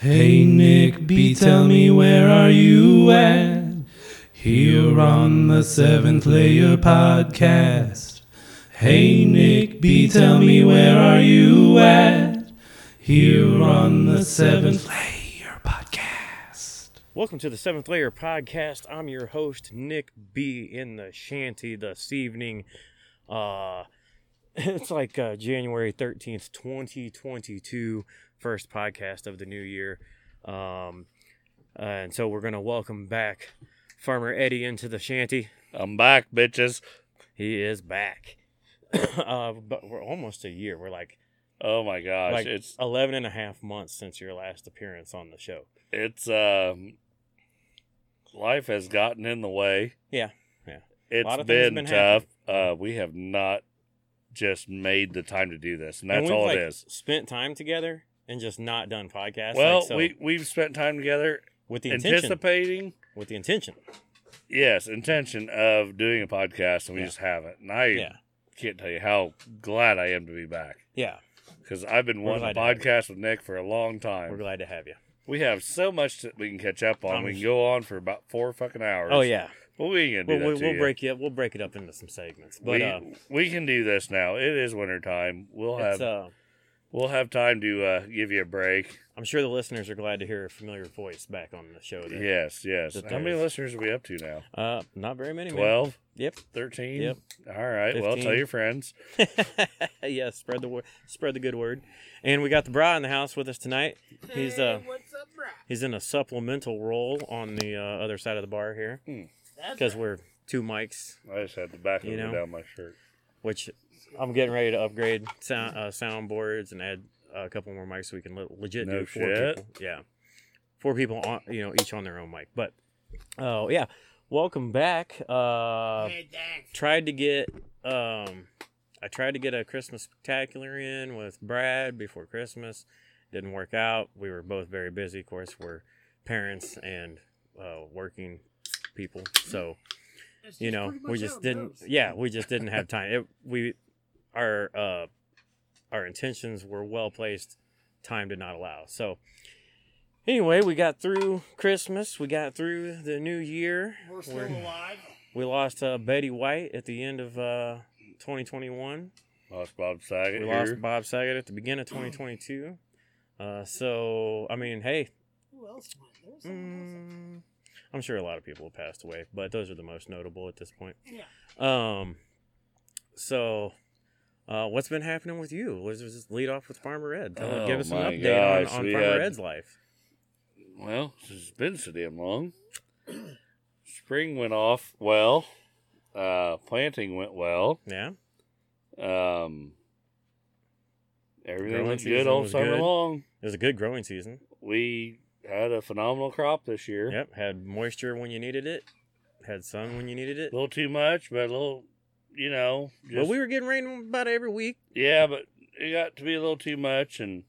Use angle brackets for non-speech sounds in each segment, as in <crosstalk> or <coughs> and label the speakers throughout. Speaker 1: Hey Nick B, tell me where are you at? Here on the Seventh Layer Podcast. Hey Nick B, tell me where are you at? Here on the Seventh Layer Podcast.
Speaker 2: Welcome to the Seventh Layer Podcast. I'm your host, Nick B, in the shanty this evening. Uh, <laughs> it's like uh, January 13th, 2022, first podcast of the new year. Um, and so we're going to welcome back Farmer Eddie into the shanty.
Speaker 3: I'm back, bitches.
Speaker 2: He is back. <coughs> uh, but we're almost a year. We're like,
Speaker 3: Oh my gosh,
Speaker 2: like
Speaker 3: it's
Speaker 2: 11 and a half months since your last appearance on the show.
Speaker 3: it's um, life has gotten in the way.
Speaker 2: Yeah, yeah. lot
Speaker 3: It's
Speaker 2: of things have
Speaker 3: been,
Speaker 2: been
Speaker 3: tough. Uh, we have not just made the time to do this, and that's
Speaker 2: and we've,
Speaker 3: all
Speaker 2: like,
Speaker 3: it is.
Speaker 2: Spent time together and just not done podcasts.
Speaker 3: Well,
Speaker 2: like, so
Speaker 3: we we've spent time together,
Speaker 2: with the intention,
Speaker 3: anticipating.
Speaker 2: with the intention,
Speaker 3: Yes, intention of doing a podcast, and we
Speaker 2: Yeah.
Speaker 3: just haven't. And I
Speaker 2: yeah,
Speaker 3: can't tell you how glad I am to be back
Speaker 2: yeah.
Speaker 3: because I've been
Speaker 2: We're
Speaker 3: wanting a
Speaker 2: glad to
Speaker 3: podcast with Nick for a long
Speaker 2: We're
Speaker 3: time.
Speaker 2: glad to have you.
Speaker 3: We have so much that we can catch up on.
Speaker 2: I'm
Speaker 3: we can
Speaker 2: sh-
Speaker 3: go on for about four fucking hours.
Speaker 2: Oh yeah,
Speaker 3: Well, we can do
Speaker 2: we'll,
Speaker 3: that
Speaker 2: we'll,
Speaker 3: to
Speaker 2: we'll
Speaker 3: you.
Speaker 2: break it. We'll break it up into some segments. But
Speaker 3: we,
Speaker 2: uh,
Speaker 3: we can do this now. It is wintertime. We'll
Speaker 2: it's,
Speaker 3: have
Speaker 2: uh,
Speaker 3: we'll have time to uh, give you a break.
Speaker 2: I'm sure the listeners are glad to hear a familiar voice back on the show. There.
Speaker 3: Yes, yes.
Speaker 2: that
Speaker 3: How many
Speaker 2: there's-
Speaker 3: listeners are we up to now?
Speaker 2: Uh, not very many. man.
Speaker 3: 12,
Speaker 2: Yep. <laughs>
Speaker 3: 13?
Speaker 2: Yep.
Speaker 3: All right. Well, tell
Speaker 2: 15.
Speaker 3: your friends.
Speaker 2: yeah. Spread the word. Spread the good word. And we got the bra in the house with us tonight. He's uh,
Speaker 4: what's up, bro?
Speaker 2: he's in a supplemental role on the uh, other side of the bar here because we're two mics
Speaker 3: I just had the back of
Speaker 2: You
Speaker 3: it
Speaker 2: know?
Speaker 3: down my shirt.
Speaker 2: which I'm getting ready to upgrade sound uh, soundboards and add a couple more mics so we can le- legit
Speaker 3: No
Speaker 2: do four
Speaker 3: shit.
Speaker 2: people. Yeah, four people on you know each on their own mic. But oh yeah, welcome back.
Speaker 3: um,
Speaker 2: Uh,
Speaker 4: hey, thanks.
Speaker 2: tried to get um, I tried to get a Christmas spectacular in with Brad before Christmas. Didn't work out. We were both very busy. Of course, we're parents and uh, working people, so
Speaker 4: That's
Speaker 2: you know
Speaker 4: pretty
Speaker 2: we
Speaker 4: much
Speaker 2: just
Speaker 4: how it
Speaker 2: didn't
Speaker 4: goes.
Speaker 2: yeah we just didn't have time it, we our uh our intentions were well placed time did not allow so anyway we got through christmas we got through the new year
Speaker 4: We're still alive.
Speaker 2: we lost uh, betty white at the end of uh 2021
Speaker 3: Lost Bob Saget.
Speaker 2: we
Speaker 3: here.
Speaker 2: lost bob saget at the beginning of 2022 uh so i mean hey
Speaker 4: Who else went? There was someone
Speaker 2: Mm, I'm sure a lot of people have passed away, but those are the most notable at this point.
Speaker 4: Yeah.
Speaker 2: Um. So, uh, what's been happening with you? Let's just lead off with Farmer Ed. Tell,
Speaker 3: Oh
Speaker 2: give us an
Speaker 3: my
Speaker 2: update
Speaker 3: gosh,
Speaker 2: on, on
Speaker 3: we
Speaker 2: Farmer
Speaker 3: had-
Speaker 2: Ed's life.
Speaker 3: Well, it's been so damn long. Spring went off well. Uh, planting went well.
Speaker 2: Yeah.
Speaker 3: Um, everything
Speaker 2: Growing
Speaker 3: went good
Speaker 2: season
Speaker 3: all
Speaker 2: was
Speaker 3: summer
Speaker 2: good.
Speaker 3: long.
Speaker 2: It was a good growing season.
Speaker 3: we had a phenomenal crop this year.
Speaker 2: Yep. Had moisture when you needed it. Had sun when you needed it.
Speaker 3: A little too much, but a little, you know, just,
Speaker 2: But we were getting rain about every week.
Speaker 3: yeah, but it got to be a little too much, and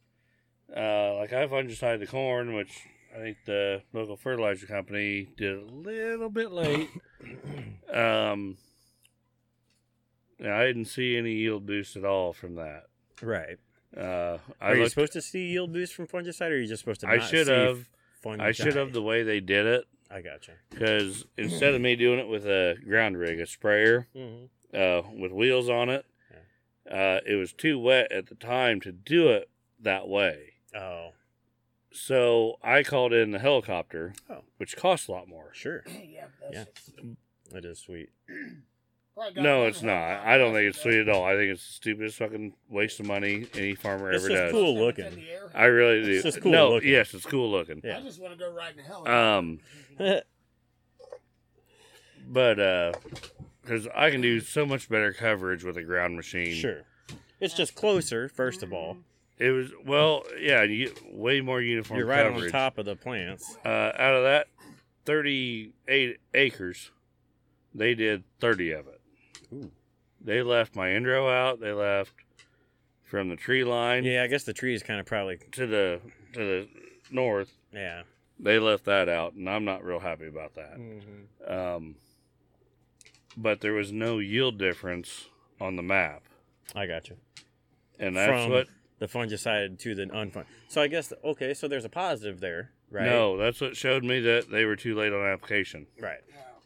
Speaker 3: uh, like I've fungicide the corn, which I think the local fertilizer company did a little
Speaker 2: <coughs>
Speaker 3: bit late. um, I didn't see any yield boost at all from that.
Speaker 2: Right.
Speaker 3: Uh, I
Speaker 2: Are you
Speaker 3: looked-
Speaker 2: supposed to see yield boost from fungicide, or are you just supposed to?
Speaker 3: I
Speaker 2: not
Speaker 3: should
Speaker 2: see
Speaker 3: have,
Speaker 2: Fungicide?
Speaker 3: I should have the way they did it,
Speaker 2: I gotcha.
Speaker 3: because instead of me doing it with a ground rig, a sprayer,
Speaker 2: Mm-hmm.
Speaker 3: uh, with wheels on it. Uh, it was too wet at the time to do it that way.
Speaker 2: Oh,
Speaker 3: So I called in the helicopter,
Speaker 2: Oh.
Speaker 3: which costs a lot more.
Speaker 2: sure.
Speaker 4: <clears throat> yeah, but
Speaker 2: Yeah.
Speaker 4: that's
Speaker 2: That is
Speaker 3: <laughs>
Speaker 2: sweet.
Speaker 4: probably got
Speaker 3: No,
Speaker 4: one
Speaker 3: it's
Speaker 4: head
Speaker 3: not.
Speaker 4: on
Speaker 3: I don't
Speaker 4: it,
Speaker 3: think it's
Speaker 4: but
Speaker 3: sweet at all. I think it's the stupidest fucking waste of money any farmer
Speaker 2: It's
Speaker 3: ever
Speaker 2: just
Speaker 3: does.
Speaker 2: cool.
Speaker 4: it's
Speaker 2: looking.
Speaker 4: in the air.
Speaker 3: I really do.
Speaker 2: It's just cool
Speaker 3: no,
Speaker 2: looking.
Speaker 3: yes, it's cool looking.
Speaker 2: Yeah.
Speaker 4: I just want to go ride in a helicopter.
Speaker 3: Um, but uh, because I can do so much better coverage with a ground machine.
Speaker 2: Sure. It's just closer, first of all.
Speaker 3: It was well, yeah, you, way more uniform.
Speaker 2: You're right on
Speaker 3: coverage.
Speaker 2: top of the plants.
Speaker 3: uh, out of that 38 acres, they did 30 of it.
Speaker 2: Ooh.
Speaker 3: They left my indro out. They left from the tree line
Speaker 2: Yeah, I guess the trees kind of probably.
Speaker 3: to the to the north.
Speaker 2: Yeah.
Speaker 3: They left that out, and I'm not real happy about that.
Speaker 2: Mm-hmm.
Speaker 3: Um, but there was no yield difference on the map,
Speaker 2: I got you.
Speaker 3: and that's
Speaker 2: From-
Speaker 3: what
Speaker 2: the fungicide to the unfun. So I guess okay, so there's a positive there, right?
Speaker 3: No, that's what showed me that they were too late on application.
Speaker 2: Right.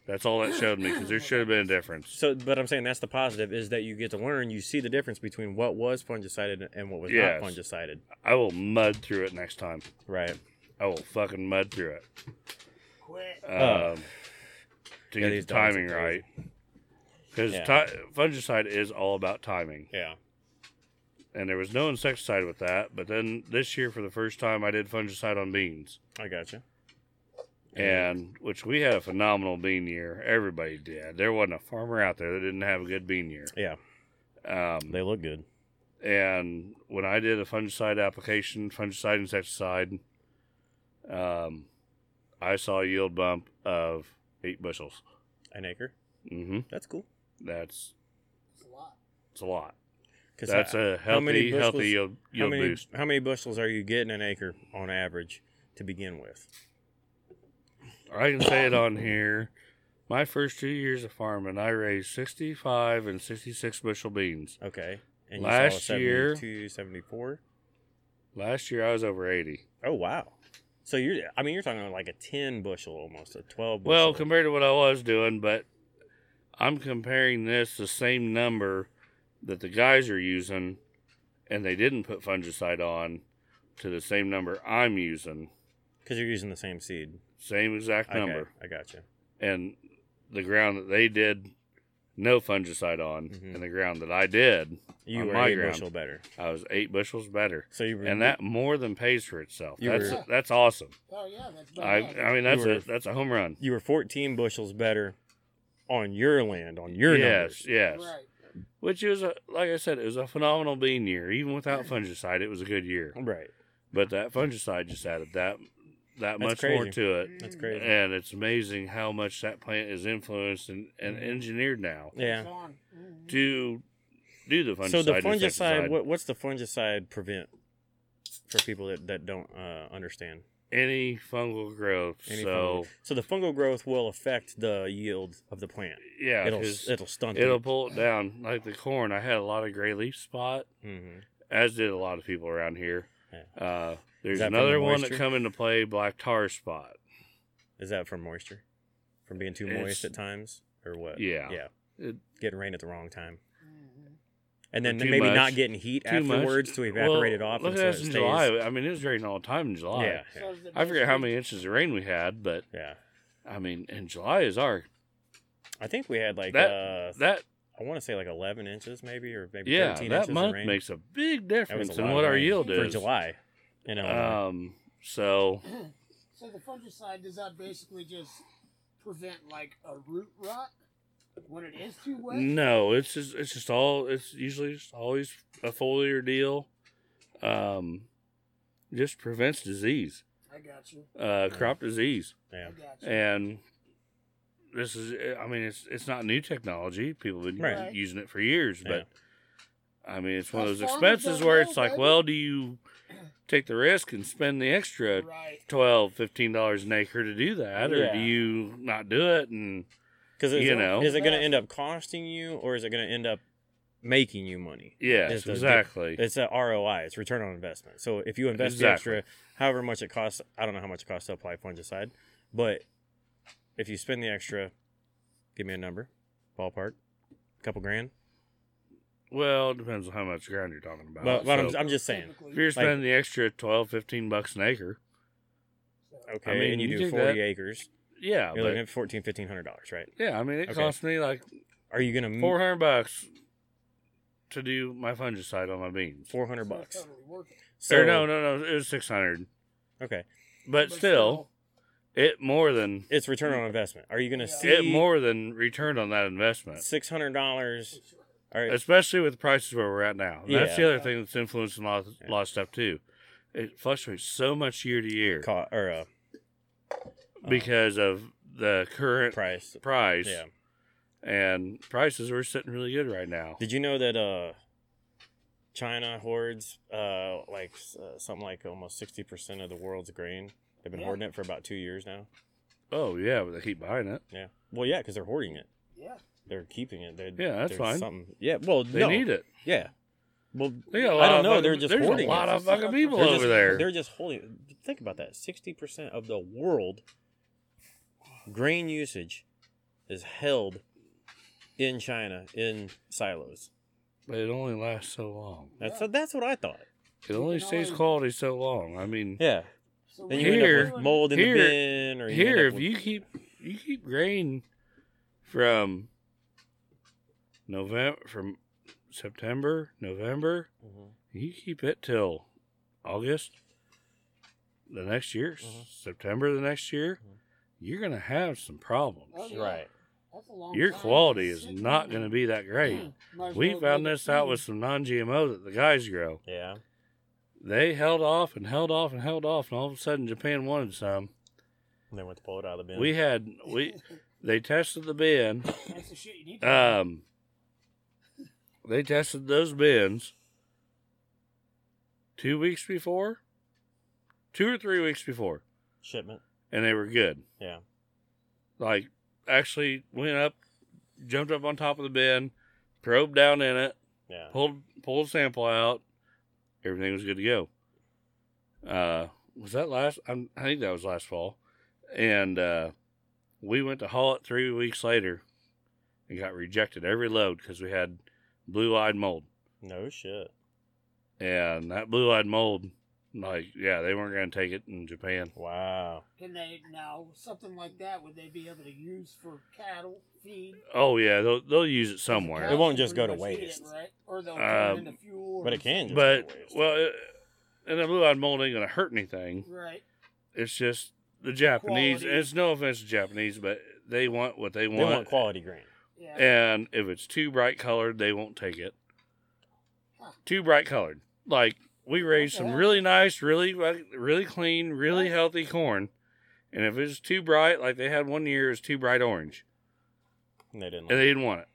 Speaker 3: That's all that showed me because there should have been a difference.
Speaker 2: So, but I'm saying that's the positive is that you get to learn, you see the difference between what was fungicided and what was
Speaker 3: Yes.
Speaker 2: not fungicided.
Speaker 3: I will mud through it next time.
Speaker 2: Right.
Speaker 3: I will Oh, fucking mud through it.
Speaker 4: Quit.
Speaker 3: Um,
Speaker 2: Oh.
Speaker 3: to
Speaker 2: Yeah,
Speaker 3: get
Speaker 2: these
Speaker 3: the
Speaker 2: dogs are
Speaker 3: timing right. Because
Speaker 2: Yeah.
Speaker 3: fungicide is all about timing.
Speaker 2: Yeah.
Speaker 3: And there was no insecticide with that. But then this year, for the first time, I did fungicide on beans.
Speaker 2: I gotcha.
Speaker 3: and which we had a phenomenal bean year. Everybody did. There wasn't a farmer out there that didn't have a good bean year.
Speaker 2: Yeah.
Speaker 3: Um,
Speaker 2: They look good.
Speaker 3: and when I did a fungicide application, fungicide insecticide, um, I saw a yield bump of eight bushels.
Speaker 2: An acre.
Speaker 3: Mm-hmm.
Speaker 2: That's cool.
Speaker 3: That's
Speaker 4: It's a lot.
Speaker 3: it's a lot.
Speaker 2: 'Cause
Speaker 3: That's
Speaker 2: I-
Speaker 3: a
Speaker 2: how many
Speaker 3: healthy, healthy
Speaker 2: bushels-
Speaker 3: yield,
Speaker 2: how
Speaker 3: yield
Speaker 2: many
Speaker 3: boost.
Speaker 2: how many bushels are you getting an acre on average to begin with?
Speaker 3: I can say it on here. My first two years of farming, I raised 65 and 66 bushel beans.
Speaker 2: Okay. And
Speaker 3: Last
Speaker 2: you saw a
Speaker 3: year-
Speaker 2: 72, 74.
Speaker 3: Last year, I was over 80.
Speaker 2: Oh wow. So you're I mean you're talking like a 10 bushel almost, a 12 bushel.
Speaker 3: Well, compared to what I was doing, but I'm comparing this the same number that the guys are using, and they didn't put fungicide on, to the same number I'm using,
Speaker 2: cuz you're using the same seed.
Speaker 3: same exact
Speaker 2: Okay,
Speaker 3: number,
Speaker 2: I gotcha.
Speaker 3: and the ground that they did no fungicide on,
Speaker 2: Mhm.
Speaker 3: and the ground that I did,
Speaker 2: You
Speaker 3: On
Speaker 2: were
Speaker 3: my
Speaker 2: a
Speaker 3: ground.
Speaker 2: bushel better.
Speaker 3: I was eight bushels better,
Speaker 2: So you were
Speaker 3: and that more than pays for itself.
Speaker 2: You
Speaker 3: That's
Speaker 4: were-
Speaker 3: that's awesome.
Speaker 4: Oh yeah, that's not
Speaker 3: I
Speaker 4: bad.
Speaker 3: I mean that's
Speaker 2: were-
Speaker 3: a that's a home run.
Speaker 2: you were 14 bushels better on your land, on your
Speaker 3: yes,
Speaker 2: numbers.
Speaker 3: yes.
Speaker 4: Right.
Speaker 3: which was a, like I said, it was a phenomenal bean year. Even without fungicide, it was a good year.
Speaker 2: Right.
Speaker 3: But that fungicide just added that that
Speaker 2: That's
Speaker 3: much more
Speaker 2: crazy.
Speaker 3: to it,
Speaker 2: That's crazy.
Speaker 3: and it's amazing how much that plant is influenced and, and
Speaker 2: Mm-hmm.
Speaker 3: engineered now
Speaker 2: Yeah.
Speaker 4: It's on. Mhm.
Speaker 3: to do the fungicide.
Speaker 2: So the fungicide,
Speaker 3: insecticide.
Speaker 2: what, what's the fungicide prevent for people that, that don't uh, understand?
Speaker 3: any fungal growth.
Speaker 2: Any
Speaker 3: so
Speaker 2: fungal- so the fungal growth will affect the yield of the plant.
Speaker 3: yeah,
Speaker 2: it'll
Speaker 3: 'cause
Speaker 2: it'll stunt
Speaker 3: it'll pull it down. Like the corn, I had a lot of gray leaf spot.
Speaker 2: hmm
Speaker 3: as did a lot of people around here. Uh, there's
Speaker 2: that from the
Speaker 3: another one that
Speaker 2: moisture?
Speaker 3: come into play, black tar spot.
Speaker 2: Is that from moisture? From being too moist
Speaker 3: It's-
Speaker 2: at times, or what?
Speaker 3: Yeah.
Speaker 2: Yeah.
Speaker 3: It-
Speaker 2: getting rain at the wrong time,
Speaker 4: Mhm.
Speaker 2: and then
Speaker 3: Too
Speaker 2: maybe not
Speaker 3: much.
Speaker 2: getting heat
Speaker 3: Too much.
Speaker 2: afterwards to evaporate it
Speaker 3: Well,
Speaker 2: off,
Speaker 3: Look
Speaker 2: and
Speaker 3: at
Speaker 2: so it
Speaker 3: us in
Speaker 2: stays.
Speaker 3: July. I mean, it was raining all the time in July.
Speaker 2: Yeah.
Speaker 4: So is the
Speaker 3: I forget how
Speaker 4: best
Speaker 3: many inches of rain we had, but
Speaker 2: Yeah.
Speaker 3: I mean, in July is our
Speaker 2: I think we had like
Speaker 3: That-
Speaker 2: uh,
Speaker 3: that
Speaker 2: I want to say like 11 inches maybe or maybe
Speaker 3: yeah
Speaker 2: 13
Speaker 3: that
Speaker 2: inches of
Speaker 3: month
Speaker 2: rain.
Speaker 3: makes a big
Speaker 2: That was a
Speaker 3: difference
Speaker 2: lot
Speaker 3: in
Speaker 2: of
Speaker 3: what our
Speaker 2: rain
Speaker 3: yield
Speaker 2: for
Speaker 3: is.
Speaker 2: July. You know,
Speaker 3: Um, so
Speaker 4: <clears throat>
Speaker 3: <clears throat>
Speaker 4: So the fungicide does that basically just prevent like a root rot when it is too wet?
Speaker 3: no, it's just it's just all it's usually just always a foliar deal. Um, just prevents disease,
Speaker 4: I got you.
Speaker 3: uh, crop disease.
Speaker 4: I
Speaker 2: yeah.
Speaker 4: got you.
Speaker 3: and this is eh, i mean it's it's not new technology people have been
Speaker 2: Right.
Speaker 3: using it for years but i mean it's one of
Speaker 4: Us
Speaker 3: those
Speaker 4: farmers
Speaker 3: expenses
Speaker 4: don't
Speaker 3: where
Speaker 4: know,
Speaker 3: it's like
Speaker 4: baby.
Speaker 3: well do you take the risk and spend the extra
Speaker 4: Right.
Speaker 3: 12 15 dollars an acre to do that or
Speaker 2: Yeah.
Speaker 3: do you not do it and
Speaker 2: Because
Speaker 3: you know.
Speaker 2: is it going to end up costing you or is it going to end up making you money? It's
Speaker 3: yes
Speaker 2: the-
Speaker 3: exactly
Speaker 2: It's a ROI. It's return on investment. So if you invest
Speaker 3: Exactly.
Speaker 2: the extra, however much it costs, I don't know how much it costs to apply fungicide, but if you spend the extra, give me a number, ballpark, couple grand.
Speaker 3: well it depends on how much ground you're talking about
Speaker 2: But, but I'm,
Speaker 3: So,
Speaker 2: I'm just saying.
Speaker 4: Typically,
Speaker 3: if you're spending the extra 12 15 bucks an acre
Speaker 4: so-
Speaker 2: Okay,
Speaker 3: mean,
Speaker 2: and you,
Speaker 3: you
Speaker 2: do
Speaker 3: take
Speaker 2: 40
Speaker 3: that-
Speaker 2: acres.
Speaker 3: yeah
Speaker 2: You're looking
Speaker 3: but,
Speaker 2: at 14, 1500 dollars, right?
Speaker 3: yeah i mean it
Speaker 2: Okay. Mm.
Speaker 3: cost me like
Speaker 2: Are you gonna
Speaker 3: four hundred bucks to do my fungicide on my beans.
Speaker 2: four hundred
Speaker 4: so it's
Speaker 2: bucks?
Speaker 4: totally worth it.
Speaker 2: So
Speaker 3: or no, no, no, it was six hundred.
Speaker 2: okay,
Speaker 3: But, still, it more than
Speaker 2: it's return on investment. Are you gonna
Speaker 4: Yeah.
Speaker 2: see
Speaker 3: it more than returned on that investment,
Speaker 2: six hundred dollars?
Speaker 4: still, for sure.
Speaker 2: All right,
Speaker 3: especially with the prices where we're at now. And That's the
Speaker 2: Yeah.
Speaker 3: other thing that's influencing a lot, a lot of stuff too. It fluctuates so much year to year
Speaker 2: co- or uh,
Speaker 3: because of the current
Speaker 2: price.
Speaker 3: price.
Speaker 2: uh. Yeah.
Speaker 3: And prices are sitting really good right now.
Speaker 2: Did you know that uh, China hoards uh like uh, something like almost sixty percent of the world's grain? They've been
Speaker 4: Yeah.
Speaker 2: hoarding it for about two years now.
Speaker 3: Oh yeah, but they keep buying it.
Speaker 2: Yeah. Well, yeah, because they're hoarding it.
Speaker 4: Yeah.
Speaker 2: They're keeping it. They're,
Speaker 3: Yeah, that's
Speaker 2: there's
Speaker 3: fine.
Speaker 2: Something. Yeah. Well,
Speaker 3: They
Speaker 2: no.
Speaker 3: need it.
Speaker 2: Yeah. Well,
Speaker 3: They got a
Speaker 2: I
Speaker 3: lot
Speaker 2: don't
Speaker 3: of
Speaker 2: know.
Speaker 3: fucking-
Speaker 2: they're just
Speaker 3: there's
Speaker 2: hoarding
Speaker 3: a lot
Speaker 2: it.
Speaker 3: of fucking people
Speaker 2: They're
Speaker 3: over
Speaker 2: just,
Speaker 3: there.
Speaker 2: They're just holding. Think about that. Sixty percent of the world grain usage is held in China in silos.
Speaker 3: But it only lasts so long.
Speaker 2: That's that's what I thought.
Speaker 3: It only stays quality so long. I mean,
Speaker 2: Yeah.
Speaker 4: So
Speaker 2: Then
Speaker 4: what
Speaker 2: you
Speaker 3: Here-
Speaker 2: end up with mold in
Speaker 3: here-
Speaker 2: the bin, or you end
Speaker 3: here
Speaker 2: up
Speaker 3: if
Speaker 2: with-
Speaker 3: you keep you keep grain from November from September, November,
Speaker 2: Mhm.
Speaker 3: you keep it till August the next year,
Speaker 2: Mhm.
Speaker 3: September the next year,
Speaker 2: Mhm.
Speaker 3: you're gonna have some problems.
Speaker 4: Oh, yeah.
Speaker 2: right.
Speaker 4: That's a long
Speaker 3: Your
Speaker 4: time.
Speaker 3: quality is
Speaker 4: Six
Speaker 3: not
Speaker 4: months.
Speaker 3: going to be that great.
Speaker 4: Mm. Might as
Speaker 3: We
Speaker 4: well
Speaker 3: found
Speaker 4: make it
Speaker 3: this out
Speaker 4: soon.
Speaker 3: with some non-GMO that the guys grow.
Speaker 2: Yeah.
Speaker 3: They held off and held off and held off, and all of a sudden Japan wanted some.
Speaker 2: And they went to pull it out of the bin.
Speaker 3: We had we they tested the bin.
Speaker 4: That's the shit
Speaker 2: <laughs>
Speaker 4: you need. to
Speaker 2: Uh,
Speaker 3: Um, they tested those bins two weeks before, two or three weeks before,
Speaker 2: shipment.
Speaker 3: and they were good.
Speaker 2: Yeah.
Speaker 3: Like, actually went up, jumped up on top of the bin, probed down in it,
Speaker 2: Yeah.
Speaker 3: pulled pulled a sample out. Everything was good to go. Uh, was that last? I'm, I think that was last fall, and uh, we went to haul it three weeks later, and got rejected every load because we had blue-eyed mold,
Speaker 2: No shit.
Speaker 3: and that blue-eyed mold, like yeah, they weren't gonna take it in Japan.
Speaker 2: Wow.
Speaker 4: Can they now something like that? Would they be able to use for cattle feed?
Speaker 3: Oh yeah, they'll they'll use it
Speaker 4: Cows
Speaker 2: It
Speaker 3: somewhere.
Speaker 2: won't just
Speaker 4: pretty
Speaker 2: go to
Speaker 4: much eat it,
Speaker 2: waste. Uh,
Speaker 4: right? Or they'll
Speaker 3: Um,
Speaker 4: turn it into fuel.
Speaker 2: But
Speaker 4: or
Speaker 2: it can. Just
Speaker 3: But
Speaker 2: go to waste.
Speaker 3: well, it, and the blue-eyed mold ain't gonna hurt anything.
Speaker 4: something. right.
Speaker 3: It's just the Japanese.
Speaker 4: Quality.
Speaker 3: It's no offense to Japanese, but they want what they
Speaker 2: they
Speaker 3: want.
Speaker 2: want quality grain.
Speaker 4: Yeah.
Speaker 3: And if it's too bright colored, they won't take it.
Speaker 4: Huh.
Speaker 3: Too bright colored. Like we raised some
Speaker 4: Okay.
Speaker 3: really nice, really fuck- really clean, really
Speaker 4: Right.
Speaker 3: healthy corn. And if it's too bright, like they had one year, it was too bright orange,
Speaker 2: And they didn't. Like
Speaker 3: and they didn't want it.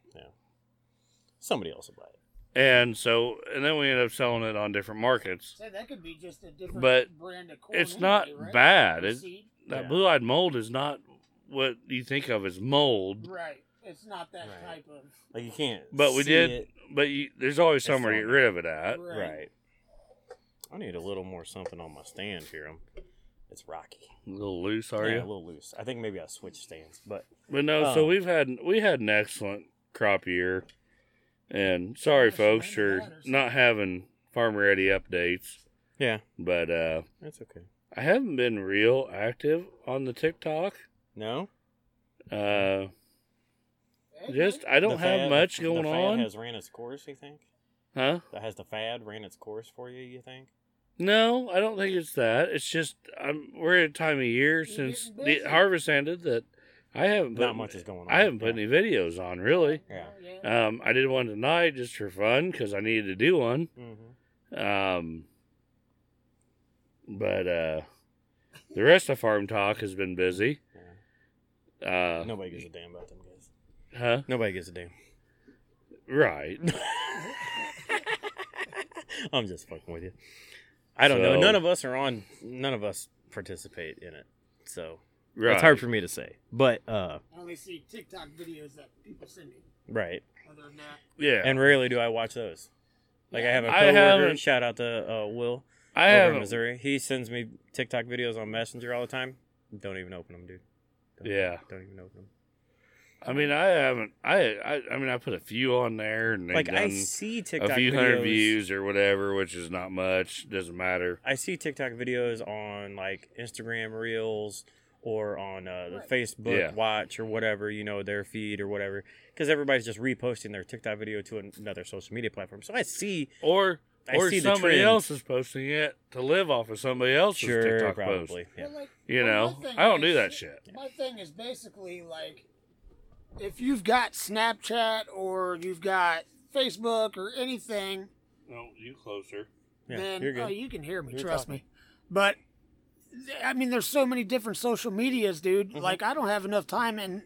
Speaker 2: Somebody else will buy it.
Speaker 3: And so, and then we ended up selling it on different markets.
Speaker 4: Say that could be just a different
Speaker 3: But
Speaker 4: brand of corn.
Speaker 3: It's not
Speaker 4: anyway, right?
Speaker 3: bad. It's,
Speaker 4: Seed?
Speaker 3: that
Speaker 2: Yeah.
Speaker 3: blue-eyed mold is not what you think of as mold.
Speaker 4: right. It's not that
Speaker 2: Right.
Speaker 4: type of.
Speaker 2: Like you can't.
Speaker 3: But we
Speaker 2: see
Speaker 3: did-
Speaker 2: it.
Speaker 3: But you, there's always
Speaker 2: It's
Speaker 3: somewhere to get
Speaker 2: not.
Speaker 3: rid of it at.
Speaker 4: Right.
Speaker 2: Uh, Right. I need a little more something on my stand here. I'm, it's rocky.
Speaker 3: A little loose, are
Speaker 2: yeah, a
Speaker 3: you?
Speaker 2: little loose. I think maybe I switched stands, but
Speaker 3: But no, so
Speaker 2: Um,
Speaker 3: we've had we had an excellent crop year, and sorry
Speaker 4: Gosh,
Speaker 3: folks
Speaker 4: man,
Speaker 3: for
Speaker 4: that is-
Speaker 3: not having farm ready updates.
Speaker 2: yeah,
Speaker 3: But uh,
Speaker 2: that's okay.
Speaker 3: I haven't been real active on the TikTok.
Speaker 2: No,
Speaker 3: Uh,
Speaker 4: Hey,
Speaker 3: just
Speaker 4: man,
Speaker 3: I don't
Speaker 2: The
Speaker 3: have
Speaker 2: fad-
Speaker 3: much
Speaker 2: the
Speaker 3: going
Speaker 2: fad
Speaker 3: on,
Speaker 2: Has ran its course? You think?
Speaker 3: huh?
Speaker 2: That has the fad ran its course for you? You think?
Speaker 3: No, I don't think it's that. It's just I'm, we're at a time of year since
Speaker 4: getting
Speaker 3: the
Speaker 4: busy.
Speaker 3: harvest ended that I haven't put
Speaker 2: Not much is going on.
Speaker 3: I haven't put
Speaker 2: Yeah.
Speaker 3: any videos on really.
Speaker 2: Yeah.
Speaker 4: oh, yeah.
Speaker 3: Um, I did one tonight just for fun because I needed to do one.
Speaker 2: Mhm.
Speaker 3: Um, but uh, the rest of farm talk has been busy.
Speaker 2: Yeah.
Speaker 3: Uh,
Speaker 2: Nobody gives a damn about them guys.
Speaker 3: huh?
Speaker 2: Nobody gives a damn. <laughs>
Speaker 3: Right.
Speaker 2: I'm just fucking with you. I don't know.
Speaker 3: So-
Speaker 2: None of us are on. None of us participate in it, so
Speaker 3: Right.
Speaker 2: it's hard for me to say. But uh,
Speaker 4: I only see TikTok videos that people send me.
Speaker 2: right,
Speaker 4: Other than that,
Speaker 3: yeah.
Speaker 2: and rarely do I watch those. Like I have a
Speaker 3: I
Speaker 2: coworker.
Speaker 3: haven't-
Speaker 2: shout out to uh, Will
Speaker 3: I
Speaker 2: over in
Speaker 3: haven't.
Speaker 2: Missouri. He sends me TikTok videos on Messenger all the time. Don't even open them, dude. Don't,
Speaker 3: Yeah.
Speaker 2: don't even open them.
Speaker 3: I mean, I haven't. I, I. I mean, I put a few on there, and they've
Speaker 2: like I
Speaker 3: done
Speaker 2: see TikTok
Speaker 3: a few
Speaker 2: videos.
Speaker 3: hundred views or whatever, which is not much. Doesn't matter.
Speaker 2: I see TikTok videos on like Instagram Reels or on uh, the
Speaker 4: Right.
Speaker 2: Facebook
Speaker 3: Yeah.
Speaker 2: Watch or whatever you know their feed or whatever because everybody's just reposting their TikTok video to an- another social media platform. So I see,
Speaker 3: Or
Speaker 2: I
Speaker 3: or
Speaker 2: see the
Speaker 3: somebody
Speaker 2: trend.
Speaker 3: else is posting it to live off of somebody else's
Speaker 2: sure,
Speaker 3: TikTok
Speaker 2: probably,
Speaker 3: post.
Speaker 2: yeah.
Speaker 4: Well, like,
Speaker 3: You
Speaker 4: well,
Speaker 3: know,
Speaker 4: my thing
Speaker 3: I don't do
Speaker 4: is-
Speaker 3: that shit.
Speaker 4: My thing is basically like, if you've got Snapchat or you've got Facebook or anything,
Speaker 3: No, you closer.
Speaker 2: yeah.
Speaker 4: then
Speaker 2: you're good.
Speaker 4: oh, you can hear me.
Speaker 2: You're
Speaker 4: trust
Speaker 2: talking.
Speaker 4: me. But th- I mean, there's so many different social medias, dude.
Speaker 2: Mm-hmm.
Speaker 4: Like, I don't have enough time in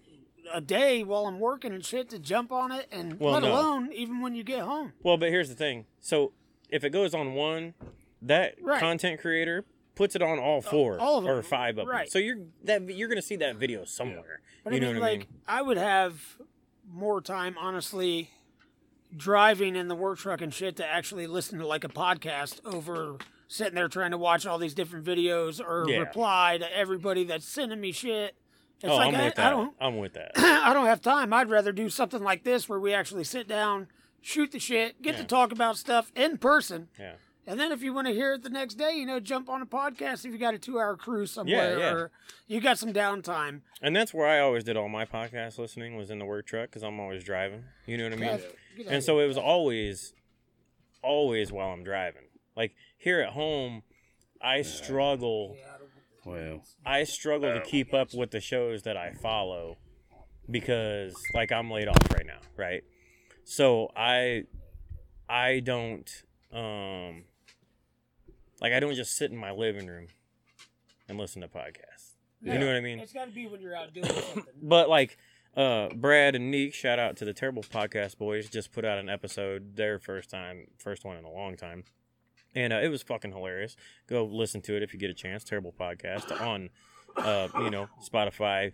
Speaker 4: a day while I'm working and shit to jump on it, and
Speaker 2: Well,
Speaker 4: let
Speaker 2: no.
Speaker 4: alone even when you get home.
Speaker 2: Well, but here's the thing. So if it goes on one, that
Speaker 4: Right. Uh,
Speaker 2: content creator puts it on all four
Speaker 4: all of
Speaker 2: or
Speaker 4: them.
Speaker 2: five of them.
Speaker 4: Right.
Speaker 2: So you're that you're gonna see that video somewhere.
Speaker 4: But
Speaker 2: you
Speaker 4: I mean,
Speaker 2: know what
Speaker 4: like,
Speaker 2: I mean?
Speaker 4: I would have more time, honestly, driving in the work truck and shit to actually listen to like a podcast over sitting there trying to watch all these different videos or
Speaker 2: Yeah.
Speaker 4: reply to everybody that's sending me shit. It's
Speaker 2: oh,
Speaker 4: like
Speaker 2: I'm
Speaker 4: I,
Speaker 2: with that.
Speaker 4: I don't <clears throat>
Speaker 2: I'm with that.
Speaker 4: <coughs> I don't have time. I'd rather do something like this where we actually sit down, shoot the shit, get to
Speaker 2: Yeah.
Speaker 4: talk about stuff in person.
Speaker 2: Yeah.
Speaker 4: And then if you want to hear it the next day, you know, jump on a podcast if you got a two hour cruise somewhere
Speaker 2: yeah.
Speaker 4: or you got some downtime.
Speaker 2: And that's where I always did all my podcast listening was in the work truck because I'm always driving. You know what I mean?
Speaker 4: Get out
Speaker 2: And
Speaker 4: of
Speaker 2: so
Speaker 4: here.
Speaker 2: it was always, always while I'm driving. Like here at home, I struggle.
Speaker 4: Yeah, I don't-
Speaker 3: Well,
Speaker 2: I struggle to keep up with the shows that I follow because like I'm laid off right now, right? So I I don't um like I don't just sit in my living room and listen to podcasts. You
Speaker 4: Yeah.
Speaker 2: know what I mean?
Speaker 4: It's got to be when you're out
Speaker 3: <coughs>
Speaker 4: doing something.
Speaker 2: But like uh Brad and Neek, shout out to the Terrible Podcast Boys, just put out an episode their first time, first one in a long time. And uh, it was fucking hilarious. Go listen to it if you get a chance. Terrible podcast on uh, you know, Spotify,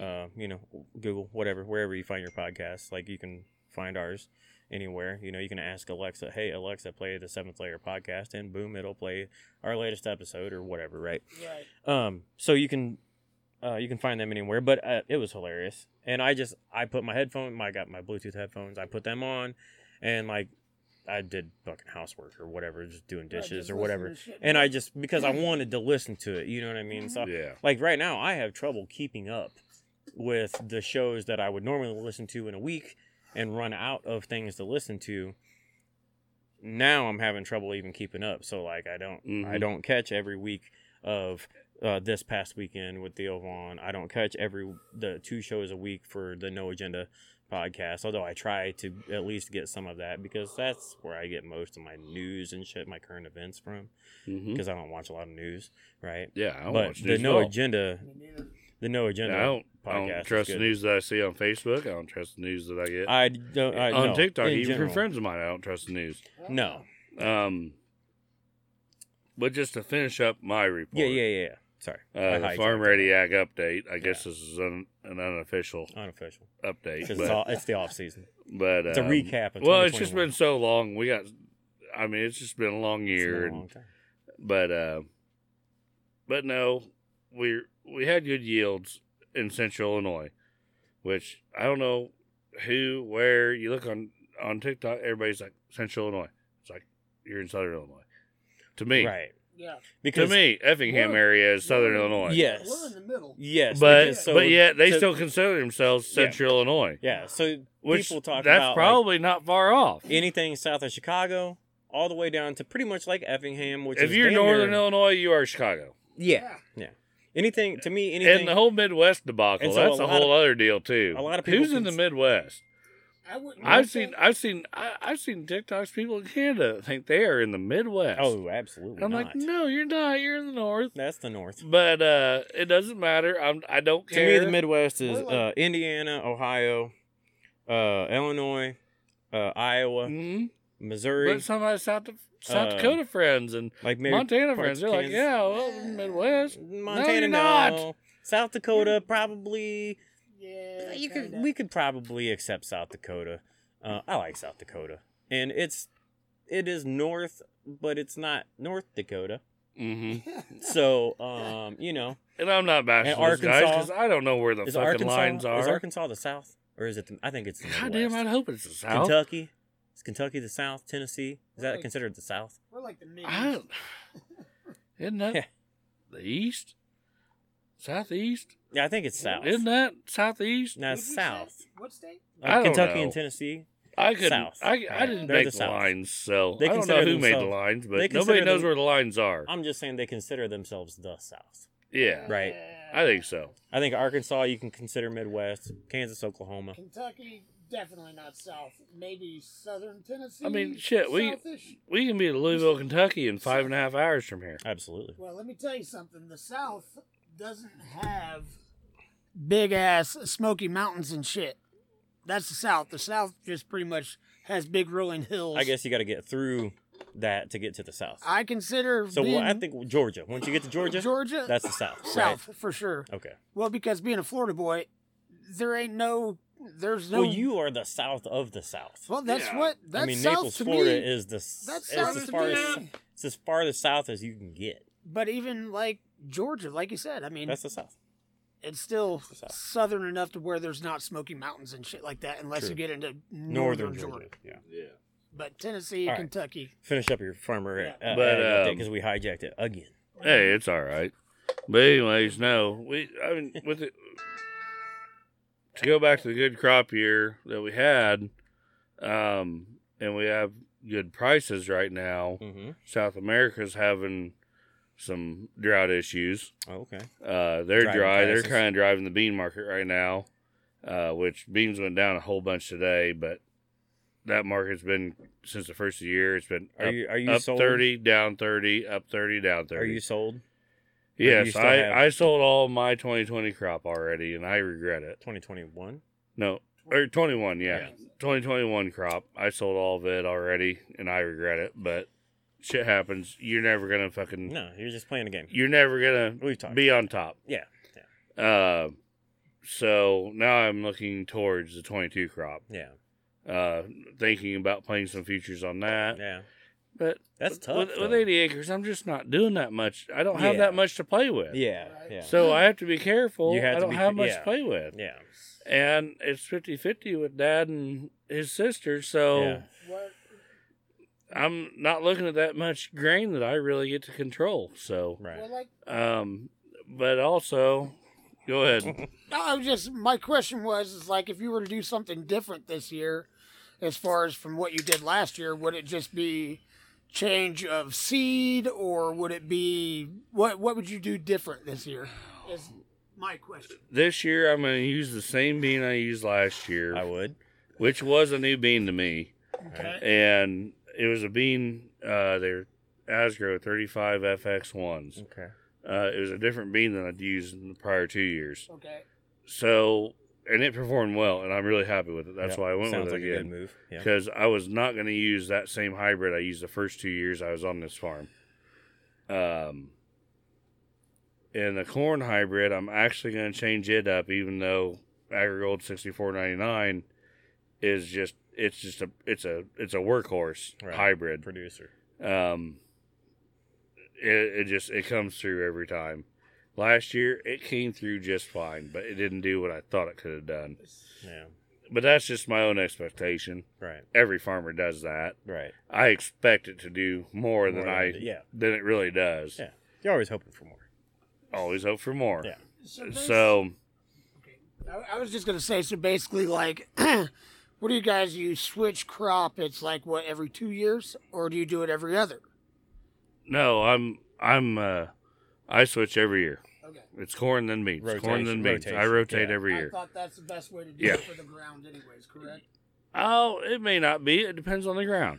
Speaker 2: uh, you know, Google, whatever, wherever you find your podcasts. Like you can find ours anywhere. You know, you can ask Alexa, "Hey Alexa, play the Seventh Layer podcast," and boom, it'll play our latest episode or whatever, right?
Speaker 4: Right.
Speaker 2: Um, so you can, uh, you can find them anywhere. But uh, it was hilarious, and I just I put my headphone, my got my Bluetooth headphones, I put them on, and like I did fucking housework or whatever, just doing
Speaker 4: Yeah,
Speaker 2: dishes
Speaker 4: just
Speaker 2: or
Speaker 4: listen
Speaker 2: whatever,
Speaker 4: to shit.
Speaker 2: and I just because I wanted to listen to it, you know what I mean? So
Speaker 3: yeah.
Speaker 2: like right now, I have trouble keeping up with the shows that I would normally listen to in a week and run out of things to listen to. Now I'm having trouble even keeping up. So like I don't I
Speaker 3: Mhm.
Speaker 2: don't catch every week of uh, this past weekend with Theo Vaughn. I don't catch every the two shows a week for the No Agenda podcast. Although I try to at least get some of that because that's where I get most of my news and shit, my current events from.
Speaker 3: hmm
Speaker 2: Because I don't watch a lot of news, right?
Speaker 3: Yeah, I
Speaker 2: but
Speaker 3: watch
Speaker 2: the
Speaker 3: news.
Speaker 2: no
Speaker 3: No,
Speaker 2: agenda, the no agenda.
Speaker 3: I don't, I
Speaker 2: podcast
Speaker 3: don't
Speaker 2: is
Speaker 3: trust the
Speaker 2: good.
Speaker 3: news that I see on Facebook. I don't trust the news that I get
Speaker 2: I don't. I,
Speaker 3: on
Speaker 2: no,
Speaker 3: TikTok,
Speaker 2: in
Speaker 3: even
Speaker 2: general.
Speaker 3: from friends of mine. I don't trust the news.
Speaker 2: No.
Speaker 3: Um, but just to finish up my report,
Speaker 2: Yeah, yeah, yeah. yeah. Sorry. I
Speaker 3: Uh, the
Speaker 2: hijacked
Speaker 3: Farm
Speaker 2: it.
Speaker 3: Radiac update. I guess this is an, an unofficial
Speaker 2: Unofficial.
Speaker 3: update,
Speaker 2: Because
Speaker 3: but,
Speaker 2: it's, all- it's the off season.
Speaker 3: but
Speaker 2: It's a
Speaker 3: um,
Speaker 2: recap of
Speaker 3: Well, it's just
Speaker 2: 2021.
Speaker 3: been so long. We got. I mean, it's just been a long
Speaker 2: It's been
Speaker 3: year,
Speaker 2: a long time.
Speaker 3: but uh, but no, we we had good yields in Central Illinois, which I don't know who, where you look on on TikTok. Everybody's like Central Illinois. It's like you're in Southern Illinois. To me,
Speaker 2: Right.
Speaker 4: Yeah.
Speaker 2: Because
Speaker 3: to me, Effingham
Speaker 4: We're-
Speaker 3: area is Southern
Speaker 4: We're-
Speaker 3: Illinois.
Speaker 2: Yes.
Speaker 4: We're in the middle.
Speaker 2: yes,
Speaker 3: but
Speaker 2: because so
Speaker 3: but yet they
Speaker 2: to-
Speaker 3: still consider themselves
Speaker 2: Yeah.
Speaker 3: Central Illinois,
Speaker 2: yeah. So
Speaker 3: which
Speaker 2: people talk
Speaker 3: that's
Speaker 2: about like,
Speaker 3: probably not far off.
Speaker 2: anything south of Chicago, all the way down to pretty much like Effingham, which
Speaker 3: If
Speaker 2: is
Speaker 3: you're
Speaker 2: damn
Speaker 3: Northern
Speaker 2: near,
Speaker 3: Illinois, you are Chicago,
Speaker 2: yeah, yeah. Anything to me,
Speaker 3: and
Speaker 2: anything.
Speaker 3: the whole Midwest debacle.
Speaker 2: And so
Speaker 3: that's
Speaker 2: a
Speaker 3: a,
Speaker 2: lot
Speaker 3: whole other deal too.
Speaker 2: a lot of people
Speaker 3: who's in the
Speaker 2: cons-
Speaker 3: Midwest.
Speaker 4: I wouldn't
Speaker 3: I've
Speaker 4: think-
Speaker 3: seen I've seen I, I've seen TikToks. People in Canada think they are in the Midwest.
Speaker 2: oh, absolutely.
Speaker 3: I'm
Speaker 2: not.
Speaker 3: like, no, you're not. You're in the North.
Speaker 2: That's the North.
Speaker 3: But uh, it doesn't matter. I'm I don't
Speaker 2: To me,
Speaker 3: care.
Speaker 2: the Midwest is
Speaker 4: We're
Speaker 2: uh,
Speaker 4: like-
Speaker 2: Indiana, Ohio, uh, Illinois, uh, Iowa,
Speaker 3: Mhm.
Speaker 2: Missouri.
Speaker 3: But some of my South South
Speaker 2: Uh,
Speaker 3: Dakota friends and
Speaker 2: like maybe
Speaker 3: Montana
Speaker 2: parts of
Speaker 3: friends, they're like,
Speaker 2: Kansas-
Speaker 3: yeah, well, the Midwest.
Speaker 2: Montana,
Speaker 3: you're not.
Speaker 2: no. South Dakota, probably.
Speaker 4: Yeah.
Speaker 2: you could.
Speaker 3: <laughs>
Speaker 4: kinda.
Speaker 2: We could probably accept South Dakota. Uh, I like South Dakota, and it's it is north, but it's not North Dakota.
Speaker 3: hmm
Speaker 2: <laughs> So, um, you know,
Speaker 3: And I'm not bashing
Speaker 2: And
Speaker 3: those guys
Speaker 2: Arkansas-
Speaker 3: because I don't know where the
Speaker 2: is
Speaker 3: fucking
Speaker 2: Arkansas
Speaker 3: lines are.
Speaker 2: is Arkansas the South, or is it? The, I think it's the
Speaker 3: God
Speaker 2: Midwest.
Speaker 3: damn, I hope it's the South.
Speaker 2: Kentucky. Is Kentucky the South? Tennessee is that
Speaker 4: Really?
Speaker 2: considered the South?
Speaker 4: We're like the mid.
Speaker 3: I don't, <sighs> isn't that
Speaker 2: Yeah.
Speaker 3: the East? Southeast?
Speaker 2: Yeah, I think it's South.
Speaker 3: Isn't that Southeast?
Speaker 2: No, it's
Speaker 4: What'd we
Speaker 2: South.
Speaker 4: say? What state?
Speaker 2: Uh,
Speaker 3: I don't
Speaker 2: Kentucky and
Speaker 3: know.
Speaker 2: Tennessee.
Speaker 3: I could.
Speaker 2: South.
Speaker 3: I, I
Speaker 2: Right.
Speaker 3: didn't
Speaker 2: They're
Speaker 3: make
Speaker 2: the
Speaker 3: the,
Speaker 2: South.
Speaker 3: lines, so
Speaker 2: They
Speaker 3: I don't know
Speaker 2: consider
Speaker 3: who made the
Speaker 2: themselves-
Speaker 3: lines,
Speaker 2: they
Speaker 3: but
Speaker 2: consider
Speaker 3: nobody knows
Speaker 2: them-
Speaker 3: where the lines are.
Speaker 2: I'm just saying they consider themselves the South.
Speaker 3: Yeah,
Speaker 2: Right.
Speaker 3: I think so.
Speaker 2: I think Arkansas you can consider Midwest, Kansas, Oklahoma.
Speaker 4: Kentucky, definitely not south. Maybe southern Tennessee.
Speaker 3: I mean, shit, we-
Speaker 4: Southish.
Speaker 3: We can be to Louisville, Kentucky, in five and a half hours from here.
Speaker 2: Absolutely.
Speaker 4: Well, let me tell you something. The South doesn't have big ass Smoky Mountains and shit. That's the South. The South just pretty much has big rolling hills.
Speaker 2: I guess you got to get through that to get to the South.
Speaker 4: I consider
Speaker 2: So
Speaker 4: being
Speaker 2: well, I think Georgia. Once you get to Georgia,
Speaker 4: Georgia
Speaker 2: that's the South.
Speaker 4: South for sure.
Speaker 2: Right? Okay.
Speaker 4: Well, because being a Florida boy, there ain't no There's no.
Speaker 2: well, you are the south of the south.
Speaker 4: Well, that's
Speaker 3: Yeah.
Speaker 4: what that's
Speaker 2: I mean,
Speaker 4: south
Speaker 2: Naples,
Speaker 4: to
Speaker 2: Florida
Speaker 4: me.
Speaker 2: is the s-
Speaker 4: that's
Speaker 2: is
Speaker 4: south
Speaker 2: as
Speaker 4: to
Speaker 2: far
Speaker 4: me.
Speaker 2: as it's as far as south as you can get.
Speaker 4: But even like Georgia, like you said, I mean,
Speaker 2: That's the south.
Speaker 4: it's still
Speaker 2: south.
Speaker 4: southern enough to where there's not smoky mountains and shit like that, unless
Speaker 2: True.
Speaker 4: you get into northern,
Speaker 2: Northern
Speaker 4: Georgia.
Speaker 2: Georgia. Yeah.
Speaker 3: Yeah.
Speaker 4: But Tennessee,
Speaker 2: All right.
Speaker 4: Kentucky,
Speaker 2: Finish up your farmer, uh,
Speaker 3: Yeah. But, um,
Speaker 2: because we hijacked it again.
Speaker 3: Hey, it's all right. But anyways, no, we. I mean, with it, to go back to the good crop year that we had, um, and we have good prices right now.
Speaker 2: Mm-hmm.
Speaker 3: South America's having some drought issues.
Speaker 2: Oh, Okay.
Speaker 3: Uh, they're
Speaker 2: Driving
Speaker 3: dry.
Speaker 2: prices.
Speaker 3: They're kind of driving the bean market right now, uh, which beans went down a whole bunch today, but that market's been since the first of the year. It's been
Speaker 2: Are
Speaker 3: up,
Speaker 2: you are you
Speaker 3: up
Speaker 2: sold?
Speaker 3: thirty, down thirty, up thirty, down thirty.
Speaker 2: Are you sold? you
Speaker 3: Yes,
Speaker 2: still
Speaker 3: I,
Speaker 2: have-
Speaker 3: I sold all my 2020 crop already, and I regret it.
Speaker 2: 2021.
Speaker 3: No, or 21, yeah.
Speaker 2: Yeah.
Speaker 3: 2021 crop. I sold all of it already, and I regret it. But shit happens. You're never gonna fucking.
Speaker 2: No, you're just playing a game.
Speaker 3: You're never gonna
Speaker 2: We've talked.
Speaker 3: be on top.
Speaker 2: Yeah,
Speaker 3: Uh, so now I'm looking towards the 22 crop,
Speaker 2: yeah,
Speaker 3: uh, thinking about playing some futures on that.
Speaker 2: yeah.
Speaker 3: But
Speaker 2: That's
Speaker 3: with-
Speaker 2: tough.
Speaker 3: With, with
Speaker 2: though.
Speaker 3: 80 acres, I'm just not doing that much. I don't have
Speaker 2: Yeah.
Speaker 3: that much to play with.
Speaker 2: yeah, yeah,
Speaker 3: So I have to be careful.
Speaker 2: You have
Speaker 3: I
Speaker 2: to
Speaker 3: don't
Speaker 2: be
Speaker 3: have
Speaker 2: ca-
Speaker 3: much
Speaker 2: yeah.
Speaker 3: to play with.
Speaker 2: yeah.
Speaker 3: And it's 50 50 with dad and his sister. So
Speaker 2: Yeah.
Speaker 4: what
Speaker 3: I'm not looking at that much grain that I really get to control. So,
Speaker 2: Right.
Speaker 4: Well, like,
Speaker 3: um, but also,
Speaker 2: <laughs>
Speaker 3: go ahead.
Speaker 4: I was just my question was is like if you were to do something different this year, as far as from what you did last year, would it just be change of seed or would it be what what would you do different this year? Is my question.
Speaker 3: this year, I'm going to use the same bean I used last year,
Speaker 2: I would.
Speaker 3: which was a new bean to me.
Speaker 4: Okay.
Speaker 3: And it was a bean, uh, they're Asgro 35 FX1s.
Speaker 2: Okay.
Speaker 3: Uh, it was a different bean than I'd used in the prior two years.
Speaker 4: Okay.
Speaker 3: So, and it performed well, and I'm really happy with it. That's
Speaker 2: Yep.
Speaker 3: why I went
Speaker 2: Sounds
Speaker 3: with it
Speaker 2: like a good
Speaker 3: again.
Speaker 2: move. Yeah.
Speaker 3: Because I was not going to use that same hybrid I used the first two years I was on this farm. Um, and the corn hybrid, I'm actually going to change it up, even though AgriGold 64.99 is just it's just a it's a it's a workhorse
Speaker 2: Right.
Speaker 3: hybrid.
Speaker 2: Producer.
Speaker 3: Um, it, it just it comes through every time. Last year, it came through just fine, but it didn't do what I thought it could have done.
Speaker 2: Yeah.
Speaker 3: But that's just my own expectation.
Speaker 2: Right.
Speaker 3: Every farmer does that.
Speaker 2: Right.
Speaker 3: I expect it to do more, than I
Speaker 2: Yeah.
Speaker 3: than it really does.
Speaker 2: Yeah. You're always hoping for more.
Speaker 3: Always hope for more.
Speaker 2: Yeah.
Speaker 4: So,
Speaker 3: So
Speaker 4: I, I was just gonna say so basically like <clears throat> what do you guys you switch crop it's like what every two years or do you do it every other?
Speaker 3: no, I'm I'm uh, I switch every year.
Speaker 4: Okay.
Speaker 3: It's corn then beans. corn
Speaker 2: Rotation-
Speaker 3: then beans. I
Speaker 2: rotation,
Speaker 3: rotate
Speaker 2: yeah.
Speaker 3: every
Speaker 4: I
Speaker 3: year.
Speaker 4: thought that's the best way to do
Speaker 3: Yeah.
Speaker 4: it for the ground anyways, correct?
Speaker 3: Oh, it may not be. It depends on the ground.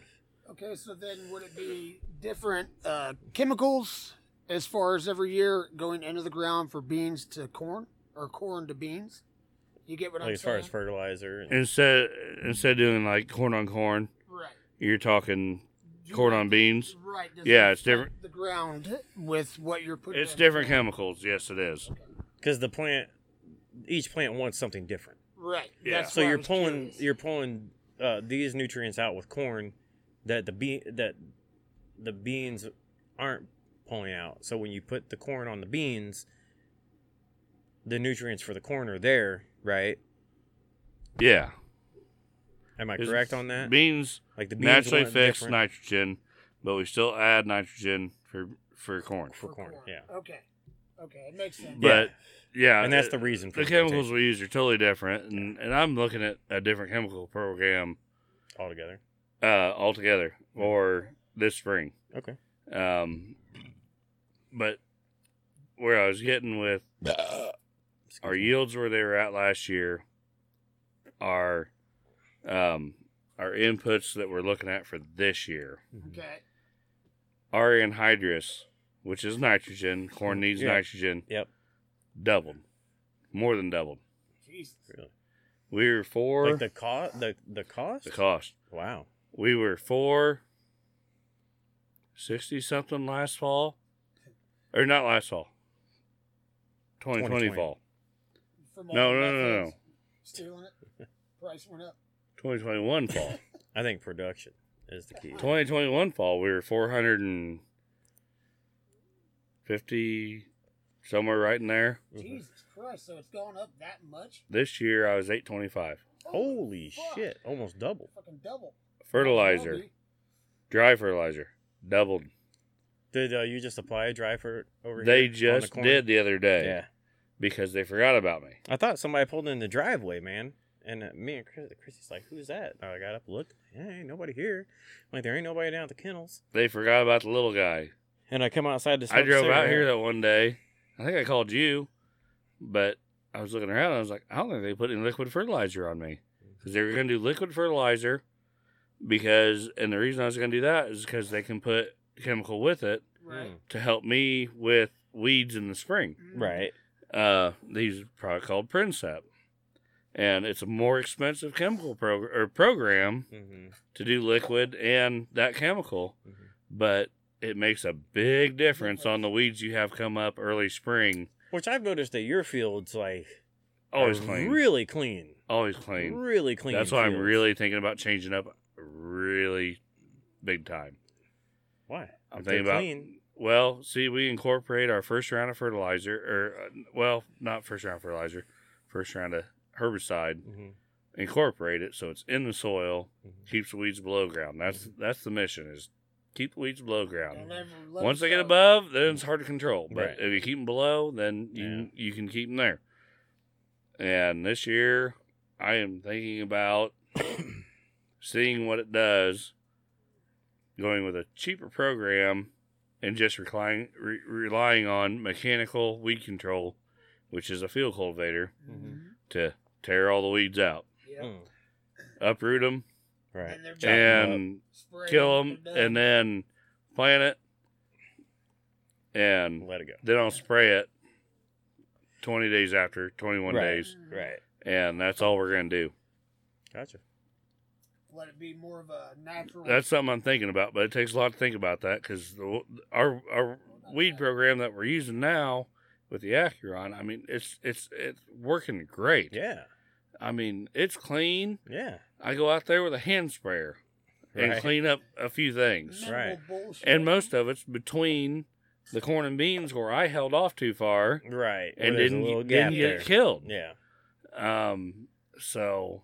Speaker 4: Okay, so then would it be different uh, chemicals as far as every year going into the ground for beans to corn or corn to beans? You get what
Speaker 2: Like
Speaker 4: I'm
Speaker 2: as far
Speaker 4: saying?
Speaker 2: as fertilizer and
Speaker 3: Instead instead of doing like corn on corn,
Speaker 4: right.
Speaker 3: you're talking corn on beans.
Speaker 4: Right. does
Speaker 3: Yeah,
Speaker 4: it
Speaker 3: it's different.
Speaker 4: affect The ground with what you're putting.
Speaker 3: It's
Speaker 4: in?
Speaker 3: different chemicals. Yes, it is.
Speaker 2: because the plant, each plant wants something different.
Speaker 4: Right.
Speaker 3: Yeah.
Speaker 4: That's
Speaker 2: so
Speaker 4: why I
Speaker 2: you're
Speaker 4: was
Speaker 2: pulling
Speaker 4: curious.
Speaker 2: you're pulling uh, these nutrients out with corn that the bean that the beans aren't pulling out. So when you put the corn on the beans, the nutrients for the corn are there, right?
Speaker 3: Yeah.
Speaker 2: Am I
Speaker 3: Is-
Speaker 2: correct on that?
Speaker 3: Beans
Speaker 2: like the beans
Speaker 3: naturally
Speaker 2: want
Speaker 3: fix
Speaker 2: different
Speaker 3: nitrogen, but we still add nitrogen for for corn.
Speaker 2: for corn, yeah.
Speaker 4: Okay. Okay, it makes sense.
Speaker 3: Yeah. But yeah,
Speaker 2: and that's
Speaker 3: it-
Speaker 2: the reason for
Speaker 3: the chemicals we use are totally different, and, and I'm looking at a different chemical program
Speaker 2: rotation altogether.
Speaker 3: uh, altogether or this spring.
Speaker 2: Okay.
Speaker 3: Um, but where I was getting with
Speaker 2: Excuse
Speaker 3: our
Speaker 2: me.
Speaker 3: yields where they were at last year our um our inputs that we're looking at for this year
Speaker 2: Mhm.
Speaker 4: Okay.
Speaker 3: our anhydrous which is nitrogen corn needs
Speaker 2: Mm, Yeah.
Speaker 3: nitrogen
Speaker 2: Yep.
Speaker 3: doubled more than doubled
Speaker 4: Jesus.
Speaker 2: Really.
Speaker 3: we were four
Speaker 2: Like the cost the the cost?
Speaker 3: the cost
Speaker 2: Wow.
Speaker 3: we were four sixty something last fall or not last fall 2020,
Speaker 2: 2020.
Speaker 3: fall
Speaker 4: From
Speaker 3: No,
Speaker 4: all
Speaker 3: no,
Speaker 4: the
Speaker 3: no, no, <laughs>
Speaker 4: methods. Stealing it. price went up.
Speaker 2: <laughs>
Speaker 3: 2021 fall.
Speaker 2: I think production is the key.
Speaker 3: 2021 fall, we were 450 somewhere right in there.
Speaker 4: Jesus Christ! So it's gone up that much?
Speaker 3: This year I was 825.
Speaker 2: Holy
Speaker 4: fuck.
Speaker 2: shit, almost double.
Speaker 4: Fucking double.
Speaker 3: Fertilizer, dry fertilizer, doubled.
Speaker 2: Did uh, you just apply a dry for over here?
Speaker 3: They
Speaker 2: on the
Speaker 3: just
Speaker 2: corner?
Speaker 3: did the other day
Speaker 2: Yeah.
Speaker 3: because they forgot about me.
Speaker 2: I thought somebody pulled in the driveway, man. And uh, me and Chris, Chrissy's like, who's that? And I got up, looked. Yeah, ain't nobody here. I'm like, there ain't nobody down at the kennels.
Speaker 3: They forgot about the little guy.
Speaker 2: And I come outside to
Speaker 3: I
Speaker 2: smoke a
Speaker 3: drove out
Speaker 2: cigarette.
Speaker 3: here that one day. I think I called you, but I was looking around and I was like, I don't think they put any liquid fertilizer on me because they were going to do liquid fertilizer because, and the reason I was going to do that is because they can put chemical with it
Speaker 4: Right.
Speaker 3: to help me with weeds in the spring.
Speaker 4: Mm.
Speaker 2: Right.
Speaker 3: Uh, they use a product called Princep, and it's a more expensive chemical prog- or program
Speaker 2: Mm-hmm.
Speaker 3: to do liquid and that chemical,
Speaker 2: Mhm.
Speaker 3: but it makes a big difference on the weeds you have come up early spring.
Speaker 2: Which I've noticed that your field's like
Speaker 3: Always
Speaker 2: are
Speaker 3: Oh, clean.
Speaker 2: Really clean.
Speaker 3: Always clean.
Speaker 2: Really clean.
Speaker 3: That's why I'm
Speaker 2: fields.
Speaker 3: really thinking about changing up really big time.
Speaker 2: Why?
Speaker 3: I'm
Speaker 2: If
Speaker 3: thinking
Speaker 2: they're
Speaker 3: about
Speaker 2: clean.
Speaker 3: well, see, we incorporate our first round of fertilizer, or uh, well, not first round fertilizer, first round of herbicide.
Speaker 2: Mhm.
Speaker 3: Incorporate it so it's in the soil,
Speaker 2: Mhm.
Speaker 3: keeps the weeds below ground. That's that's the mission is keep the weeds below ground.
Speaker 4: Don't ever let
Speaker 3: Once they get
Speaker 4: yourself-
Speaker 3: above, then it's hard to control. But
Speaker 2: Right.
Speaker 3: if you keep them below, then you
Speaker 2: Yeah.
Speaker 3: you can keep them there. And this year, I am thinking about <coughs> seeing what it does, going with a cheaper program, and just relying re- relying on mechanical weed control, which is a field cultivator
Speaker 4: Mhm.
Speaker 3: to tear all the weeds out,
Speaker 4: Yeah.
Speaker 2: Mm-hmm. Mm.
Speaker 3: uproot them,
Speaker 2: Right.
Speaker 4: Mm-hmm. And they're done.
Speaker 2: them up.
Speaker 3: and
Speaker 4: Spray
Speaker 3: kill them,
Speaker 4: they're done.
Speaker 3: and then plant it, and
Speaker 2: Let it go.
Speaker 3: then I'll spray it 20 days after, 21
Speaker 2: Right.
Speaker 3: days,
Speaker 4: Mm.
Speaker 2: Right.
Speaker 3: and that's all we're gonna do.
Speaker 2: Gotcha.
Speaker 4: Let it be more of a natural.
Speaker 3: That's something I'm thinking about, but it takes a lot to think about that because our our weed program that we're using now with the Acuron, I mean, it's it's it's working great.
Speaker 2: Yeah.
Speaker 3: I mean, it's clean.
Speaker 2: Yeah.
Speaker 3: I go out there with a hand sprayer and
Speaker 2: Right.
Speaker 3: clean up a few things.
Speaker 4: minimal
Speaker 2: right.
Speaker 4: bullshit.
Speaker 3: and most of it's between the corn and beans where I held off too far
Speaker 2: Right. Well,
Speaker 3: and
Speaker 2: there's a
Speaker 3: didn't,
Speaker 2: little gap
Speaker 3: didn't get
Speaker 2: there.
Speaker 3: killed.
Speaker 2: Yeah.
Speaker 3: Um, so,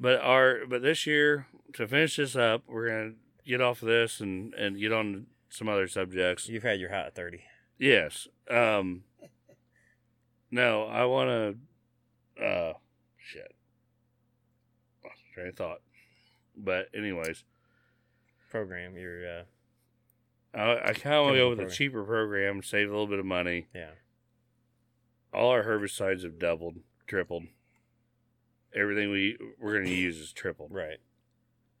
Speaker 3: but our but this year to finish this up, we're gonna get off of this and and get on some other subjects.
Speaker 2: You've had your hot 30.
Speaker 3: Yes. Um. No, I want to. Uh, shit. Lost my train of thought. But anyways,
Speaker 2: Program. Your, uh,
Speaker 3: I, I kind of want to
Speaker 2: Chemical
Speaker 3: go with a
Speaker 2: program.
Speaker 3: cheaper program, save a little bit of money.
Speaker 2: yeah.
Speaker 3: all our herbicides have doubled, tripled. Everything we we're gonna use is tripled.
Speaker 2: Right.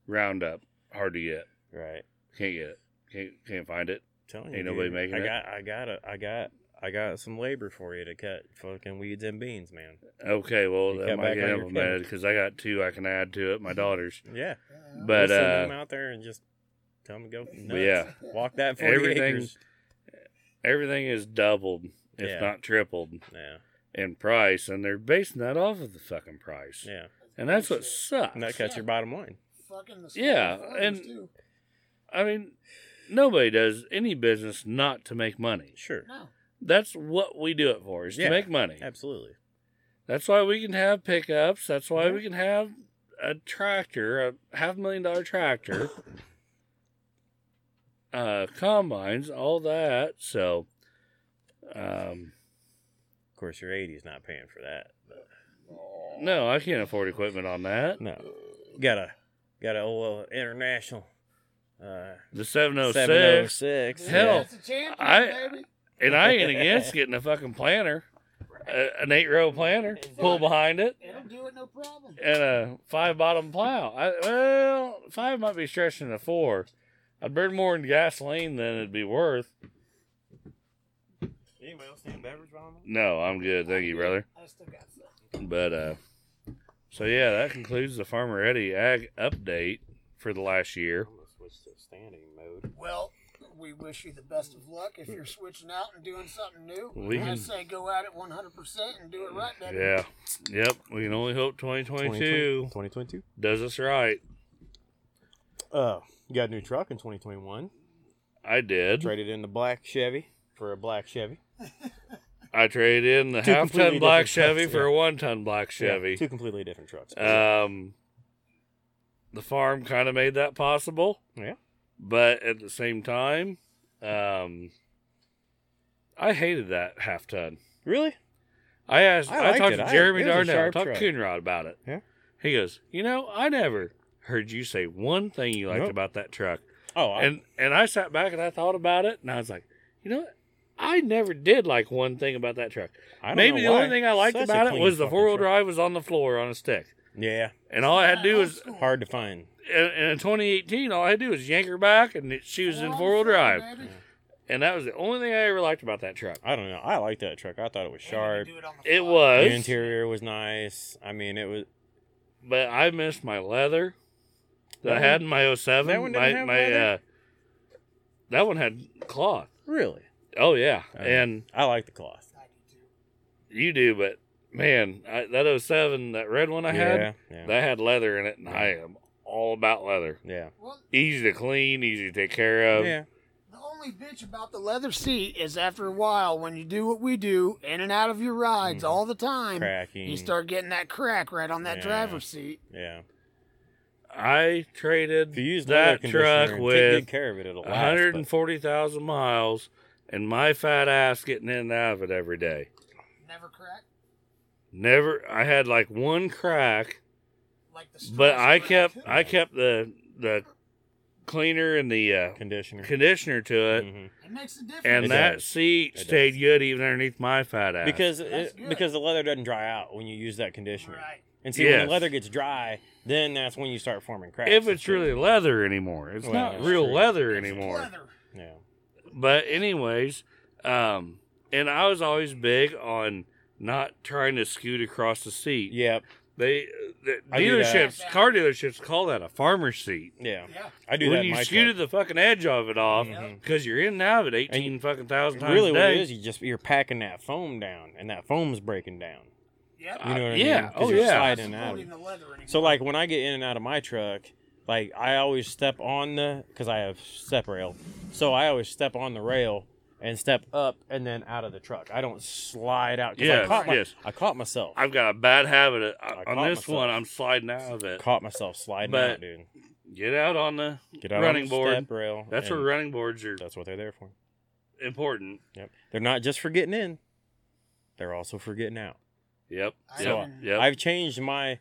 Speaker 3: Roundup, hard to get.
Speaker 2: Right.
Speaker 3: Can't get it. Can't can't find it.
Speaker 2: Telling
Speaker 3: Ain't
Speaker 2: you,
Speaker 3: nobody
Speaker 2: dude,
Speaker 3: making
Speaker 2: I
Speaker 3: it.
Speaker 2: got, I got, a, I got, I got some labor for you to cut fucking weeds and beans, man.
Speaker 3: Okay, well
Speaker 2: You
Speaker 3: that
Speaker 2: cut
Speaker 3: might
Speaker 2: back
Speaker 3: get
Speaker 2: on your
Speaker 3: implemented because I got two I can add to
Speaker 2: <laughs>
Speaker 3: it. My daughter's,
Speaker 2: Yeah.
Speaker 4: Yeah.
Speaker 3: but
Speaker 2: Just send
Speaker 3: uh,
Speaker 2: them out there and just tell them to go.
Speaker 3: but
Speaker 2: Nuts.
Speaker 3: yeah,
Speaker 4: <laughs>
Speaker 2: Walk that 40
Speaker 3: Everything-
Speaker 2: acres.
Speaker 3: everything is doubled if
Speaker 2: Yeah.
Speaker 3: not tripled
Speaker 2: Yeah.
Speaker 3: in price, and they're basing that off of the fucking price,
Speaker 2: Yeah.
Speaker 3: and that's what
Speaker 4: bullshit.
Speaker 3: sucks.
Speaker 2: And that cuts your bottom line.
Speaker 4: Fucking the
Speaker 3: Yeah,
Speaker 4: small farmers,
Speaker 3: and-
Speaker 4: too.
Speaker 3: I mean, nobody does any business not to make money.
Speaker 2: Sure.
Speaker 4: No.
Speaker 3: That's what we do it for is
Speaker 2: Yeah.
Speaker 3: to make money.
Speaker 2: Absolutely.
Speaker 3: That's why we can have pickups. That's why
Speaker 2: Mhm.
Speaker 3: we can have a tractor, a half million dollar tractor, uh, combines, all that. So, um,
Speaker 2: Of course, your 80's not paying for that. But
Speaker 3: no, I can't afford equipment on that.
Speaker 2: no. Got a, got a old uh, international uh,
Speaker 3: The 706,
Speaker 2: 706.
Speaker 3: Hell,
Speaker 4: That's a champion,
Speaker 3: I-
Speaker 4: baby.
Speaker 3: and I ain't against getting a fucking planter, a, an eight row planter, pull behind it,
Speaker 4: It'll do it no problem.
Speaker 3: and a five bottom plow. I, well, five might be stretching a four. I'd burn more in gasoline than it'd be worth.
Speaker 2: Anybody else need a beverage on
Speaker 3: No, I'm good. Thank you, brother.
Speaker 4: I still got some.
Speaker 3: But uh so yeah, that concludes the Farmer Eddie Ag update for the last year.
Speaker 2: I'm gonna switch to standing mode.
Speaker 4: Well, we wish you the best of luck if you're switching out and doing something new.
Speaker 3: We
Speaker 4: I
Speaker 3: can-
Speaker 4: say go at it 100% and do it right, baby.
Speaker 3: Yeah. Yep. We can only hope 2022
Speaker 2: 2022.
Speaker 3: does us right.
Speaker 2: Uh, you got a new truck in 2021.
Speaker 3: I did.
Speaker 2: Traded in the black Chevy for a black Chevy.
Speaker 3: I traded in the
Speaker 2: Two
Speaker 3: half
Speaker 2: completely
Speaker 3: ton black
Speaker 2: different trucks,
Speaker 3: Chevy for
Speaker 2: yeah.
Speaker 3: a one ton black
Speaker 2: Yeah,
Speaker 3: Chevy.
Speaker 2: two completely different trucks.
Speaker 3: Um, the farm kind of made that possible.
Speaker 2: Yeah.
Speaker 3: But at the same time, um, I hated that half ton.
Speaker 2: really?
Speaker 3: I asked,
Speaker 2: I
Speaker 3: I,
Speaker 2: liked
Speaker 3: talked
Speaker 2: it.
Speaker 3: to
Speaker 2: I-
Speaker 3: Jeremy
Speaker 2: it was a
Speaker 3: Darnell,
Speaker 2: sharp
Speaker 3: talked to
Speaker 2: truck.
Speaker 3: Coonrod about it.
Speaker 2: Yeah.
Speaker 3: He goes, you know, I never heard you say one thing you liked
Speaker 2: Nope.
Speaker 3: about that truck.
Speaker 2: Oh, I,
Speaker 3: And and I sat back and I thought about it, and I was like, you know, what? I never did like one thing about that truck.
Speaker 2: I don't
Speaker 3: Maybe
Speaker 2: know
Speaker 3: the only
Speaker 2: why.
Speaker 3: thing I liked
Speaker 2: Such a
Speaker 3: about it
Speaker 2: clean
Speaker 3: was the
Speaker 2: fucking
Speaker 3: four wheel
Speaker 2: truck.
Speaker 3: drive was on the floor on a stick,
Speaker 2: Yeah,
Speaker 3: and all I had to do was
Speaker 2: hard to find.
Speaker 3: and, and in 2018, all I had to do was yank her back, and it, she was in four wheel drive, and that was the only thing I ever liked about that truck.
Speaker 2: I don't know. I liked that truck. I thought it was sharp.
Speaker 3: It
Speaker 2: The
Speaker 3: was,
Speaker 2: interior was nice. I mean, it was.
Speaker 3: but I missed my leather that I
Speaker 2: That
Speaker 3: had in my
Speaker 2: that
Speaker 3: 07.
Speaker 2: one
Speaker 3: My,
Speaker 2: didn't have
Speaker 3: my uh,
Speaker 2: leather?
Speaker 3: that one had cloth.
Speaker 2: Really?
Speaker 3: Oh yeah,
Speaker 2: Oh.
Speaker 3: and
Speaker 2: I like the cloth.
Speaker 3: you do, but man, I, that 07, that red one I
Speaker 2: yeah,
Speaker 3: had,
Speaker 2: yeah,
Speaker 3: that had leather in it, and I am all about leather.
Speaker 2: yeah,
Speaker 4: Well,
Speaker 3: Easy to clean, easy to take care of.
Speaker 2: yeah.
Speaker 4: the only bitch about the leather seat is after a while, when you do what we do, in and out of your rides
Speaker 3: Mm.
Speaker 2: Mhm.
Speaker 4: all the time,
Speaker 2: Cracking.
Speaker 4: you start getting that crack right on that
Speaker 2: Yeah.
Speaker 4: driver's seat.
Speaker 2: Yeah.
Speaker 3: I traded
Speaker 2: If you use leather
Speaker 3: that
Speaker 2: conditioner
Speaker 3: truck
Speaker 2: and
Speaker 3: with
Speaker 2: take good care of it, it'll last. but-
Speaker 3: 140,000 miles and my fat ass getting in and out of it every day.
Speaker 4: Never crack.
Speaker 3: Never I had like one crack,
Speaker 4: Like the
Speaker 3: but
Speaker 4: stress
Speaker 3: I
Speaker 4: crack.
Speaker 3: kept I kept the the cleaner and the uh,
Speaker 2: conditioner.
Speaker 3: conditioner to it
Speaker 2: Mhm.
Speaker 4: It makes a difference.
Speaker 3: and
Speaker 2: It
Speaker 3: that
Speaker 2: does.
Speaker 3: seat
Speaker 2: It
Speaker 3: stayed
Speaker 2: does.
Speaker 3: good even underneath my fat ass.
Speaker 2: Because
Speaker 4: That's
Speaker 2: it,
Speaker 4: good.
Speaker 2: because the leather doesn't dry out when you use that conditioner.
Speaker 4: Right.
Speaker 2: And see, when
Speaker 3: Yes.
Speaker 2: the leather gets dry, then that's when you start forming cracks.
Speaker 3: if
Speaker 2: and
Speaker 3: it's
Speaker 2: shit.
Speaker 3: really leather anymore, it's
Speaker 2: Well,
Speaker 3: not
Speaker 2: that's
Speaker 3: real
Speaker 2: true.
Speaker 3: leather
Speaker 4: It's
Speaker 3: anymore.
Speaker 4: leather.
Speaker 2: yeah,
Speaker 3: But anyways, um and I was always big on not trying to scoot across the seat.
Speaker 2: yep,
Speaker 3: They the
Speaker 2: I do that.
Speaker 3: dealerships, car dealerships call that a farmer's seat.
Speaker 2: yeah.
Speaker 4: Yeah.
Speaker 2: I do that.
Speaker 3: When
Speaker 2: in
Speaker 3: you
Speaker 2: my
Speaker 3: scooted
Speaker 2: truck.
Speaker 3: the fucking edge of it off,
Speaker 2: Mhm.
Speaker 3: because you're in and out of it eighteen fucking thousand times
Speaker 2: really,
Speaker 3: a
Speaker 2: what
Speaker 3: day.
Speaker 2: it is, you just you're packing that foam down, and that foam's breaking down.
Speaker 4: Yep.
Speaker 2: You know what I
Speaker 3: yeah.
Speaker 2: mean? 'Cause
Speaker 3: Oh,
Speaker 2: you're
Speaker 3: yeah.
Speaker 2: Sliding
Speaker 4: Not
Speaker 2: out.
Speaker 4: even the leather anymore.
Speaker 2: So like when I get in and out of my truck, like I always step on the because I have step rail, so I always step on the rail and step up and then out of the truck. I don't slide out. 'cause
Speaker 3: Yes,
Speaker 2: I caught my-
Speaker 3: yes.
Speaker 2: I caught myself. I
Speaker 3: I've got a bad habit of, uh,
Speaker 2: I
Speaker 3: on
Speaker 2: caught
Speaker 3: this
Speaker 2: myself.
Speaker 3: one. I'm sliding out of it.
Speaker 2: caught myself sliding
Speaker 3: But-
Speaker 2: out, dude.
Speaker 3: Get out on the.
Speaker 2: Get out
Speaker 3: running
Speaker 2: on the
Speaker 3: board.
Speaker 2: step rail.
Speaker 3: That's
Speaker 2: and
Speaker 3: where running boards are
Speaker 2: That's what they're there for.
Speaker 3: important.
Speaker 2: Yep. They're not just for getting in. They're also for getting out.
Speaker 3: Yep.
Speaker 4: I
Speaker 3: Yep.
Speaker 4: even-
Speaker 3: Yep.
Speaker 2: I've changed my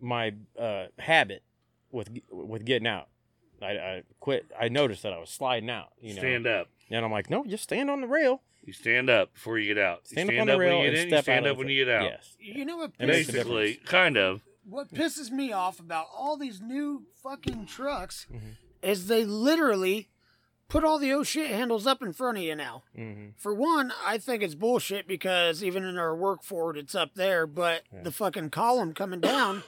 Speaker 2: my uh, habit with with getting out. I, I quit. I noticed that I was sliding out. You know,
Speaker 3: stand up.
Speaker 2: and I'm like, no, just stand on the rail.
Speaker 3: You stand up before you get out. You
Speaker 2: Stand, up on the
Speaker 3: when
Speaker 2: rail
Speaker 3: you get
Speaker 2: and
Speaker 3: in.
Speaker 2: step
Speaker 3: You stand
Speaker 2: out
Speaker 3: up
Speaker 2: of
Speaker 3: when
Speaker 2: it.
Speaker 3: you get out.
Speaker 2: Yes.
Speaker 4: you know what
Speaker 2: It makes a
Speaker 4: pisses,
Speaker 2: difference.
Speaker 3: Basically, kind of.
Speaker 4: what pisses me off about all these new fucking trucks
Speaker 2: Mhm.
Speaker 4: is they literally put all the oh shit handles up in front of you now.
Speaker 2: Mm-hmm.
Speaker 4: For one, I think it's bullshit because even in our work forward, it's up there, but the fucking column coming down,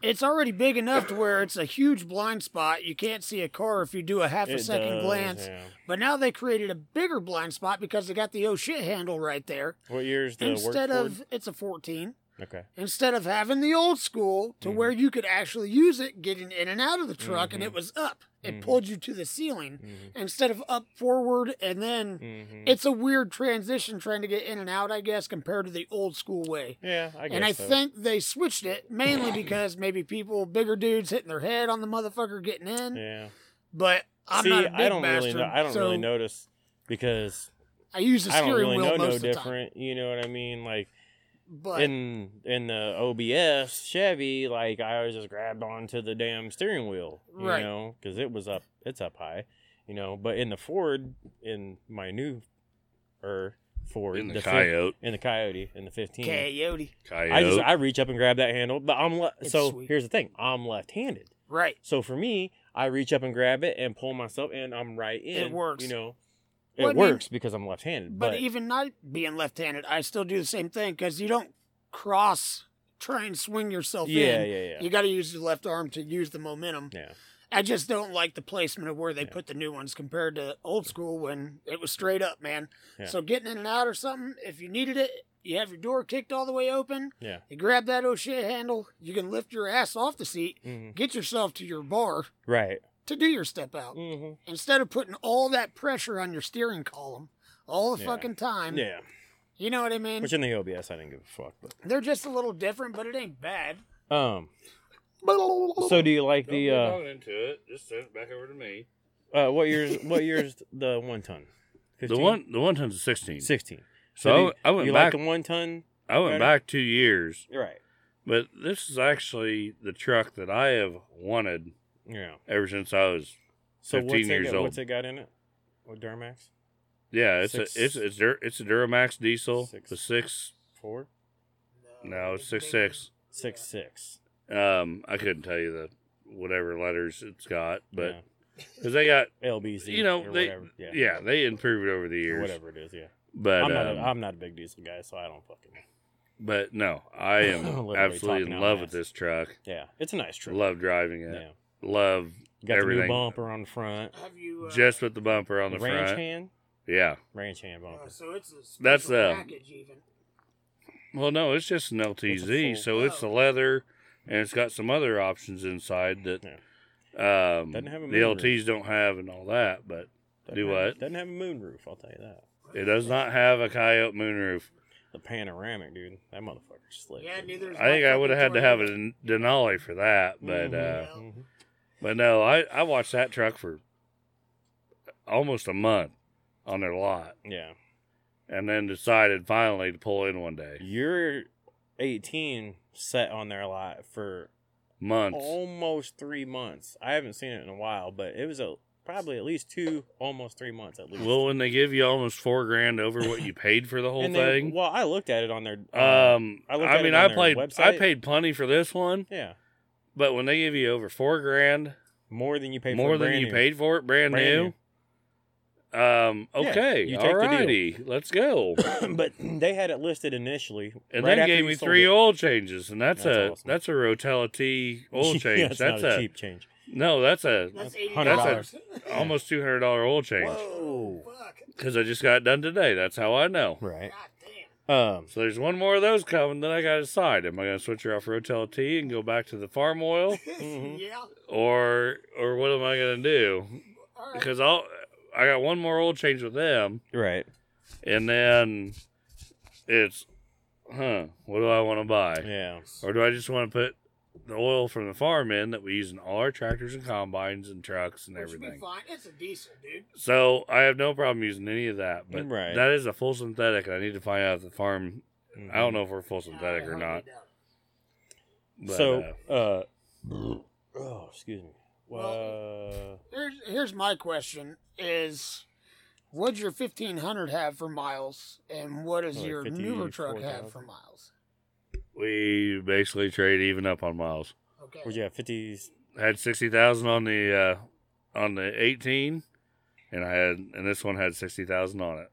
Speaker 4: it's already big enough to where it's a huge blind spot. You can't see a car if you do a half a second glance.
Speaker 2: Yeah.
Speaker 4: But now they created a bigger blind spot because they got the oh shit handle right there.
Speaker 2: What year's the
Speaker 4: Instead
Speaker 2: work
Speaker 4: of, it's a 14
Speaker 2: board? Okay.
Speaker 4: instead of having the old school
Speaker 2: Mm.
Speaker 4: to where you could actually use it getting in and out of the truck and
Speaker 2: Mm-hmm.
Speaker 4: it was up it
Speaker 2: Mm.
Speaker 4: pulled you to the ceiling instead of up forward and then
Speaker 2: Mm-hmm.
Speaker 4: it's a weird transition trying to get in and out i guess compared to the old school way
Speaker 2: Yeah, I guess.
Speaker 4: and i
Speaker 2: so.
Speaker 4: think they switched it mainly
Speaker 2: <coughs>
Speaker 4: because maybe people bigger dudes hitting their head on the motherfucker getting in
Speaker 2: Yeah.
Speaker 4: but i'm
Speaker 2: See,
Speaker 4: not a big
Speaker 2: I don't
Speaker 4: bastard,
Speaker 2: really know. I don't
Speaker 4: so
Speaker 2: really notice because
Speaker 4: i use the
Speaker 2: I don't
Speaker 4: steering
Speaker 2: really
Speaker 4: wheel
Speaker 2: know
Speaker 4: most
Speaker 2: no
Speaker 4: of the time
Speaker 2: different. You know what I mean? Like
Speaker 4: but
Speaker 2: in in the OBS Chevy, like I always just grabbed onto the damn steering wheel, you
Speaker 4: Right.
Speaker 2: know, because it was up, it's up high, you know. But in the Ford, in my new, er, Ford,
Speaker 3: In the,
Speaker 2: fif-
Speaker 3: coyote.
Speaker 2: in the Coyote, in the fifteen,
Speaker 4: coyote
Speaker 3: Coyote.
Speaker 2: I just I reach up and grab that handle, but I'm le-
Speaker 4: It's
Speaker 2: so
Speaker 4: sweet.
Speaker 2: here's the thing, I'm left-handed,
Speaker 4: right
Speaker 2: so for me, I reach up and grab it and pull myself, and I'm right in.
Speaker 4: It works.
Speaker 2: you know. It
Speaker 4: Well, I mean-
Speaker 2: works because I'm left-handed,
Speaker 4: But,
Speaker 2: but,
Speaker 4: even not being left-handed, I still do the same thing because you don't cross, try and swing yourself
Speaker 2: yeah,
Speaker 4: in.
Speaker 2: yeah, yeah,
Speaker 4: You got to use your left arm to use the momentum.
Speaker 2: yeah.
Speaker 4: I just don't like the placement of where they put the new ones compared to old school when it was straight up, man.
Speaker 2: Yeah.
Speaker 4: So getting in and out or something, if you needed it, you have your door kicked all the way open.
Speaker 2: Yeah.
Speaker 4: You grab that O'Shea handle, you can lift your ass off the seat,
Speaker 2: Mhm.
Speaker 4: get yourself to your bar
Speaker 2: Right.
Speaker 4: to do your step out.
Speaker 2: hmm
Speaker 4: Instead of putting all that pressure on your steering column all the
Speaker 2: Yeah.
Speaker 4: fucking time.
Speaker 2: Yeah.
Speaker 4: You know what I mean?
Speaker 2: Which in the OBS, I didn't give a fuck.
Speaker 4: They're just a little different, but it ain't bad.
Speaker 2: But um, so do you like
Speaker 3: Don't be
Speaker 2: the uh,
Speaker 3: talking into it. Just send it back over to me.
Speaker 2: uh what year's what year's the one ton?
Speaker 3: The
Speaker 2: 15?
Speaker 3: one, the one ton's a sixteen.
Speaker 2: sixteen.
Speaker 3: So I
Speaker 2: do
Speaker 3: went- I went
Speaker 2: you
Speaker 3: back.
Speaker 2: like the one ton?
Speaker 3: I went
Speaker 2: better?
Speaker 3: back two years,
Speaker 2: You're right.
Speaker 3: but this is actually the truck that I have wanted
Speaker 2: Yeah.
Speaker 3: ever since I was.
Speaker 2: So
Speaker 3: 15
Speaker 2: what's it
Speaker 3: years
Speaker 2: got,
Speaker 3: old.
Speaker 2: What's it got in it? What Duramax?
Speaker 3: Yeah, it's
Speaker 2: Six-
Speaker 3: a it's it's Dur- it's a Duramax diesel.
Speaker 2: Six.
Speaker 3: The six
Speaker 2: Four,
Speaker 3: no it's six
Speaker 4: bigger.
Speaker 3: six.
Speaker 2: six, six.
Speaker 3: Um, I couldn't tell you the whatever letters it's got, but
Speaker 2: Yeah.
Speaker 3: because they got
Speaker 2: LBZ.
Speaker 3: you know
Speaker 2: or
Speaker 3: they
Speaker 2: whatever.
Speaker 3: yeah.
Speaker 2: yeah,
Speaker 3: they improved over the
Speaker 2: Or
Speaker 3: years.
Speaker 2: whatever it is. Yeah.
Speaker 3: But
Speaker 2: I'm not.
Speaker 3: um,
Speaker 2: a, I'm not a big diesel guy, so I don't fucking.
Speaker 3: but no,
Speaker 2: <laughs>
Speaker 3: I am
Speaker 2: Literally
Speaker 3: absolutely
Speaker 2: talking
Speaker 3: in
Speaker 2: out
Speaker 3: love
Speaker 2: my
Speaker 3: with
Speaker 2: ass.
Speaker 3: this truck.
Speaker 2: Yeah, it's a nice truck.
Speaker 3: Love driving it.
Speaker 2: Yeah.
Speaker 3: Love
Speaker 2: Got the
Speaker 3: Everything.
Speaker 2: new bumper on the front.
Speaker 4: Have you. Uh,
Speaker 3: just with the bumper on the
Speaker 2: ranch
Speaker 3: front.
Speaker 2: hand.
Speaker 3: Yeah.
Speaker 2: Ranch hand
Speaker 4: uh,
Speaker 2: bumper.
Speaker 4: so it's a special
Speaker 3: That's, uh,
Speaker 4: package even.
Speaker 3: Well, no, it's just an LTZ,
Speaker 2: full-
Speaker 3: so it's the leather, and it's got some other options inside that
Speaker 2: Yeah.
Speaker 3: um,
Speaker 2: Doesn't have a
Speaker 3: the
Speaker 2: moonroof.
Speaker 3: LTs don't have and all that, but
Speaker 2: Doesn't
Speaker 3: do
Speaker 2: have-
Speaker 3: what?
Speaker 2: Doesn't have a moonroof. I'll tell you that.
Speaker 3: it does not have a coyote moonroof.
Speaker 2: The panoramic, dude. That motherfucker's slick.
Speaker 4: Yeah, neither. is
Speaker 3: I think
Speaker 4: my
Speaker 3: I would have had
Speaker 4: fucking
Speaker 3: to have a
Speaker 4: Toyota.
Speaker 3: Den- Denali for that, but
Speaker 2: Mhm,
Speaker 3: uh,
Speaker 2: mhm.
Speaker 3: but no, I I watched that truck for almost a month on their lot,
Speaker 2: yeah,
Speaker 3: and then decided finally to pull in one day.
Speaker 2: your 18 set on their lot for
Speaker 3: Months.
Speaker 2: Oh. almost three months. I haven't seen it in a while, but it was a probably at least two, almost three months at least.
Speaker 3: Well, when they give you almost four grand over what you paid for the whole
Speaker 2: and they,
Speaker 3: thing,
Speaker 2: well, I looked at it on their. uh,
Speaker 3: Um,
Speaker 2: I
Speaker 3: I,
Speaker 2: looked at
Speaker 3: mean,
Speaker 2: it on
Speaker 3: I
Speaker 2: their
Speaker 3: played. I
Speaker 2: website.
Speaker 3: paid plenty for this one,
Speaker 2: yeah,
Speaker 3: but when they give you over four grand
Speaker 2: more than you paid
Speaker 3: more
Speaker 2: for
Speaker 3: than
Speaker 2: brand
Speaker 3: you
Speaker 2: new.
Speaker 3: paid for it, brand,
Speaker 2: Brand
Speaker 3: new, um,
Speaker 2: Yeah,
Speaker 3: okay,
Speaker 2: you take the deal.
Speaker 3: alrighty, let's go.
Speaker 4: <clears throat>
Speaker 2: but they had it listed initially,
Speaker 3: And
Speaker 2: right
Speaker 3: then
Speaker 2: after
Speaker 3: gave
Speaker 2: you
Speaker 3: me
Speaker 2: sold
Speaker 3: three
Speaker 2: it.
Speaker 3: oil changes, and that's,
Speaker 2: That's
Speaker 3: a
Speaker 2: awesome.
Speaker 3: that's a Rotella T
Speaker 2: <laughs>
Speaker 3: oil
Speaker 2: Yeah,
Speaker 3: change.
Speaker 2: it's
Speaker 3: that's
Speaker 2: not a,
Speaker 3: a
Speaker 2: cheap change.
Speaker 3: no, that's a
Speaker 4: That's eighty
Speaker 2: hundred
Speaker 4: dollars.
Speaker 3: almost two hundred dollar oil change
Speaker 2: Whoa!
Speaker 4: <laughs> Fuck.
Speaker 3: because I just got it done today. That's how I know.
Speaker 2: Right.
Speaker 4: God damn.
Speaker 2: Um.
Speaker 3: So there's one more of those coming. Then I got to decide: am I going to switch her off Rotella T and go back to the
Speaker 2: <laughs>
Speaker 3: farm oil? Mm-hmm.
Speaker 2: mhm.
Speaker 4: Yeah.
Speaker 3: or or what am I gonna do?
Speaker 4: All right.
Speaker 3: Because I'll I got one more oil change with them,
Speaker 2: Right.
Speaker 3: and then it's huh? What do I want to buy,
Speaker 2: Yeah.
Speaker 3: or do I just want to put the oil from the farm in that we use in all our tractors and combines and trucks and
Speaker 4: Which would be
Speaker 3: everything?
Speaker 4: fine. It's a diesel, dude.
Speaker 3: So I have no problem using any of that, but
Speaker 2: Right.
Speaker 3: that is a full synthetic, and I need to find out if the farm. I
Speaker 2: Mm-hmm.
Speaker 3: don't know if we're full synthetic
Speaker 4: Uh, I
Speaker 3: or
Speaker 4: hardly
Speaker 3: not.
Speaker 4: doubt it.
Speaker 3: But,
Speaker 2: so,
Speaker 3: uh,
Speaker 2: uh, oh, excuse me. Well, uh,
Speaker 4: Well- Here's here's my question: Is what'd your fifteen hundred have for miles, and what does
Speaker 2: Like
Speaker 4: your newer truck
Speaker 2: 54,000?
Speaker 4: have for miles?
Speaker 3: we basically trade even up on miles.
Speaker 4: Okay.
Speaker 2: would you have fifties?
Speaker 3: had sixty thousand on the uh, on the eighteen, and I had and this one had sixty thousand on it.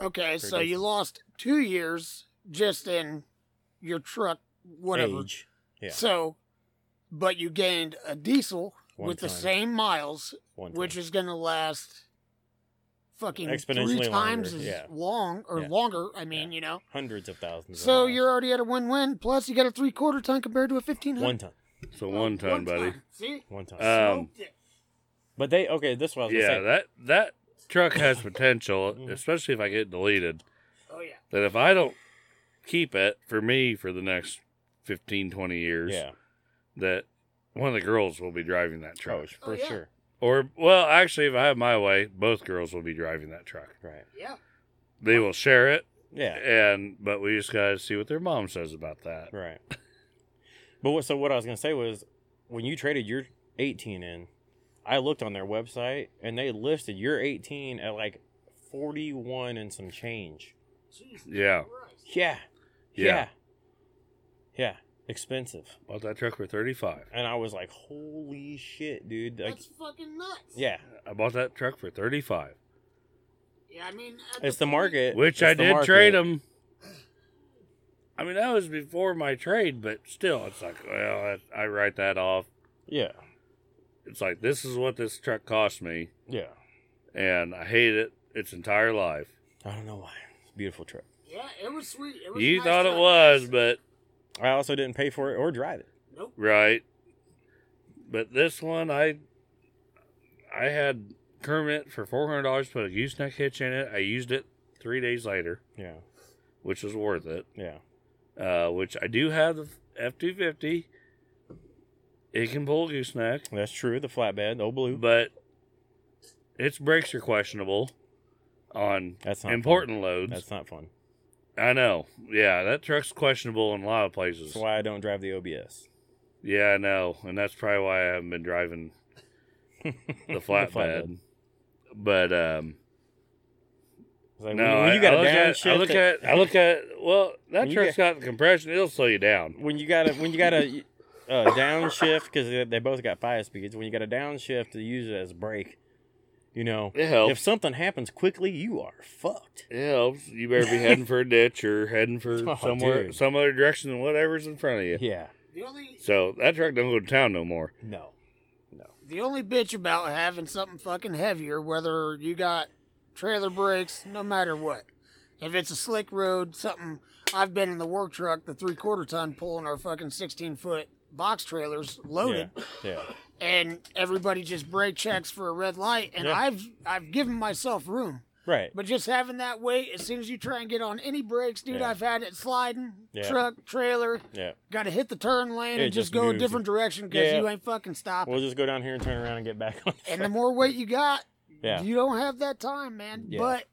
Speaker 4: Okay,
Speaker 2: Pretty
Speaker 4: so you
Speaker 2: decent.
Speaker 4: lost two years just in your truck, whatever.
Speaker 2: Age. Yeah.
Speaker 4: So, but you gained a diesel
Speaker 2: One
Speaker 4: with the
Speaker 2: time.
Speaker 4: same miles,
Speaker 2: One
Speaker 4: which
Speaker 2: time.
Speaker 4: is going to last fucking three
Speaker 2: Exponentially
Speaker 4: times
Speaker 2: longer,
Speaker 4: as
Speaker 2: yeah.
Speaker 4: long or
Speaker 2: Yeah.
Speaker 4: longer. I mean,
Speaker 2: Yeah.
Speaker 4: you know.
Speaker 2: hundreds of thousands. of
Speaker 4: So
Speaker 2: miles.
Speaker 4: you're already at a win-win. Plus, you got a three-quarter ton compared to a fifteen hundred.
Speaker 2: one ton.
Speaker 3: So
Speaker 4: Oh,
Speaker 3: one ton, buddy.
Speaker 4: See,
Speaker 2: One ton.
Speaker 3: Uh, Um,
Speaker 4: Smoked it.
Speaker 2: but they okay. This was
Speaker 3: yeah,
Speaker 2: yeah.
Speaker 3: that that truck
Speaker 2: <coughs>
Speaker 3: has potential,
Speaker 2: Mhm.
Speaker 3: especially if I get deleted.
Speaker 4: oh yeah.
Speaker 3: That if I don't keep it for me for the next 15, 20 years,
Speaker 2: yeah.
Speaker 3: that one of the girls will be driving that
Speaker 2: Oh,
Speaker 3: truck.
Speaker 2: for
Speaker 4: Oh, yeah.
Speaker 2: sure.
Speaker 3: Or well, actually, if I have my way, both girls will be driving that truck.
Speaker 2: Right.
Speaker 4: Yeah.
Speaker 3: They will share it,
Speaker 2: Yeah.
Speaker 3: and but we just gotta see what their mom says about that.
Speaker 2: Right. But what, so what I was gonna say was, when you traded your 18 in, I looked on their website and they listed your 18 at like 41 and some change.
Speaker 4: Jesus
Speaker 3: Yeah.
Speaker 4: Christ.
Speaker 2: Yeah.
Speaker 3: Yeah.
Speaker 2: Yeah. Yeah. Expensive.
Speaker 3: Bought that truck for thirty five.
Speaker 2: And I was like, holy shit, dude. Like,
Speaker 4: That's fucking nuts.
Speaker 2: yeah.
Speaker 3: I bought that truck for 35,
Speaker 4: Yeah, I mean, at
Speaker 2: It's the
Speaker 4: point-
Speaker 2: market.
Speaker 3: which
Speaker 2: It's
Speaker 3: I
Speaker 2: the
Speaker 3: did
Speaker 2: market.
Speaker 3: trade him. I mean, that was before my trade, but still, it's like, well, I, I write that off.
Speaker 2: Yeah.
Speaker 3: It's like this is what this truck cost me,
Speaker 2: Yeah.
Speaker 3: and I hate it its entire life.
Speaker 2: I don't know why. It's a beautiful truck.
Speaker 4: Yeah, it was sweet. It was a
Speaker 3: You
Speaker 4: nice
Speaker 3: thought it
Speaker 4: time.
Speaker 3: was, but
Speaker 2: I also didn't pay for it or drive it.
Speaker 4: Nope.
Speaker 3: right. But this one, I I had Kermit for four hundred dollars. Put a gooseneck hitch in it. I used it three days later,
Speaker 2: Yeah.
Speaker 3: which was worth it.
Speaker 2: Yeah.
Speaker 3: Uh, which I do have the F two fifty. It can pull a gooseneck.
Speaker 2: That's true. The flatbed, the old blue.
Speaker 3: but its brakes are questionable on
Speaker 2: That's not
Speaker 3: important
Speaker 2: Fun.
Speaker 3: loads.
Speaker 2: That's not fun.
Speaker 3: I know. Yeah, that truck's questionable in a lot of places.
Speaker 2: That's why I don't drive the OBS.
Speaker 3: Yeah, I know, and that's probably why I haven't
Speaker 2: <laughs>
Speaker 3: been driving the flatbed.
Speaker 2: flatbed.
Speaker 3: But um,
Speaker 2: It's like,
Speaker 3: no,
Speaker 2: when, when
Speaker 3: I,
Speaker 2: you got
Speaker 3: I
Speaker 2: a
Speaker 3: look
Speaker 2: down
Speaker 3: at I
Speaker 2: shift
Speaker 3: look
Speaker 2: that-
Speaker 3: at I look at well, that
Speaker 2: When you
Speaker 3: truck's got the compression; it'll slow you down.
Speaker 2: when you got a when you got a uh, downshift because they, they both got five speeds. When you got a downshift to use it as a brake, you know,
Speaker 3: It helps.
Speaker 2: if something happens quickly, you are fucked.
Speaker 3: it helps. You better be heading for a ditch or heading
Speaker 2: <laughs>
Speaker 3: for
Speaker 2: Oh,
Speaker 3: somewhere,
Speaker 2: dude.
Speaker 3: some other direction than whatever's in front of you.
Speaker 2: Yeah,
Speaker 4: The only
Speaker 3: So that truck don't go to town no more.
Speaker 2: no,
Speaker 4: the only bitch about having something fucking heavier, whether you got trailer brakes, no matter what. If it's a slick road, something I've been in the work truck, the three quarter ton pulling our fucking sixteen foot box trailers loaded.
Speaker 2: yeah, yeah.
Speaker 4: and everybody just brake checks for a red light and
Speaker 2: Yeah.
Speaker 4: i've i've given myself room
Speaker 2: right.
Speaker 4: but just having that weight as soon as you try and get on any brakes dude
Speaker 2: Yeah.
Speaker 4: i've had it sliding
Speaker 2: Yeah.
Speaker 4: truck trailer
Speaker 2: Yeah,
Speaker 4: gotta hit the turn lane
Speaker 2: It
Speaker 4: and
Speaker 2: just
Speaker 4: just, go a
Speaker 2: moves you.
Speaker 4: different direction because
Speaker 2: Yeah.
Speaker 4: you ain't fucking stopping
Speaker 2: we'll just go down here and turn around and get back on.
Speaker 4: and the more weight you got
Speaker 2: Yeah,
Speaker 4: you don't have that time man
Speaker 2: Yeah.
Speaker 4: but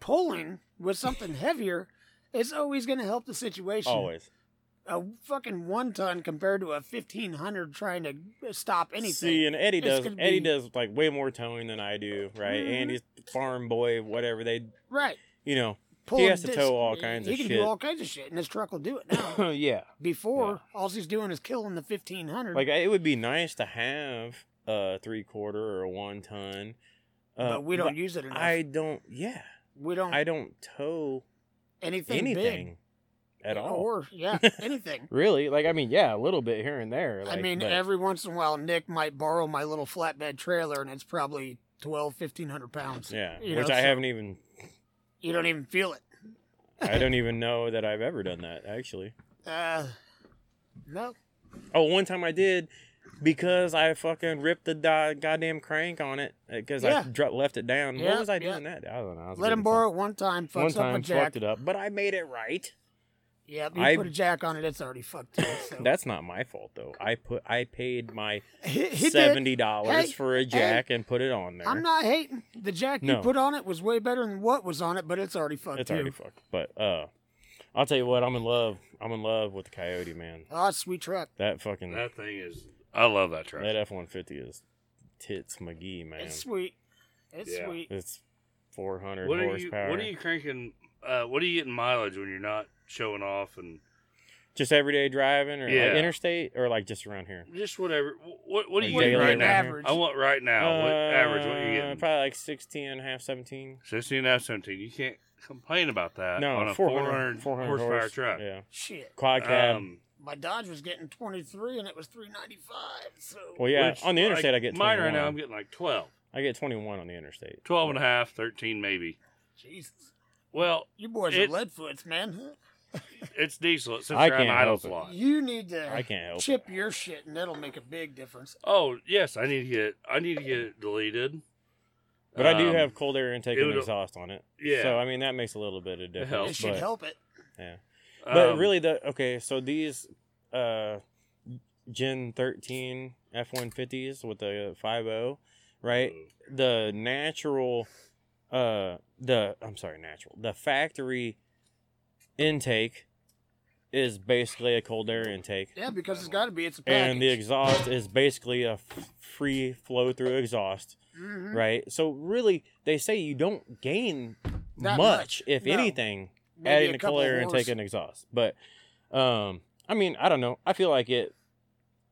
Speaker 4: pulling with something heavier it's always going to help the situation
Speaker 2: always.
Speaker 4: a fucking one ton compared to a 1500 trying to stop anything
Speaker 2: See, and Eddie
Speaker 4: It's
Speaker 2: does
Speaker 4: gonna
Speaker 2: Eddie
Speaker 4: be-
Speaker 2: does like way more towing than I do. Right,
Speaker 4: Mhm.
Speaker 2: Andy's farm boy, whatever they,
Speaker 4: right
Speaker 2: you know,
Speaker 4: pulling
Speaker 2: has to
Speaker 4: disc.
Speaker 2: tow all kinds
Speaker 4: he
Speaker 2: of
Speaker 4: can
Speaker 2: shit.
Speaker 4: do all kinds of shit, and his truck will do it
Speaker 2: <coughs>
Speaker 4: now.
Speaker 2: yeah.
Speaker 4: Before, all he's doing is killing the fifteen hundred.
Speaker 2: Like it would be nice to have a three quarter or a one ton. Uh,
Speaker 4: but we don't use it enough.
Speaker 2: I don't. Yeah,
Speaker 4: we don't
Speaker 2: I don't tow
Speaker 4: anything,
Speaker 2: anything
Speaker 4: big
Speaker 2: at all.
Speaker 4: or
Speaker 2: <laughs>
Speaker 4: yeah, anything.
Speaker 2: Really? Like I mean, yeah, a little bit here and there.
Speaker 4: I
Speaker 2: like,
Speaker 4: mean,
Speaker 2: but-
Speaker 4: every once in a while, Nick might borrow my little flatbed trailer, and it's probably 12, 1500 pounds.
Speaker 2: yeah,
Speaker 4: you
Speaker 2: which
Speaker 4: know,
Speaker 2: I
Speaker 4: so-
Speaker 2: haven't even.
Speaker 4: You don't even feel it.
Speaker 2: I don't even know that I've ever done that actually.
Speaker 4: Uh, no,
Speaker 2: Oh, one time I did because I fucking ripped the di- goddamn crank on it because
Speaker 4: Yeah.
Speaker 2: I dro- left it down.
Speaker 4: Yeah,
Speaker 2: what was I
Speaker 4: yeah.
Speaker 2: doing that? I don't know. I was
Speaker 4: let him
Speaker 2: getting
Speaker 4: borrow it one time.
Speaker 2: some- One
Speaker 4: Fucks up a
Speaker 2: time,
Speaker 4: jack.
Speaker 2: fucked it up, but I made it right.
Speaker 4: Yeah, you
Speaker 2: I-
Speaker 4: put a jack on it, it's already fucked up. So.
Speaker 2: <laughs> That's not my fault though. I put I paid my
Speaker 4: he, <laughs> he did.
Speaker 2: seventy dollars
Speaker 4: Hey,
Speaker 2: for a jack and put it on there.
Speaker 4: I'm not hating. The jack you
Speaker 2: No.
Speaker 4: put on it was way better than what was on it, but it's already fucked
Speaker 2: it's
Speaker 4: too.
Speaker 2: already fucked. But uh, I'll tell you what, I'm in love. I'm in love with the Coyote man.
Speaker 4: Oh, sweet truck.
Speaker 2: That fucking
Speaker 3: That thing is. I love that truck.
Speaker 2: that F one fifty is tits McGee man.
Speaker 4: It's
Speaker 2: It's,
Speaker 4: sweet. It's
Speaker 3: Yeah.
Speaker 4: sweet.
Speaker 2: four hundred
Speaker 3: what are you?
Speaker 2: horsepower.
Speaker 3: What are you cranking? Uh, what are you getting mileage when you're not showing off and
Speaker 2: Just everyday driving or
Speaker 3: Yeah.
Speaker 2: like interstate or like just around here.
Speaker 3: just whatever? Wh- What What are
Speaker 2: Like
Speaker 3: you getting
Speaker 2: daily
Speaker 3: right now?
Speaker 4: average.
Speaker 3: I want right now. what average? What you
Speaker 2: Uh,
Speaker 3: getting?
Speaker 2: Probably like 16 and a half, 17.
Speaker 3: 16 and a half, 17. You can't complain about that
Speaker 2: No,
Speaker 3: Uh, on a
Speaker 2: 400,
Speaker 3: 400,
Speaker 2: 400
Speaker 3: horsepower
Speaker 2: horse.
Speaker 3: truck.
Speaker 2: Yeah.
Speaker 4: Shit.
Speaker 2: Quad cab.
Speaker 3: Um,
Speaker 4: My Dodge was getting 23 and it was 395. So
Speaker 2: well, yeah.
Speaker 3: which,
Speaker 2: on the interstate, I
Speaker 3: like,
Speaker 2: get 21.
Speaker 3: mine right now. I'm getting like 12,
Speaker 2: I get 21 on the interstate.
Speaker 3: 12 and a half, 13 maybe.
Speaker 4: Jesus.
Speaker 3: Well,
Speaker 4: You boys
Speaker 3: It-
Speaker 4: are leadfoots, man.
Speaker 3: it's diesel. It sits
Speaker 2: I
Speaker 3: around
Speaker 2: can't
Speaker 3: idle
Speaker 2: help it.
Speaker 3: slot.
Speaker 4: You need to
Speaker 2: I can't help it.
Speaker 4: chip your shit and that'll make a big difference.
Speaker 3: Oh yes, I need to get it. I need to get it deleted.
Speaker 2: But I do
Speaker 3: Um,
Speaker 2: have cold air intake
Speaker 3: it
Speaker 2: and
Speaker 3: would-
Speaker 2: exhaust on it.
Speaker 3: yeah.
Speaker 2: So I mean that makes a little bit of difference.
Speaker 3: helps,
Speaker 4: It should
Speaker 2: but,
Speaker 4: help it.
Speaker 2: Yeah. But
Speaker 3: um,
Speaker 2: really the okay, so these uh Gen 13 F150s with the 50, right? The natural uh the I'm sorry, natural. The factory intake is basically a cold air intake.
Speaker 4: Yeah, because it's got to be. It's a package.
Speaker 2: And the exhaust is basically a f- free flow through exhaust.
Speaker 4: Mhm.
Speaker 2: right? So really, they say you don't gain
Speaker 4: Not
Speaker 2: much,
Speaker 4: much,
Speaker 2: if
Speaker 4: no.
Speaker 2: anything,
Speaker 4: Maybe a
Speaker 2: adding the
Speaker 4: couple
Speaker 2: cold air
Speaker 4: of
Speaker 2: intake
Speaker 4: horse.
Speaker 2: and exhaust. But um, I mean, I don't know. I feel like it.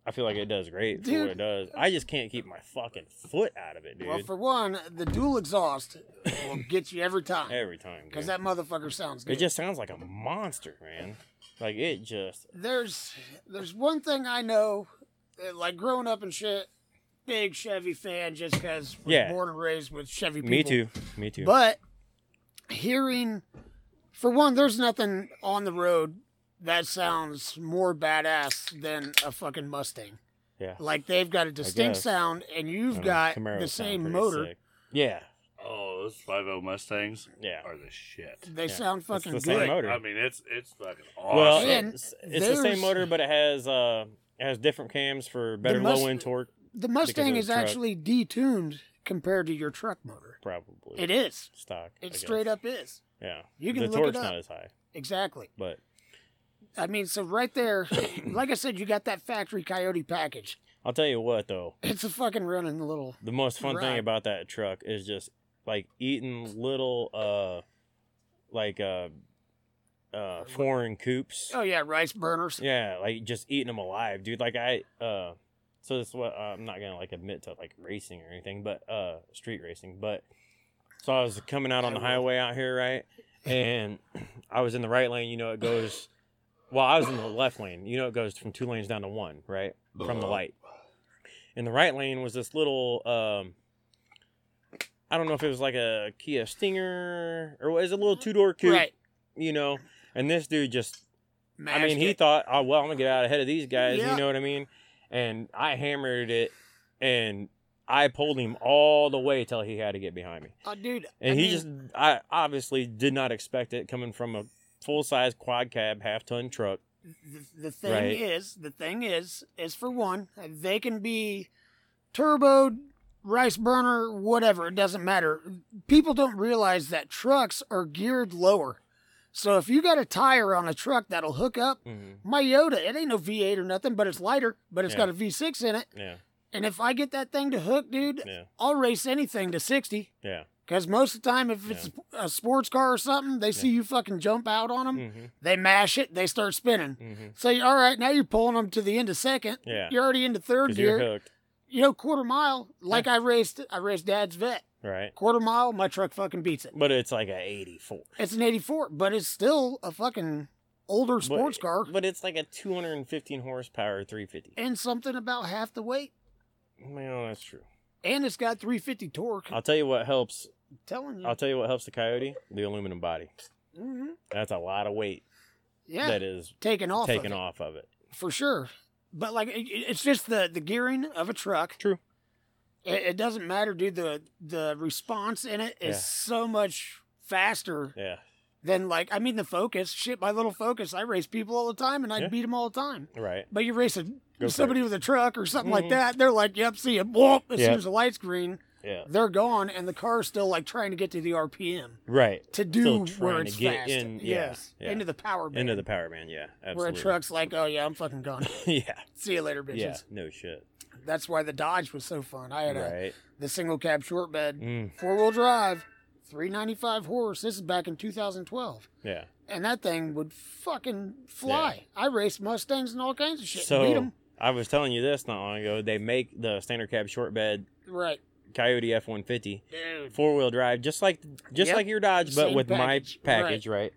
Speaker 2: I feel like it does great for
Speaker 4: Dude. uh,
Speaker 2: what it does. I just can't keep my fucking foot out of it, dude.
Speaker 4: Well, for one, the dual exhaust
Speaker 2: <laughs>
Speaker 4: will get you every time
Speaker 2: Every time, dude.
Speaker 4: because that motherfucker sounds good.
Speaker 2: it just sounds like a monster, man. Like it just
Speaker 4: there's there's one thing I know, uh, like growing up and shit. big Chevy fan just because was
Speaker 2: Yeah.
Speaker 4: born and raised with Chevy people.
Speaker 2: Me too. Me too.
Speaker 4: But hearing, for one, there's nothing on the road that sounds more badass than a fucking Mustang.
Speaker 2: yeah.
Speaker 4: Like they've got a distinct
Speaker 2: guess.
Speaker 4: sound, and
Speaker 2: I
Speaker 4: you've
Speaker 2: don't know,
Speaker 4: got
Speaker 2: Camaros
Speaker 4: the
Speaker 2: sound
Speaker 4: same
Speaker 2: pretty
Speaker 4: motor.
Speaker 2: sick. Yeah.
Speaker 3: Oh, those five O Mustangs
Speaker 2: Yeah.
Speaker 3: are the shit.
Speaker 4: They
Speaker 2: Yeah.
Speaker 4: sound
Speaker 2: It's the
Speaker 4: fucking
Speaker 2: same
Speaker 4: good.
Speaker 2: motor.
Speaker 3: I mean, it's it's fucking
Speaker 2: Well,
Speaker 3: awesome.
Speaker 4: And
Speaker 2: it's, it's the same
Speaker 4: there's-
Speaker 2: motor, but it has uh, it has different cams for better
Speaker 4: Must-
Speaker 2: low end torque,
Speaker 4: The Mustang
Speaker 2: the
Speaker 4: is
Speaker 2: truck.
Speaker 4: actually detuned compared to your truck motor.
Speaker 2: probably.
Speaker 4: It is.
Speaker 2: stock. I
Speaker 4: It
Speaker 2: guess.
Speaker 4: straight up is.
Speaker 2: Yeah.
Speaker 4: You can
Speaker 2: the
Speaker 4: look it
Speaker 2: torque's
Speaker 4: up.
Speaker 2: not as high,
Speaker 4: Exactly.
Speaker 2: but
Speaker 4: I mean, so right there, <coughs> like I said, you got that factory coyote package.
Speaker 2: I'll tell you what though,
Speaker 4: It's a fucking running little.
Speaker 2: the most fun
Speaker 4: Right.
Speaker 2: thing about that truck is just like eating little uh, like uh, uh, foreign coops.
Speaker 4: Oh yeah, rice burners.
Speaker 2: Yeah, like just eating them alive, dude. Like I, uh, so that's what uh, I'm not gonna like admit to like racing or anything, but uh, street racing. But so I was coming out on the highway out here, right? And <clears throat> I was in the right lane. You know, it goes. Well, I was in the left lane. You know, it goes from two lanes down to one, right, from the light. In the right lane was this little. um I don't know if it was like a Kia Stinger or was it a little two door coupe,
Speaker 4: Right.
Speaker 2: you know. And this dude just I
Speaker 4: Mashed
Speaker 2: mean, he
Speaker 4: it.
Speaker 2: thought, oh, well, I'm going to get out ahead of these guys.
Speaker 4: Yeah.
Speaker 2: You know what I mean? And I hammered it and I pulled him all the way till he had to get behind me.
Speaker 4: Oh, dude.
Speaker 2: And
Speaker 4: I
Speaker 2: he
Speaker 4: mean,
Speaker 2: just, I obviously did not expect it coming from a full size quad cab, half ton truck.
Speaker 4: the, the thing
Speaker 2: Right.
Speaker 4: is, the thing is, is for one, they can be turboed, rice burner, whatever. It doesn't matter. People don't realize that trucks are geared lower. So if you got a tire on a truck that'll hook up, my Yoda, it ain't no V8 or nothing, but it's lighter, but it's
Speaker 2: Yeah.
Speaker 4: got a V6 in it.
Speaker 2: Yeah.
Speaker 4: And if I get that thing to hook, dude,
Speaker 2: Yeah.
Speaker 4: I'll race anything to 60.
Speaker 2: Yeah.
Speaker 4: Because most of the time, if it's a sports car or something, they see you fucking jump out on them,
Speaker 2: Hmm. Mm-hmm,
Speaker 4: they mash it, they start spinning. So, you- all right, now you're pulling them to the end of second.
Speaker 2: Yeah.
Speaker 4: You're already into third
Speaker 2: Because you're
Speaker 4: gear.
Speaker 2: hooked.
Speaker 4: You know, quarter mile, like I raced, I raced dad's vet.
Speaker 2: Right.
Speaker 4: Quarter mile, my truck fucking beats it.
Speaker 2: But it's like a 84.
Speaker 4: It's an 84, but it's still a fucking older
Speaker 2: But-
Speaker 4: sports car
Speaker 2: But it's like a 215 horsepower 350.
Speaker 4: and something about half the weight.
Speaker 2: Well, that's true.
Speaker 4: And it's got 350 torque.
Speaker 2: I'll tell you what helps.
Speaker 4: I'm telling you.
Speaker 2: I'll tell you what helps the Coyote the aluminum body.
Speaker 4: hmm
Speaker 2: That's a lot of weight
Speaker 4: Yeah.
Speaker 2: that is
Speaker 4: taken off.
Speaker 2: taken
Speaker 4: of it,
Speaker 2: off of it.
Speaker 4: for sure. But like, it, it- it's just the the gearing of a truck.
Speaker 2: True.
Speaker 4: It, it doesn't matter, dude. The the response in it is
Speaker 2: Yeah.
Speaker 4: so much faster
Speaker 2: Yeah,
Speaker 4: than like I mean the Focus. Shit, my little Focus. I race people all the time, and I
Speaker 2: Yeah.
Speaker 4: beat them all the time.
Speaker 2: right.
Speaker 4: But you race a,
Speaker 2: for
Speaker 4: somebody with a truck or something like
Speaker 2: Mhm.
Speaker 4: that, they're like, "Yep, see ya." Whoop! As
Speaker 2: Yeah.
Speaker 4: soon as the light's green,
Speaker 2: Yeah,
Speaker 4: they're gone, and the car's still like trying to get to the RPM
Speaker 2: right.
Speaker 4: to
Speaker 2: Still
Speaker 4: do
Speaker 2: trying
Speaker 4: where
Speaker 2: to
Speaker 4: it's
Speaker 2: get
Speaker 4: fast.
Speaker 2: in- yeah,
Speaker 4: yes,
Speaker 2: yeah.
Speaker 4: into the power band.
Speaker 2: Into the power man. Yeah,
Speaker 4: where a
Speaker 2: absolutely.
Speaker 4: truck's like, "Oh yeah, I'm fucking
Speaker 2: <laughs>
Speaker 4: gone." <laughs>
Speaker 2: yeah,
Speaker 4: See you later, bitches.
Speaker 2: yeah. No shit.
Speaker 4: That's why the Dodge was so fun. I had a,
Speaker 2: Right.
Speaker 4: the single cab short bed,
Speaker 2: Mm,
Speaker 4: four wheel drive, 395 horse. This is back in 2012.
Speaker 2: yeah.
Speaker 4: And that thing would fucking fly. I raced Mustangs and all kinds of shit. So, beat
Speaker 2: So
Speaker 4: 'em.
Speaker 2: I was telling you this not long ago. They make the standard cab short bed
Speaker 4: Right.
Speaker 2: Coyote F one fifty
Speaker 4: Dude.
Speaker 2: four wheel drive, just like just
Speaker 4: Yep.
Speaker 2: like your Dodge, but
Speaker 4: Same
Speaker 2: with
Speaker 4: package.
Speaker 2: my package, right.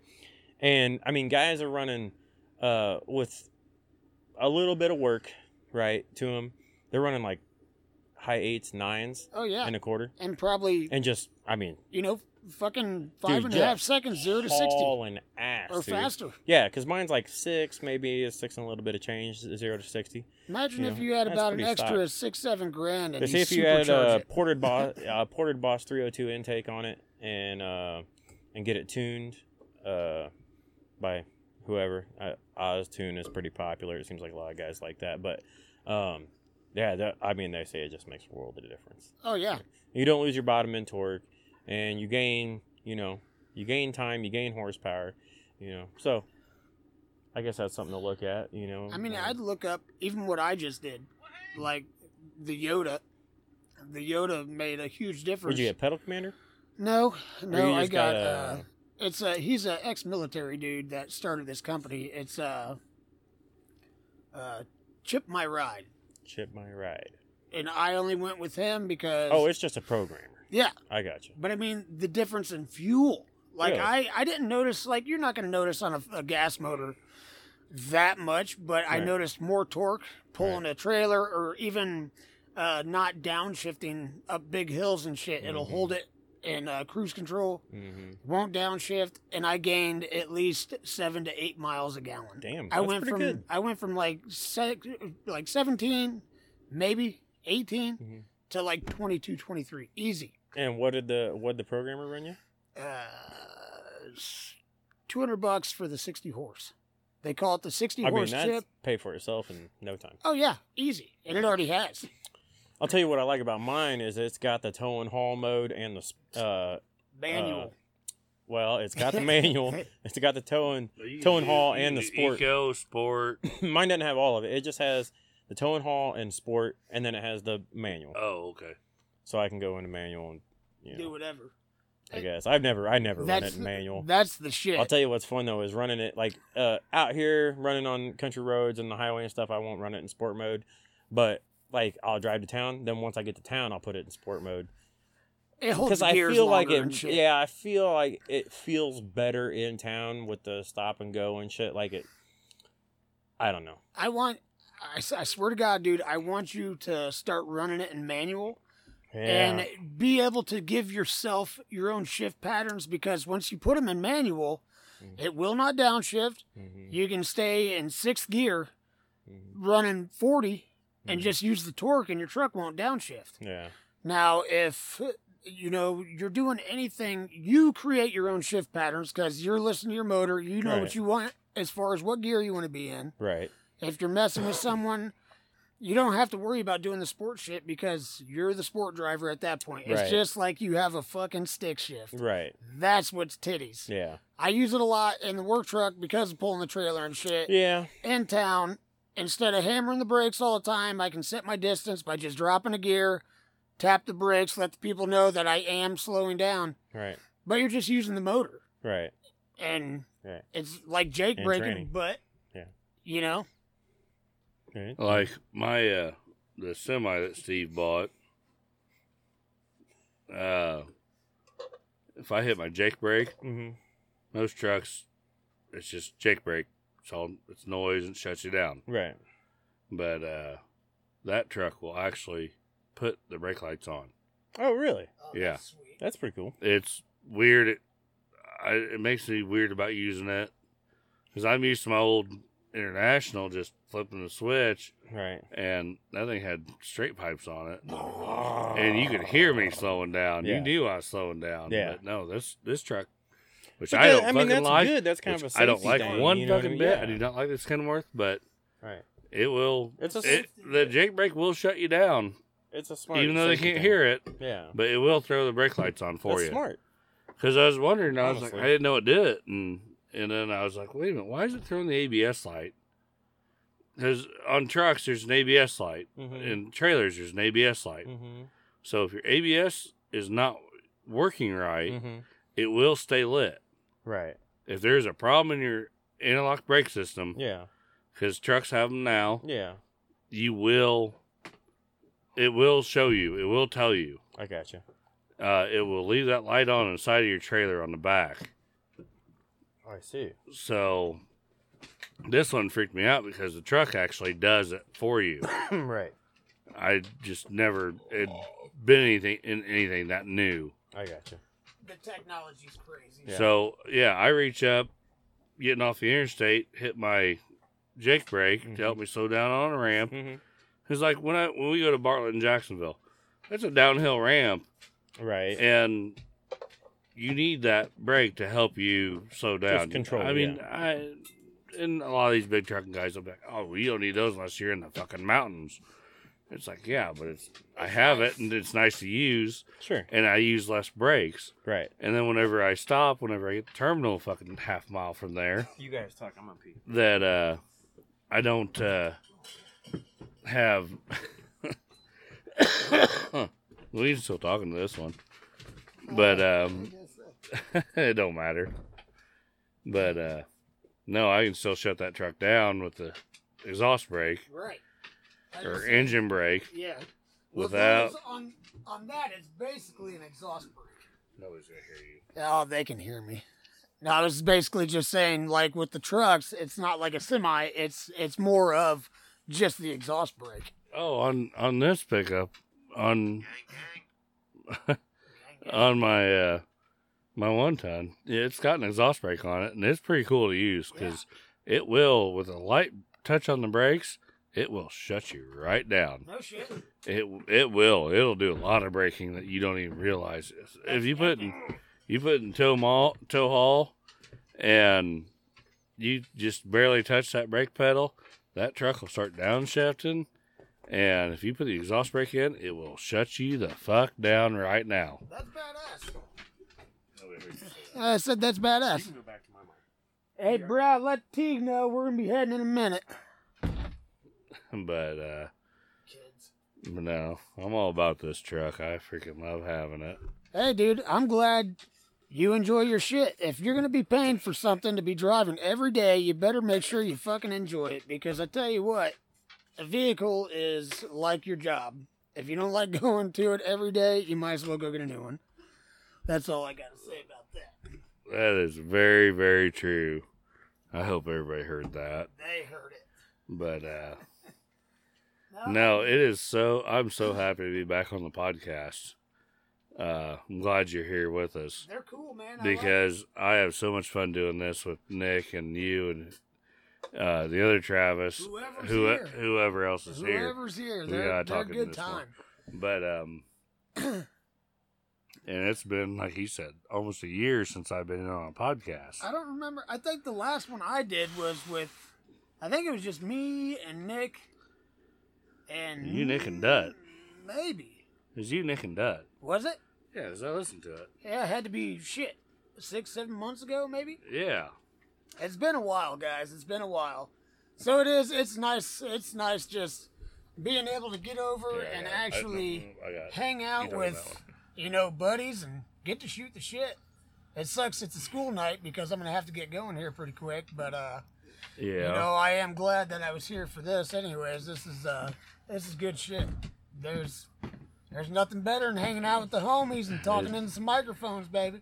Speaker 2: And I mean, guys are running uh, with a little bit of work, right, to them. They're running like high eights, nines,
Speaker 4: Oh, yeah.
Speaker 2: and
Speaker 4: And,
Speaker 2: a quarter,
Speaker 4: probably,
Speaker 2: and just I mean,
Speaker 4: you know, fucking five
Speaker 2: Dude,
Speaker 4: and a half
Speaker 2: just
Speaker 4: seconds, zero to 60
Speaker 2: hauling ass
Speaker 4: or
Speaker 2: dude.
Speaker 4: faster.
Speaker 2: Yeah, because mine's like six, maybe it's six and a little bit of change, zero to sixty.
Speaker 4: Imagine
Speaker 2: Yeah,
Speaker 4: if you had
Speaker 2: that's
Speaker 4: about an
Speaker 2: pretty
Speaker 4: extra six, seven grand and
Speaker 2: But see
Speaker 4: you
Speaker 2: if you had
Speaker 4: supercharge
Speaker 2: a
Speaker 4: it.
Speaker 2: ported
Speaker 4: <laughs>
Speaker 2: boss, uh, ported boss three hundred two intake on it, and uh, and get it tuned uh, by whoever. Uh, Oz tune is pretty popular. It seems like a lot of guys like that, but um, yeah, that, I mean they say it just makes a world of difference.
Speaker 4: Oh, yeah.
Speaker 2: You don't lose your bottom end torque, and you gain, you know, you gain time, you gain horsepower, you know. So, I guess that's something to look at, you know.
Speaker 4: I mean,
Speaker 2: Uh,
Speaker 4: I'd look up even what I just did, like the Yoda. The Yoda made a huge difference.
Speaker 2: What'd you get, pedal commander?
Speaker 4: No, no,
Speaker 2: you
Speaker 4: I
Speaker 2: just
Speaker 4: got.
Speaker 2: got a-
Speaker 4: Uh, it's a he's a ex-military dude that started this company. It's uh, uh, Chip My Ride,
Speaker 2: Chip my ride.
Speaker 4: and I only went with him because.
Speaker 2: Oh, it's just a programmer.
Speaker 4: yeah,
Speaker 2: I got you.
Speaker 4: but I mean the difference in fuel. Like
Speaker 2: Really?
Speaker 4: I, I didn't notice. Like you're not gonna notice on a, a gas motor that much, but I
Speaker 2: Right.
Speaker 4: noticed more torque pulling a trailer or even uh, not downshifting up big hills and shit. It'll hold it in uh, cruise control,
Speaker 2: Mm-hmm.
Speaker 4: won't downshift, and I gained at least seven to eight miles a gallon.
Speaker 2: Damn,
Speaker 4: I
Speaker 2: that's
Speaker 4: went
Speaker 2: pretty
Speaker 4: from
Speaker 2: good.
Speaker 4: I went from like se- like seventeen, maybe 18
Speaker 2: Mhm.
Speaker 4: to like 22, 23. easy.
Speaker 2: And what did the what did the programmer run you?
Speaker 4: Uh, two hundred bucks for the sixty horse. They call it the sixty
Speaker 2: I mean,
Speaker 4: horse
Speaker 2: that's
Speaker 4: chip.
Speaker 2: paid for itself in no time.
Speaker 4: Oh yeah, easy, and it already
Speaker 2: Oh,
Speaker 4: has.
Speaker 2: I'll tell you what I like about mine is it's got the tow and haul mode and the s- uh,
Speaker 4: Manual.
Speaker 2: well, it's
Speaker 4: <laughs>
Speaker 2: got the manual, it's got the tow and
Speaker 3: You can
Speaker 2: Tow and
Speaker 3: do-
Speaker 2: haul
Speaker 3: you can
Speaker 2: and the
Speaker 3: do
Speaker 2: sport.
Speaker 3: Eco, sport.
Speaker 2: <coughs> mine doesn't have all of it. It just has the tow and haul and sport, and then it has the manual,
Speaker 3: Oh, okay.
Speaker 2: so I can go into manual and you
Speaker 4: Do
Speaker 2: know,
Speaker 4: whatever.
Speaker 2: I guess I've never I never run it
Speaker 4: That's
Speaker 2: in manual.
Speaker 4: that's the shit.
Speaker 2: I'll tell you what's fun though is running it like uh, out here, running on country roads and the highway and stuff. I won't run it in sport mode, but like I'll drive to town. Then once I get to town, I'll put it in sport mode
Speaker 4: it holds
Speaker 2: because
Speaker 4: the
Speaker 2: I
Speaker 4: gears
Speaker 2: feel like
Speaker 4: longer and
Speaker 2: it.
Speaker 4: shit.
Speaker 2: Yeah, I feel like it feels better in town with the stop and go and shit. Like it, I don't know.
Speaker 4: I want. I, s- I swear to God, dude, I want you to start running it in manual
Speaker 2: Yeah,
Speaker 4: and be able to give yourself your own shift patterns because once you put them in manual,
Speaker 2: Mhm.
Speaker 4: it will not downshift.
Speaker 2: Mhm.
Speaker 4: You can stay in sixth gear
Speaker 2: Mhm.
Speaker 4: running 40 and
Speaker 2: Mhm.
Speaker 4: just use the torque and your truck won't downshift.
Speaker 2: Mm-hmm. yeah.
Speaker 4: Now, if you know you're doing anything, you create your own shift patterns because you're listening to your motor. You know
Speaker 2: Right.
Speaker 4: what you want as far as what gear you want to be in.
Speaker 2: Right.
Speaker 4: If you're messing with someone, you don't have to worry about doing the sport shit because you're the sport driver at that point. It's
Speaker 2: Right.
Speaker 4: just like you have a fucking stick shift.
Speaker 2: Right.
Speaker 4: That's what's titties.
Speaker 2: Yeah.
Speaker 4: I use it a lot in the work truck because of pulling the trailer and shit
Speaker 2: Yeah.
Speaker 4: in town, instead of hammering the brakes all the time, I can set my distance by just dropping a gear, tap the brakes, let the people know that I am slowing down.
Speaker 2: Right.
Speaker 4: But you're just using the motor,
Speaker 2: Right.
Speaker 4: and
Speaker 2: Right.
Speaker 4: it's like Jake
Speaker 2: And
Speaker 4: braking,
Speaker 2: training.
Speaker 4: but
Speaker 2: Yeah.
Speaker 4: you know,
Speaker 2: Right.
Speaker 3: Like my uh the semi that Steve bought. Uh if I hit my Jake brake,
Speaker 2: Mm-hmm.
Speaker 3: most trucks it's just Jake brake. It's all it's noise and it shuts you down.
Speaker 2: Right.
Speaker 3: But uh that truck will actually put the brake lights on.
Speaker 2: Oh, really?
Speaker 3: Yeah.
Speaker 2: That's pretty cool.
Speaker 3: it's weird. It, I, it makes me weird about using that because I'm used to my old international just flipping the switch,
Speaker 2: Right.
Speaker 3: and that thing had straight pipes on it, and you could hear me slowing down.
Speaker 2: Ah. Yeah.
Speaker 3: You knew I was slowing down.
Speaker 2: Yeah.
Speaker 3: But no, this this truck, which
Speaker 2: But
Speaker 3: I
Speaker 2: that-
Speaker 3: don't fucking
Speaker 2: that's
Speaker 3: like.
Speaker 2: good. That's kind of a
Speaker 3: which
Speaker 2: safety
Speaker 3: I don't like
Speaker 2: thing,
Speaker 3: one
Speaker 2: you know what I mean?
Speaker 3: fucking bit.
Speaker 2: Yeah.
Speaker 3: I do not like this Kenworth, but
Speaker 2: Right.
Speaker 3: it will.
Speaker 2: It's a
Speaker 3: it, the Jake brake will shut you down,
Speaker 2: It's a smart.
Speaker 3: even though they
Speaker 2: safety
Speaker 3: can't
Speaker 2: thing.
Speaker 3: hear it.
Speaker 2: Yeah.
Speaker 3: But it will throw the brake lights on for
Speaker 2: that's
Speaker 3: you.
Speaker 2: smart.
Speaker 3: Because I was wondering, I was
Speaker 2: Honestly.
Speaker 3: like, I didn't know it did it, and and then I was like, wait a minute, why is it throwing the ABS light? Because on trucks there's an ABS light,
Speaker 2: Mm-hmm.
Speaker 3: and trailers there's an ABS light.
Speaker 2: mm-hmm.
Speaker 3: So if your ABS is not working right,
Speaker 2: Mm-hmm.
Speaker 3: it will stay lit.
Speaker 2: Right.
Speaker 3: If there's a problem in your interlock brake system,
Speaker 2: Yeah.
Speaker 3: because trucks have them now,
Speaker 2: Yeah.
Speaker 3: you will, it will show you, it will tell you.
Speaker 2: I got you.
Speaker 3: Uh, it will leave that light on inside of your trailer on the back.
Speaker 2: I
Speaker 3: <clears throat>
Speaker 2: see.
Speaker 3: So this one freaked me out because the truck actually does it for you.
Speaker 2: right.
Speaker 3: I just never had been anything in anything that new.
Speaker 2: I got you.
Speaker 4: the technology's crazy.
Speaker 2: Yeah.
Speaker 3: So yeah, I reach up, getting off the interstate, hit my Jake brake
Speaker 2: Mhm.
Speaker 3: to help me slow down on a ramp.
Speaker 2: Mm-hmm.
Speaker 3: It's like when I when we go to Bartlett and Jacksonville, that's a downhill ramp,
Speaker 2: Right.
Speaker 3: and you need that brake to help you slow down.
Speaker 2: control,
Speaker 3: I mean, I and a lot of these big trucking guys will be like, "Oh, well, you don't need those unless you're in the fucking mountains." It's like, yeah, but it's I have it and it's nice to use,
Speaker 2: sure.
Speaker 3: and I use less brakes.
Speaker 2: Right.
Speaker 3: And then whenever I stop, whenever I get the terminal, fucking half mile from there,
Speaker 2: You guys talk. I'm on pee.
Speaker 3: that uh, I don't uh, have. <coughs> we can still talking to this one, but um, <laughs> it don't matter. But uh, no, I can still shut that truck down with the exhaust brake
Speaker 4: Right. I
Speaker 3: or
Speaker 4: just-
Speaker 3: engine brake
Speaker 4: yeah. Well,
Speaker 3: without.
Speaker 4: those on on that, it's basically an exhaust brake.
Speaker 3: Nobody's gonna hear you.
Speaker 4: Oh, they can hear me. No, I was basically just saying, like with the trucks, it's not like a semi. It's it's more of just the exhaust brake.
Speaker 3: Oh, on on this pickup, on on my uh my one ton, it's got an exhaust brake on it, and it's pretty cool to use because it will, with a light touch on the brakes, it will shut you right down.
Speaker 4: No shit.
Speaker 3: It it will. It'll do a lot of braking that you don't even realize. If you put in you put in tow mall tow haul, and you just barely touch that brake pedal, that truck will start downshifting. And if you put the exhaust brake in, it will shut you the fuck down right now.
Speaker 4: That's badass. I said that's badass. Hey, bro, let Teague know we're gonna be heading in a minute.
Speaker 3: <laughs> But uh Kids. no, I'm all about this truck. I freaking love having it.
Speaker 4: Hey, dude, I'm glad you enjoy your shit. If you're gonna be paying for something to be driving every day, you better make sure you fucking enjoy it. Because I tell you what, a vehicle is like your job. If you don't like <laughs> going to it every day, you might as well go get a new one. That's all I gotta say about that.
Speaker 3: That is very, very true. I hope everybody heard that.
Speaker 4: They heard it.
Speaker 3: But uh no,
Speaker 4: Oh.
Speaker 3: it is so I'm so happy to be back on the podcast. Uh I'm glad you're here with us.
Speaker 4: They're cool, man. I like it.
Speaker 3: because I have so much fun doing this with Nick and you and uh, the other Travis,
Speaker 4: Whoever's
Speaker 3: who,
Speaker 4: here.
Speaker 3: whoever else is here.
Speaker 4: Whoever's here,
Speaker 3: We
Speaker 4: they're,
Speaker 3: gotta
Speaker 4: they're
Speaker 3: talk into
Speaker 4: good
Speaker 3: this one.
Speaker 4: time.
Speaker 3: But um, <clears throat> and it's been like he said, almost a year since I've been on a podcast.
Speaker 4: I don't remember. I think the last one I did was with, I think it was just me and Nick, and
Speaker 3: You, Nick, and Dud.
Speaker 4: Maybe
Speaker 3: It was you, Nick, and Dud.
Speaker 4: was it?
Speaker 3: Yeah, because I listened to it.
Speaker 4: Yeah, it had to be shit six, seven months ago, maybe.
Speaker 3: Yeah,
Speaker 4: It's been a while, guys. It's been a while. So it is. It's nice. It's nice just being able to get over
Speaker 3: Yeah,
Speaker 4: and
Speaker 3: I-
Speaker 4: actually
Speaker 3: I got it.
Speaker 4: hang
Speaker 3: You
Speaker 4: out
Speaker 3: told me
Speaker 4: with, you know, buddies and get to shoot the shit. It sucks it's a school night because I'm gonna have to get going here pretty quick, but uh,
Speaker 3: yeah.
Speaker 4: you know, I am glad that I was here for this. Anyways, this is uh, this is good shit. There's there's nothing better than hanging out with the homies and talking into some microphones, baby.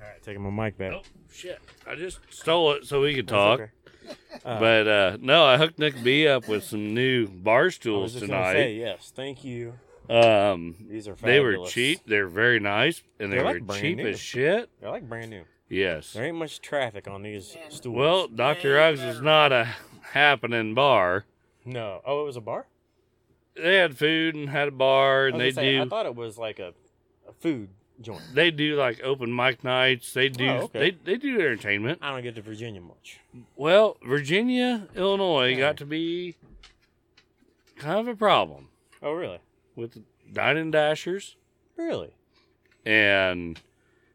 Speaker 2: All right, taking my mic back.
Speaker 3: oh shit! I just stole it so we could
Speaker 2: That's
Speaker 3: talk.
Speaker 2: okay. Uh-huh.
Speaker 3: But uh, no, I hooked Nick B up with some new bar
Speaker 2: I
Speaker 3: stools
Speaker 2: was just gonna say
Speaker 3: tonight.
Speaker 2: yes. Thank you.
Speaker 3: Um,
Speaker 2: These are
Speaker 3: they were
Speaker 2: fabulous.
Speaker 3: cheap. They're very nice, and they
Speaker 2: They're
Speaker 3: were
Speaker 2: like brand
Speaker 3: cheap
Speaker 2: new.
Speaker 3: as shit.
Speaker 2: They're like brand new.
Speaker 3: Yes.
Speaker 2: There ain't much traffic on these stools.
Speaker 3: Well, Dr. Uggs is not a happening bar.
Speaker 2: no. Oh, it was a bar.
Speaker 3: They had food and had a bar, and
Speaker 2: I
Speaker 3: they
Speaker 2: was gonna say, I
Speaker 3: do
Speaker 2: thought it was like a, a food joint.
Speaker 3: they do like open mic nights. They do
Speaker 2: Oh, okay.
Speaker 3: they they do entertainment.
Speaker 2: I don't get to Virginia much.
Speaker 3: Well, Virginia, Illinois
Speaker 2: Yeah.
Speaker 3: got to be kind of a problem
Speaker 2: Oh, really?
Speaker 3: with the dine and dashers,
Speaker 2: Really?
Speaker 3: and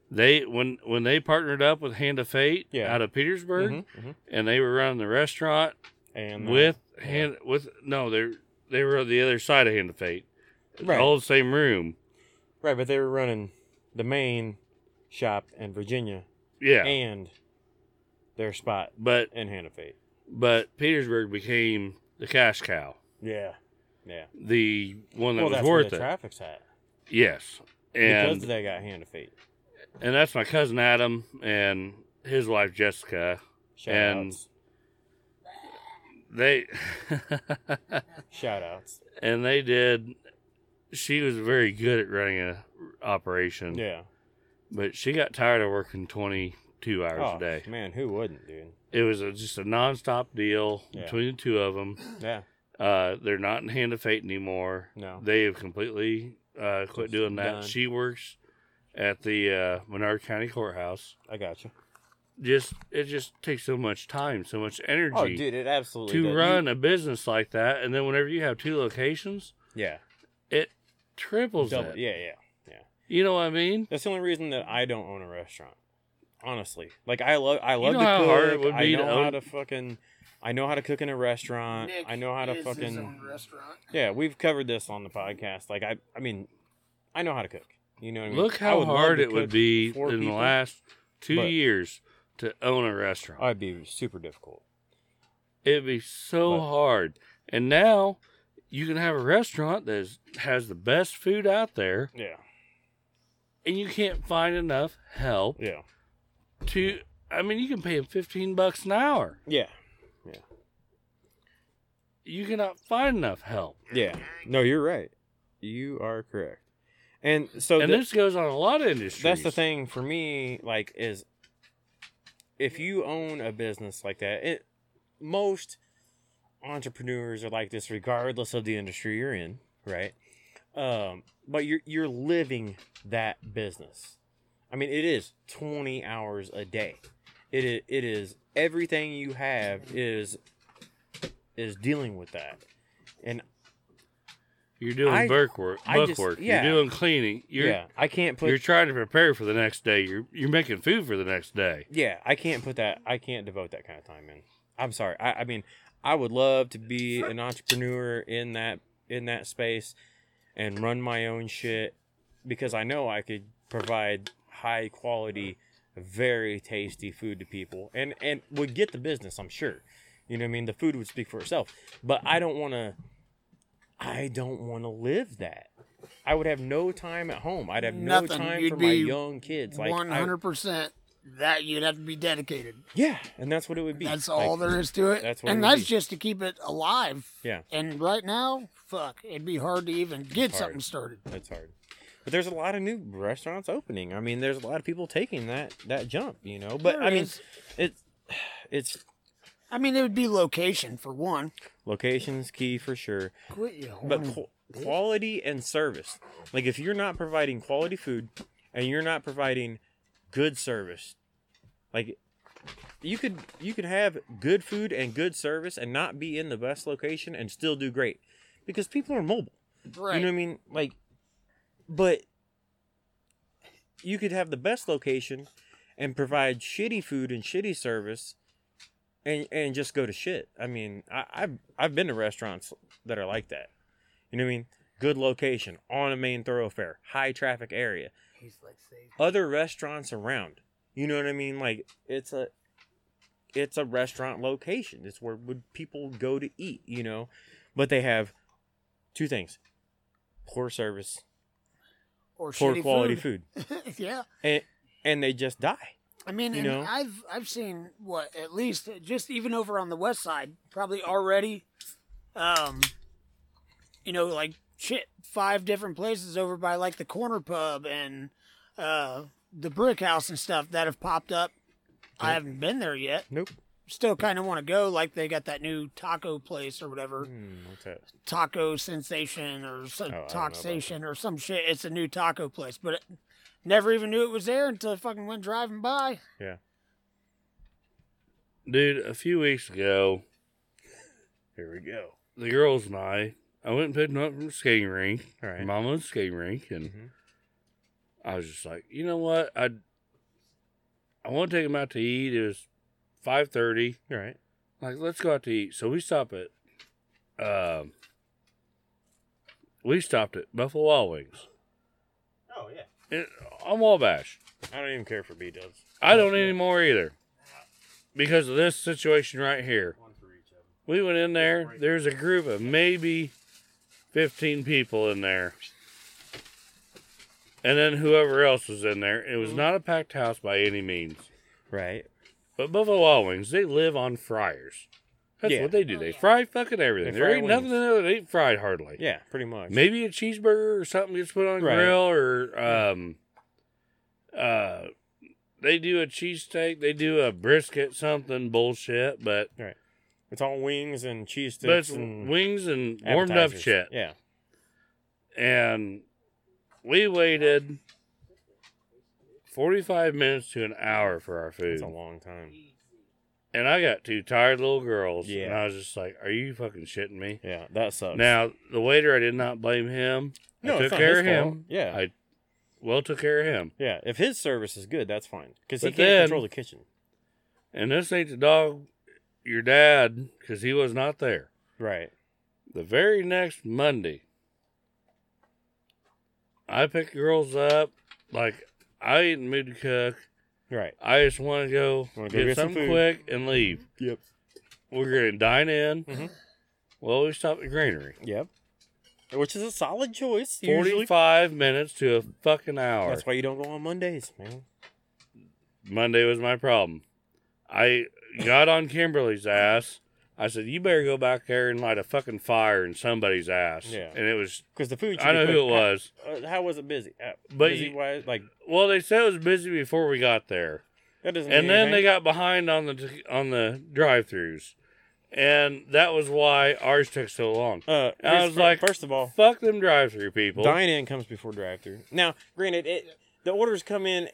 Speaker 3: they when when they partnered up with Hand of Fate
Speaker 2: Yeah.
Speaker 3: out of Petersburg,
Speaker 2: Mhm, mhm.
Speaker 3: and they were running the restaurant
Speaker 2: And uh,
Speaker 3: with hand with no they are they were on the other side of Hand of Fate,
Speaker 2: Right.
Speaker 3: the whole same room.
Speaker 2: right, but they were running the main shop in Virginia
Speaker 3: Yeah.
Speaker 2: and their spot
Speaker 3: but
Speaker 2: in Hand of Fate.
Speaker 3: but Petersburg became the cash cow,
Speaker 2: Yeah, yeah.
Speaker 3: the one that
Speaker 2: well,
Speaker 3: was
Speaker 2: that's where
Speaker 3: worth
Speaker 2: the
Speaker 3: it.
Speaker 2: traffic's at
Speaker 3: yes, and
Speaker 2: because they got Hand of Fate.
Speaker 3: and that's my cousin Adam and his wife Jessica.
Speaker 2: Shout
Speaker 3: And-
Speaker 2: outs.
Speaker 3: They <laughs>
Speaker 2: Shout outs.
Speaker 3: and they did. She was very good at running a operation,
Speaker 2: Yeah.
Speaker 3: but she got tired of working twenty two hours
Speaker 2: Oh,
Speaker 3: a day.
Speaker 2: man, who wouldn't, dude?
Speaker 3: It was a, just a nonstop deal
Speaker 2: Yeah.
Speaker 3: between the two of them.
Speaker 2: Yeah.
Speaker 3: Uh, they're not in Hand of Fate anymore.
Speaker 2: No.
Speaker 3: They have completely uh, quit doing that.
Speaker 2: Done.
Speaker 3: She works at the uh, Menard County Courthouse.
Speaker 2: I got you.
Speaker 3: Just it just takes so much time, so much energy
Speaker 2: Oh, dude, it absolutely
Speaker 3: to
Speaker 2: did. You-
Speaker 3: run a business like that, and then whenever you have two locations,
Speaker 2: yeah,
Speaker 3: it triples
Speaker 2: double.
Speaker 3: it.
Speaker 2: Yeah, yeah, yeah.
Speaker 3: You know what I mean?
Speaker 2: That's the only reason that I don't own a restaurant. Honestly, like I love, I love
Speaker 3: know
Speaker 2: to
Speaker 3: how
Speaker 2: cook.
Speaker 3: hard it would
Speaker 2: I
Speaker 3: be to
Speaker 2: know how
Speaker 3: own-
Speaker 2: to fucking, I know how to cook in a restaurant.
Speaker 4: Nick
Speaker 2: I know how to
Speaker 4: is his own
Speaker 2: fucking.
Speaker 4: restaurant.
Speaker 2: Yeah, we've covered this on the podcast. Like I, I mean, I know how to cook. You know what I mean?
Speaker 3: Look
Speaker 2: I
Speaker 3: how
Speaker 2: would love
Speaker 3: hard
Speaker 2: to
Speaker 3: it would
Speaker 2: cook
Speaker 3: be in
Speaker 2: for
Speaker 3: the
Speaker 2: people.
Speaker 3: last two
Speaker 2: but-
Speaker 3: years to own a restaurant.
Speaker 2: Oh, it'd be super difficult.
Speaker 3: It'd be so
Speaker 2: But-
Speaker 3: hard. And now you can have a restaurant that is, has the best food out there,
Speaker 2: Yeah,
Speaker 3: and you can't find enough help
Speaker 2: yeah,
Speaker 3: to. I mean, you can pay them fifteen bucks an hour.
Speaker 2: yeah, yeah.
Speaker 3: you cannot find enough help.
Speaker 5: Yeah. No, you're right. You are correct. And so
Speaker 3: and
Speaker 5: the-
Speaker 3: this goes on a lot of industries.
Speaker 2: That's the thing for me, like, is if you own a business like that, it most entrepreneurs are like this regardless of the industry you're in, right? Um, but you're you're living that business. I mean, it is 20 hours a day. It is, it is everything you have is is dealing with that. And
Speaker 3: You're doing
Speaker 2: I-
Speaker 3: book work.
Speaker 2: I
Speaker 3: Book
Speaker 2: just-
Speaker 3: work.
Speaker 2: yeah.
Speaker 3: You're doing cleaning. You're
Speaker 2: yeah, I can't put
Speaker 3: you're trying to prepare for the next day. You're you're making food for the next day.
Speaker 2: yeah, I can't put that. I can't devote that kind of time in. I'm sorry. I, I mean, I would love to be an entrepreneur in that in that space and run my own shit because I know I could provide high quality, very tasty food to people and and would get the business. I'm sure. You know what I mean? The food would speak for itself. But I don't want to. I don't want to live that. I would have no time at home. I'd have no
Speaker 4: Nothing.
Speaker 2: time
Speaker 4: You'd
Speaker 2: for my
Speaker 4: be
Speaker 2: young kids. Like I-
Speaker 4: One hundred percent. That you'd have to be dedicated.
Speaker 2: yeah, and that's what it would be.
Speaker 4: That's
Speaker 2: Like,
Speaker 4: all there is to it.
Speaker 2: that's what it
Speaker 4: and
Speaker 2: would
Speaker 4: that's
Speaker 2: be.
Speaker 4: just to keep it alive.
Speaker 2: Yeah.
Speaker 4: And right now, fuck, it'd be hard to even get
Speaker 2: Hard.
Speaker 4: something started.
Speaker 2: That's hard. But there's a lot of new restaurants opening. I mean, there's a lot of people taking that that jump, you know. But
Speaker 4: There
Speaker 2: I mean,
Speaker 4: is.
Speaker 2: it's it's
Speaker 4: I mean, it would be location for one.
Speaker 2: locations key for sure,
Speaker 4: Quit you.
Speaker 2: but
Speaker 4: horny
Speaker 2: qu- quality and service. Like if you're not providing quality food and you're not providing good service, like you could you could have good food and good service and not be in the best location and still do great because people are mobile.
Speaker 4: right.
Speaker 2: You know what I mean? Like, but you could have the best location and provide shitty food and shitty service, and and just go to shit. I mean, I, I've I've been to restaurants that are like that. You know what I mean? Good location on a main thoroughfare, high traffic area,
Speaker 4: He's like, say,
Speaker 2: other restaurants around. You know what I mean? Like it's a it's a restaurant location. It's where would people go to eat, you know? But they have two things. Poor service,
Speaker 4: or
Speaker 2: poor
Speaker 4: shitty
Speaker 2: quality food.
Speaker 4: food. <laughs> yeah.
Speaker 2: And and they just die.
Speaker 4: I mean,
Speaker 2: You
Speaker 4: and
Speaker 2: know?
Speaker 4: I've I've seen what at least just even over on the west side, probably already, um, you know, like shit, five different places over by like the corner pub and uh the brick house and stuff that have popped up. I haven't been there yet.
Speaker 2: Nope.
Speaker 4: Still kind of want to go. Like they got that new taco place or whatever,
Speaker 2: Hmm, what's that?
Speaker 4: Taco Sensation or some,
Speaker 2: Oh, I don't know about
Speaker 4: Toxation or some shit. It's a new taco place, but it, never even knew it was there until I fucking went driving by.
Speaker 3: Dude, a few weeks ago,
Speaker 2: Here we go.
Speaker 3: the girls and I, I went and picked them up from the skating rink.
Speaker 2: All right.
Speaker 3: Mom owned a skating rink, and
Speaker 2: Mhm.
Speaker 3: I was just like, you know what? I I want to take them out to eat. It was five thirty.
Speaker 2: All right.
Speaker 3: Like, let's go out to eat. So we stop at, um, we stopped at Buffalo Wild Wings
Speaker 2: Oh yeah.
Speaker 3: It- on Wabash.
Speaker 2: I don't even care for B dubs.
Speaker 3: I don't anymore either, because of this situation right here. We went in there. There's a group of maybe fifteen people in there, and then whoever else was in there. It
Speaker 2: Mm-hmm.
Speaker 3: was not a packed house by any means.
Speaker 2: Right.
Speaker 3: But Buffalo Wild Wings, they live on fryers. That's
Speaker 2: Yeah.
Speaker 3: what they do. They fry fucking everything.
Speaker 2: They
Speaker 3: there
Speaker 2: fry
Speaker 3: ain't nothing in
Speaker 2: wings.
Speaker 3: there that ain't fried hardly.
Speaker 2: Yeah, pretty much.
Speaker 3: Maybe a cheeseburger or something gets put on a
Speaker 2: Right.
Speaker 3: grill or um uh they do a cheesesteak, they do a brisket, something bullshit, but
Speaker 2: It's all wings and cheese
Speaker 3: but it's
Speaker 2: sticks and
Speaker 3: wings and warmed up
Speaker 2: mm. appetizers.
Speaker 3: shit.
Speaker 2: Yeah.
Speaker 3: And we waited forty five minutes to an hour for our food.
Speaker 2: It's a long time.
Speaker 3: And I got two tired little girls,
Speaker 2: Yeah.
Speaker 3: and I was just like, "Are you fucking shitting me?"
Speaker 2: Yeah, that sucks.
Speaker 3: Now the waiter, I did not blame him.
Speaker 2: No, it's
Speaker 3: I took
Speaker 2: not
Speaker 3: care
Speaker 2: his
Speaker 3: of him.
Speaker 2: fault. Yeah.
Speaker 3: I well took care of him.
Speaker 2: Yeah, if his service is good, that's fine because he
Speaker 3: But
Speaker 2: can't
Speaker 3: then-
Speaker 2: control the kitchen.
Speaker 3: And this ain't the dog, your dad, because he was not there.
Speaker 2: Right.
Speaker 3: The very next Monday, I picked the girls up. Like I ain't in the mood to cook.
Speaker 2: Right.
Speaker 3: I just want to go
Speaker 2: Wanna go
Speaker 3: get,
Speaker 2: get some
Speaker 3: something
Speaker 2: food.
Speaker 3: quick and leave.
Speaker 2: Yep.
Speaker 3: We're gonna dine in.
Speaker 2: Mhm.
Speaker 3: Well, we stopped at Greenery.
Speaker 2: Yep. Which is a solid choice. Usually.
Speaker 3: Forty-five minutes to a fucking hour.
Speaker 2: That's why you don't go on Mondays, man.
Speaker 3: Monday was my problem. I got on Kimberly's ass. I said, "You better go back there and light a fucking fire in somebody's ass."
Speaker 2: Yeah.
Speaker 3: And it was,
Speaker 2: Because the food.
Speaker 3: I know who it was.
Speaker 2: was. How was it busy? Uh,
Speaker 3: But
Speaker 2: busy
Speaker 3: you-
Speaker 2: wise, like
Speaker 3: Well, they said it was busy before we got there.
Speaker 2: that doesn't.
Speaker 3: and
Speaker 2: mean
Speaker 3: then they
Speaker 2: anything.
Speaker 3: got behind on the on the drive-throughs, and that was why ours took so long.
Speaker 2: Uh,
Speaker 3: I
Speaker 2: first-
Speaker 3: was like-
Speaker 2: first of all,
Speaker 3: Fuck them drive-through people.
Speaker 5: Dine in comes before drive through. Now, granted, it, the orders come in,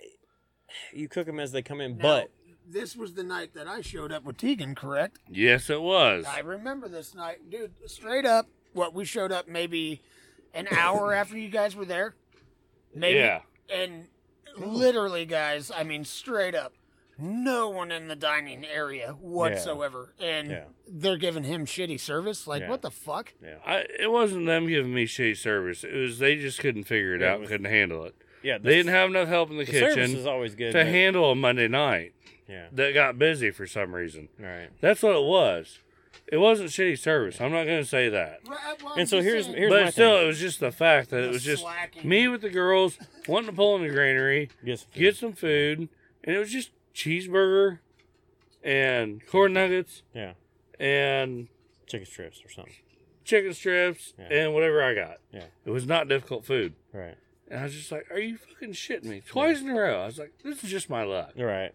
Speaker 5: you cook them as they come in,
Speaker 4: Now,
Speaker 5: but
Speaker 4: this was the night that I showed up with Tegan, correct?
Speaker 3: Yes, it was.
Speaker 4: I remember this night, dude. Straight up, what we showed up maybe an
Speaker 2: <laughs>
Speaker 4: hour after you guys were there. Maybe,
Speaker 3: Yeah.
Speaker 4: And literally, guys, I mean, straight up, no one in the dining area whatsoever, and
Speaker 2: Yeah.
Speaker 4: they're giving him shitty service. Like,
Speaker 2: Yeah.
Speaker 4: what the fuck?
Speaker 3: I, it wasn't them giving me shitty service. It was they just couldn't figure it
Speaker 2: Yeah, it
Speaker 3: out,
Speaker 2: was-
Speaker 3: couldn't handle it.
Speaker 2: yeah,
Speaker 3: They didn't have enough help in the,
Speaker 2: the service is
Speaker 3: kitchen
Speaker 2: always good.
Speaker 3: to
Speaker 2: but-
Speaker 3: handle a Monday night
Speaker 2: yeah,
Speaker 3: that got busy for some reason.
Speaker 2: all right.
Speaker 3: That's what it was. It wasn't shitty service. I'm not going to say that.
Speaker 4: uh,
Speaker 2: And so here's here's my
Speaker 3: but still,
Speaker 2: thing.
Speaker 3: it was just the fact that it
Speaker 4: The
Speaker 3: was just
Speaker 4: slacking.
Speaker 3: me with the girls wanting to pull in the granary,
Speaker 2: Yes,
Speaker 3: get some food, and it was just cheeseburger and corn nuggets
Speaker 2: yeah,
Speaker 3: and
Speaker 2: chicken strips or something.
Speaker 3: chicken strips
Speaker 2: Yeah.
Speaker 3: and whatever I got.
Speaker 2: Yeah.
Speaker 3: It was not difficult food.
Speaker 2: Right,
Speaker 3: And I was just like, "Are you fucking shitting me?" Twice in a row, I was like, "This is just my luck."
Speaker 2: all right.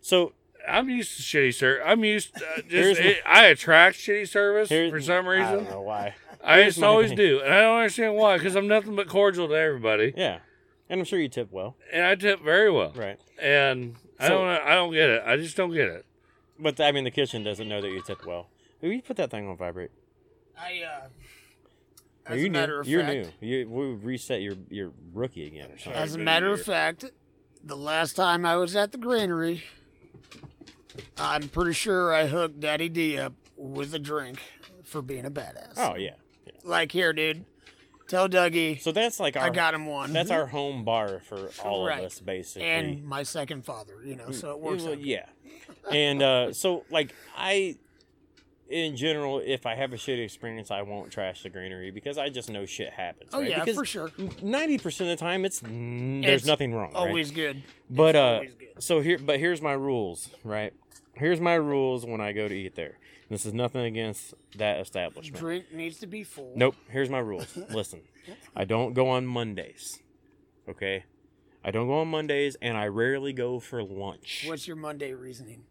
Speaker 2: So
Speaker 3: I'm used to shitty service. I'm used. <laughs> Uh,
Speaker 2: Here's
Speaker 3: just
Speaker 2: my-
Speaker 3: it, I attract shitty service
Speaker 2: here's
Speaker 3: for some
Speaker 2: I
Speaker 3: reason.
Speaker 2: don't know why.
Speaker 3: I,
Speaker 2: here's
Speaker 3: just
Speaker 2: my
Speaker 3: always
Speaker 2: thing.
Speaker 3: do, and I don't understand why. Because I'm nothing but cordial to everybody,
Speaker 2: Yeah, and I'm sure you tip well.
Speaker 3: and I tip very well.
Speaker 2: Right,
Speaker 3: And I
Speaker 2: So-
Speaker 3: don't. I don't get it. I just don't get it.
Speaker 2: but I mean the kitchen doesn't know that you tip well. Maybe you put that thing on vibrate.
Speaker 4: I, uh,
Speaker 2: Or
Speaker 4: as
Speaker 2: you
Speaker 4: a
Speaker 2: knew-
Speaker 4: matter of
Speaker 2: you're
Speaker 4: fact,
Speaker 2: new. You we would reset your your rookie again or something.
Speaker 4: As a matter of fact, the last time I was at the granary, I'm pretty sure I hooked Daddy D up with a drink for being a badass.
Speaker 2: Oh yeah. yeah.
Speaker 4: Like, here, dude, tell Dougie
Speaker 2: So that's like our
Speaker 4: I got him one.
Speaker 2: that's our home bar for all
Speaker 4: Right.
Speaker 2: of us basically.
Speaker 4: and my second father, you know, so it works
Speaker 2: Mm. Well,
Speaker 4: out.
Speaker 2: yeah. And uh, so like I in general, if I have a shitty experience, I won't trash the greenery because I just know shit happens.
Speaker 4: Oh,
Speaker 2: right?
Speaker 4: yeah,
Speaker 2: because
Speaker 4: for sure.
Speaker 2: Ninety percent of the time, it's n- there's
Speaker 4: It's
Speaker 2: nothing wrong. right?
Speaker 4: Always good.
Speaker 2: But uh,
Speaker 4: always good.
Speaker 2: so here, but here's my rules, right? Here's my rules when I go to eat there. This is nothing against that establishment.
Speaker 4: Drink needs to be full.
Speaker 2: Nope. Here's my rules. Listen, I don't go on Mondays. Okay, I don't go on Mondays, and I rarely go for lunch.
Speaker 4: What's your Monday reasoning?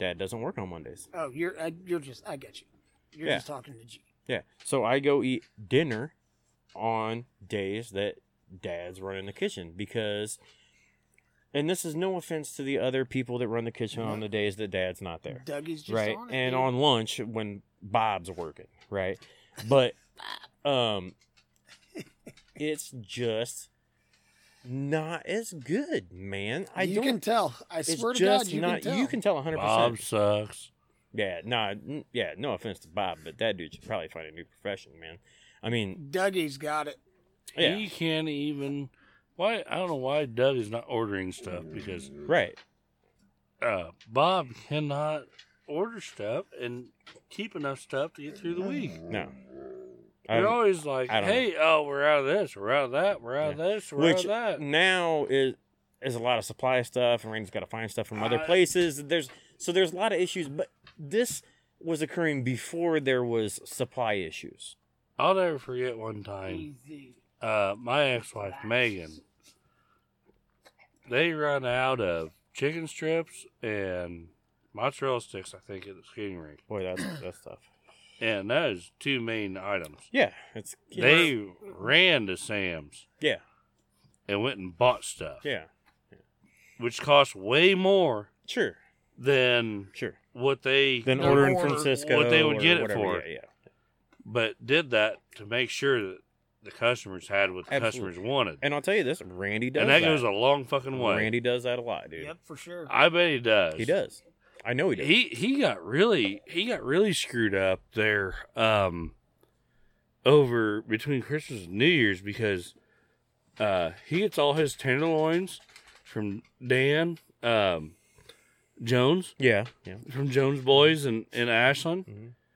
Speaker 2: Dad doesn't work on Mondays.
Speaker 4: Oh, you're uh, you're just I get you. You're
Speaker 2: Yeah.
Speaker 4: just talking to G.
Speaker 2: Yeah. So I go eat dinner on days that dad's running the kitchen because and this is no offense to the other people that run the kitchen on the days that dad's not there.
Speaker 4: Dougie's just
Speaker 2: right.
Speaker 4: on it,
Speaker 2: and
Speaker 4: dude.
Speaker 2: on lunch when Bob's working, right? But
Speaker 4: <laughs>
Speaker 2: um it's just not as good, man. I
Speaker 4: you
Speaker 2: don't
Speaker 4: can tell. I
Speaker 2: it's
Speaker 4: swear to
Speaker 2: just
Speaker 4: God, you
Speaker 2: not
Speaker 4: can tell.
Speaker 2: you can tell 100%.
Speaker 3: Bob sucks.
Speaker 2: Yeah, nah, n- yeah, no offense to Bob, but that dude should probably find a new profession, man. I mean,
Speaker 4: Dougie's got it.
Speaker 2: yeah,
Speaker 3: He can't even. Why I don't know why Doug is not ordering stuff because
Speaker 2: right.
Speaker 3: uh, Bob cannot order stuff and keep enough stuff to get through the week.
Speaker 2: No.
Speaker 3: You're
Speaker 2: Um,
Speaker 3: always like,
Speaker 2: I don't
Speaker 3: hey, oh, we're out of this, we're out of that, we're out of this, we're
Speaker 2: which
Speaker 3: out of that.
Speaker 2: now is is a lot of supply stuff, and Randy's got to find stuff from other
Speaker 3: I-
Speaker 2: places. There's so there's a lot of issues, but this was occurring before there was supply issues.
Speaker 3: I'll never forget one time,
Speaker 2: Mm.
Speaker 3: uh, my ex-wife Megan. They run out of chicken strips and mozzarella sticks, I think, at the skating rink,
Speaker 2: Boy, <clears throat> that's that's tough.
Speaker 3: and that is two main items.
Speaker 2: Yeah, it's
Speaker 3: They ran to Sam's
Speaker 2: yeah
Speaker 3: and went and bought stuff,
Speaker 2: yeah
Speaker 3: which cost way more
Speaker 2: sure
Speaker 3: than
Speaker 2: sure.
Speaker 3: what they
Speaker 2: Then
Speaker 4: Their
Speaker 2: ordering
Speaker 4: order-
Speaker 2: from Cisco,
Speaker 3: what they would
Speaker 2: or
Speaker 3: get it
Speaker 2: whatever,
Speaker 3: for.
Speaker 2: Yeah, yeah.
Speaker 3: but did that to make sure that the customers had what the
Speaker 2: Absolutely.
Speaker 3: customers wanted.
Speaker 2: And I'll tell you this, Randy does
Speaker 3: And that goes a long fucking way.
Speaker 2: Randy does that a lot, dude.
Speaker 4: Yep, for sure.
Speaker 3: I bet he does.
Speaker 2: He does. I know he does.
Speaker 3: He he got really he got really screwed up there um over between Christmas and New Year's because uh he gets all his tenderloins from Dan um Jones
Speaker 2: yeah, yeah.
Speaker 3: from Jones Boys and in Ashland.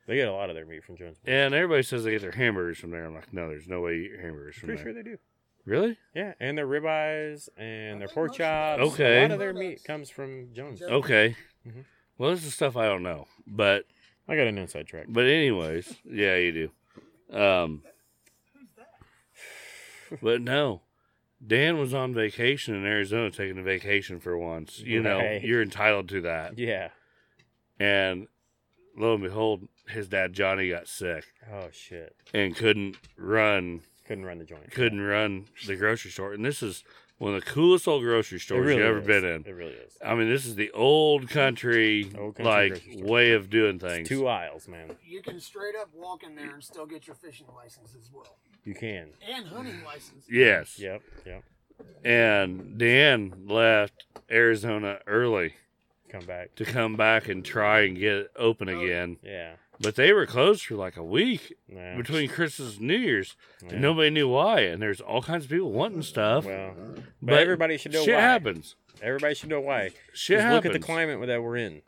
Speaker 2: They get a lot of their meat from Jones.
Speaker 3: And everybody says they get their hamburgers from there. I'm like, no, there's no way you eat your hamburgers from
Speaker 2: Pretty
Speaker 3: there.
Speaker 2: sure they do.
Speaker 3: Really?
Speaker 2: Yeah, and their ribeyes and their pork
Speaker 4: most of
Speaker 2: chops.
Speaker 3: Okay.
Speaker 2: A lot of their meat comes from Jones.
Speaker 4: Jones.
Speaker 3: Okay.
Speaker 2: Mhm.
Speaker 3: Well, this is stuff I don't know, but
Speaker 2: I got an inside track.
Speaker 3: But anyways, yeah, you do. Um, but no, Dan was on vacation in Arizona, taking a vacation for once. You
Speaker 2: Right.
Speaker 3: know, you're entitled to that.
Speaker 2: Yeah.
Speaker 3: And lo and behold, his dad Johnny got sick
Speaker 2: Oh shit.
Speaker 3: and couldn't run,
Speaker 2: Couldn't run the joint.
Speaker 3: couldn't run the grocery store. And this is one of the coolest old grocery
Speaker 2: It
Speaker 3: stores
Speaker 2: really
Speaker 3: you've ever
Speaker 2: is.
Speaker 3: been in.
Speaker 2: It really is.
Speaker 3: I mean, this is the old country,
Speaker 2: Old country
Speaker 3: like
Speaker 2: grocery store.
Speaker 3: way of doing things.
Speaker 2: Two aisles, man.
Speaker 4: You can straight up walk in there and still get your fishing license as well,
Speaker 2: You can.
Speaker 4: and hunting license.
Speaker 3: yes.
Speaker 2: Yep. Yep.
Speaker 3: And Dan left Arizona early
Speaker 2: Come back.
Speaker 3: to come back and try and get it open
Speaker 2: Oh.
Speaker 3: again.
Speaker 2: Yeah.
Speaker 3: But they were closed for like a week
Speaker 2: Nah.
Speaker 3: between Christmas and New Year's.
Speaker 2: Yeah.
Speaker 3: And nobody knew why. And there's all kinds of people wanting stuff.
Speaker 2: Well,
Speaker 3: but,
Speaker 2: everybody should know
Speaker 3: shit
Speaker 2: why.
Speaker 3: happens.
Speaker 2: everybody should know why.
Speaker 3: Shit
Speaker 2: Just
Speaker 3: happens.
Speaker 2: look at the climate that we're in.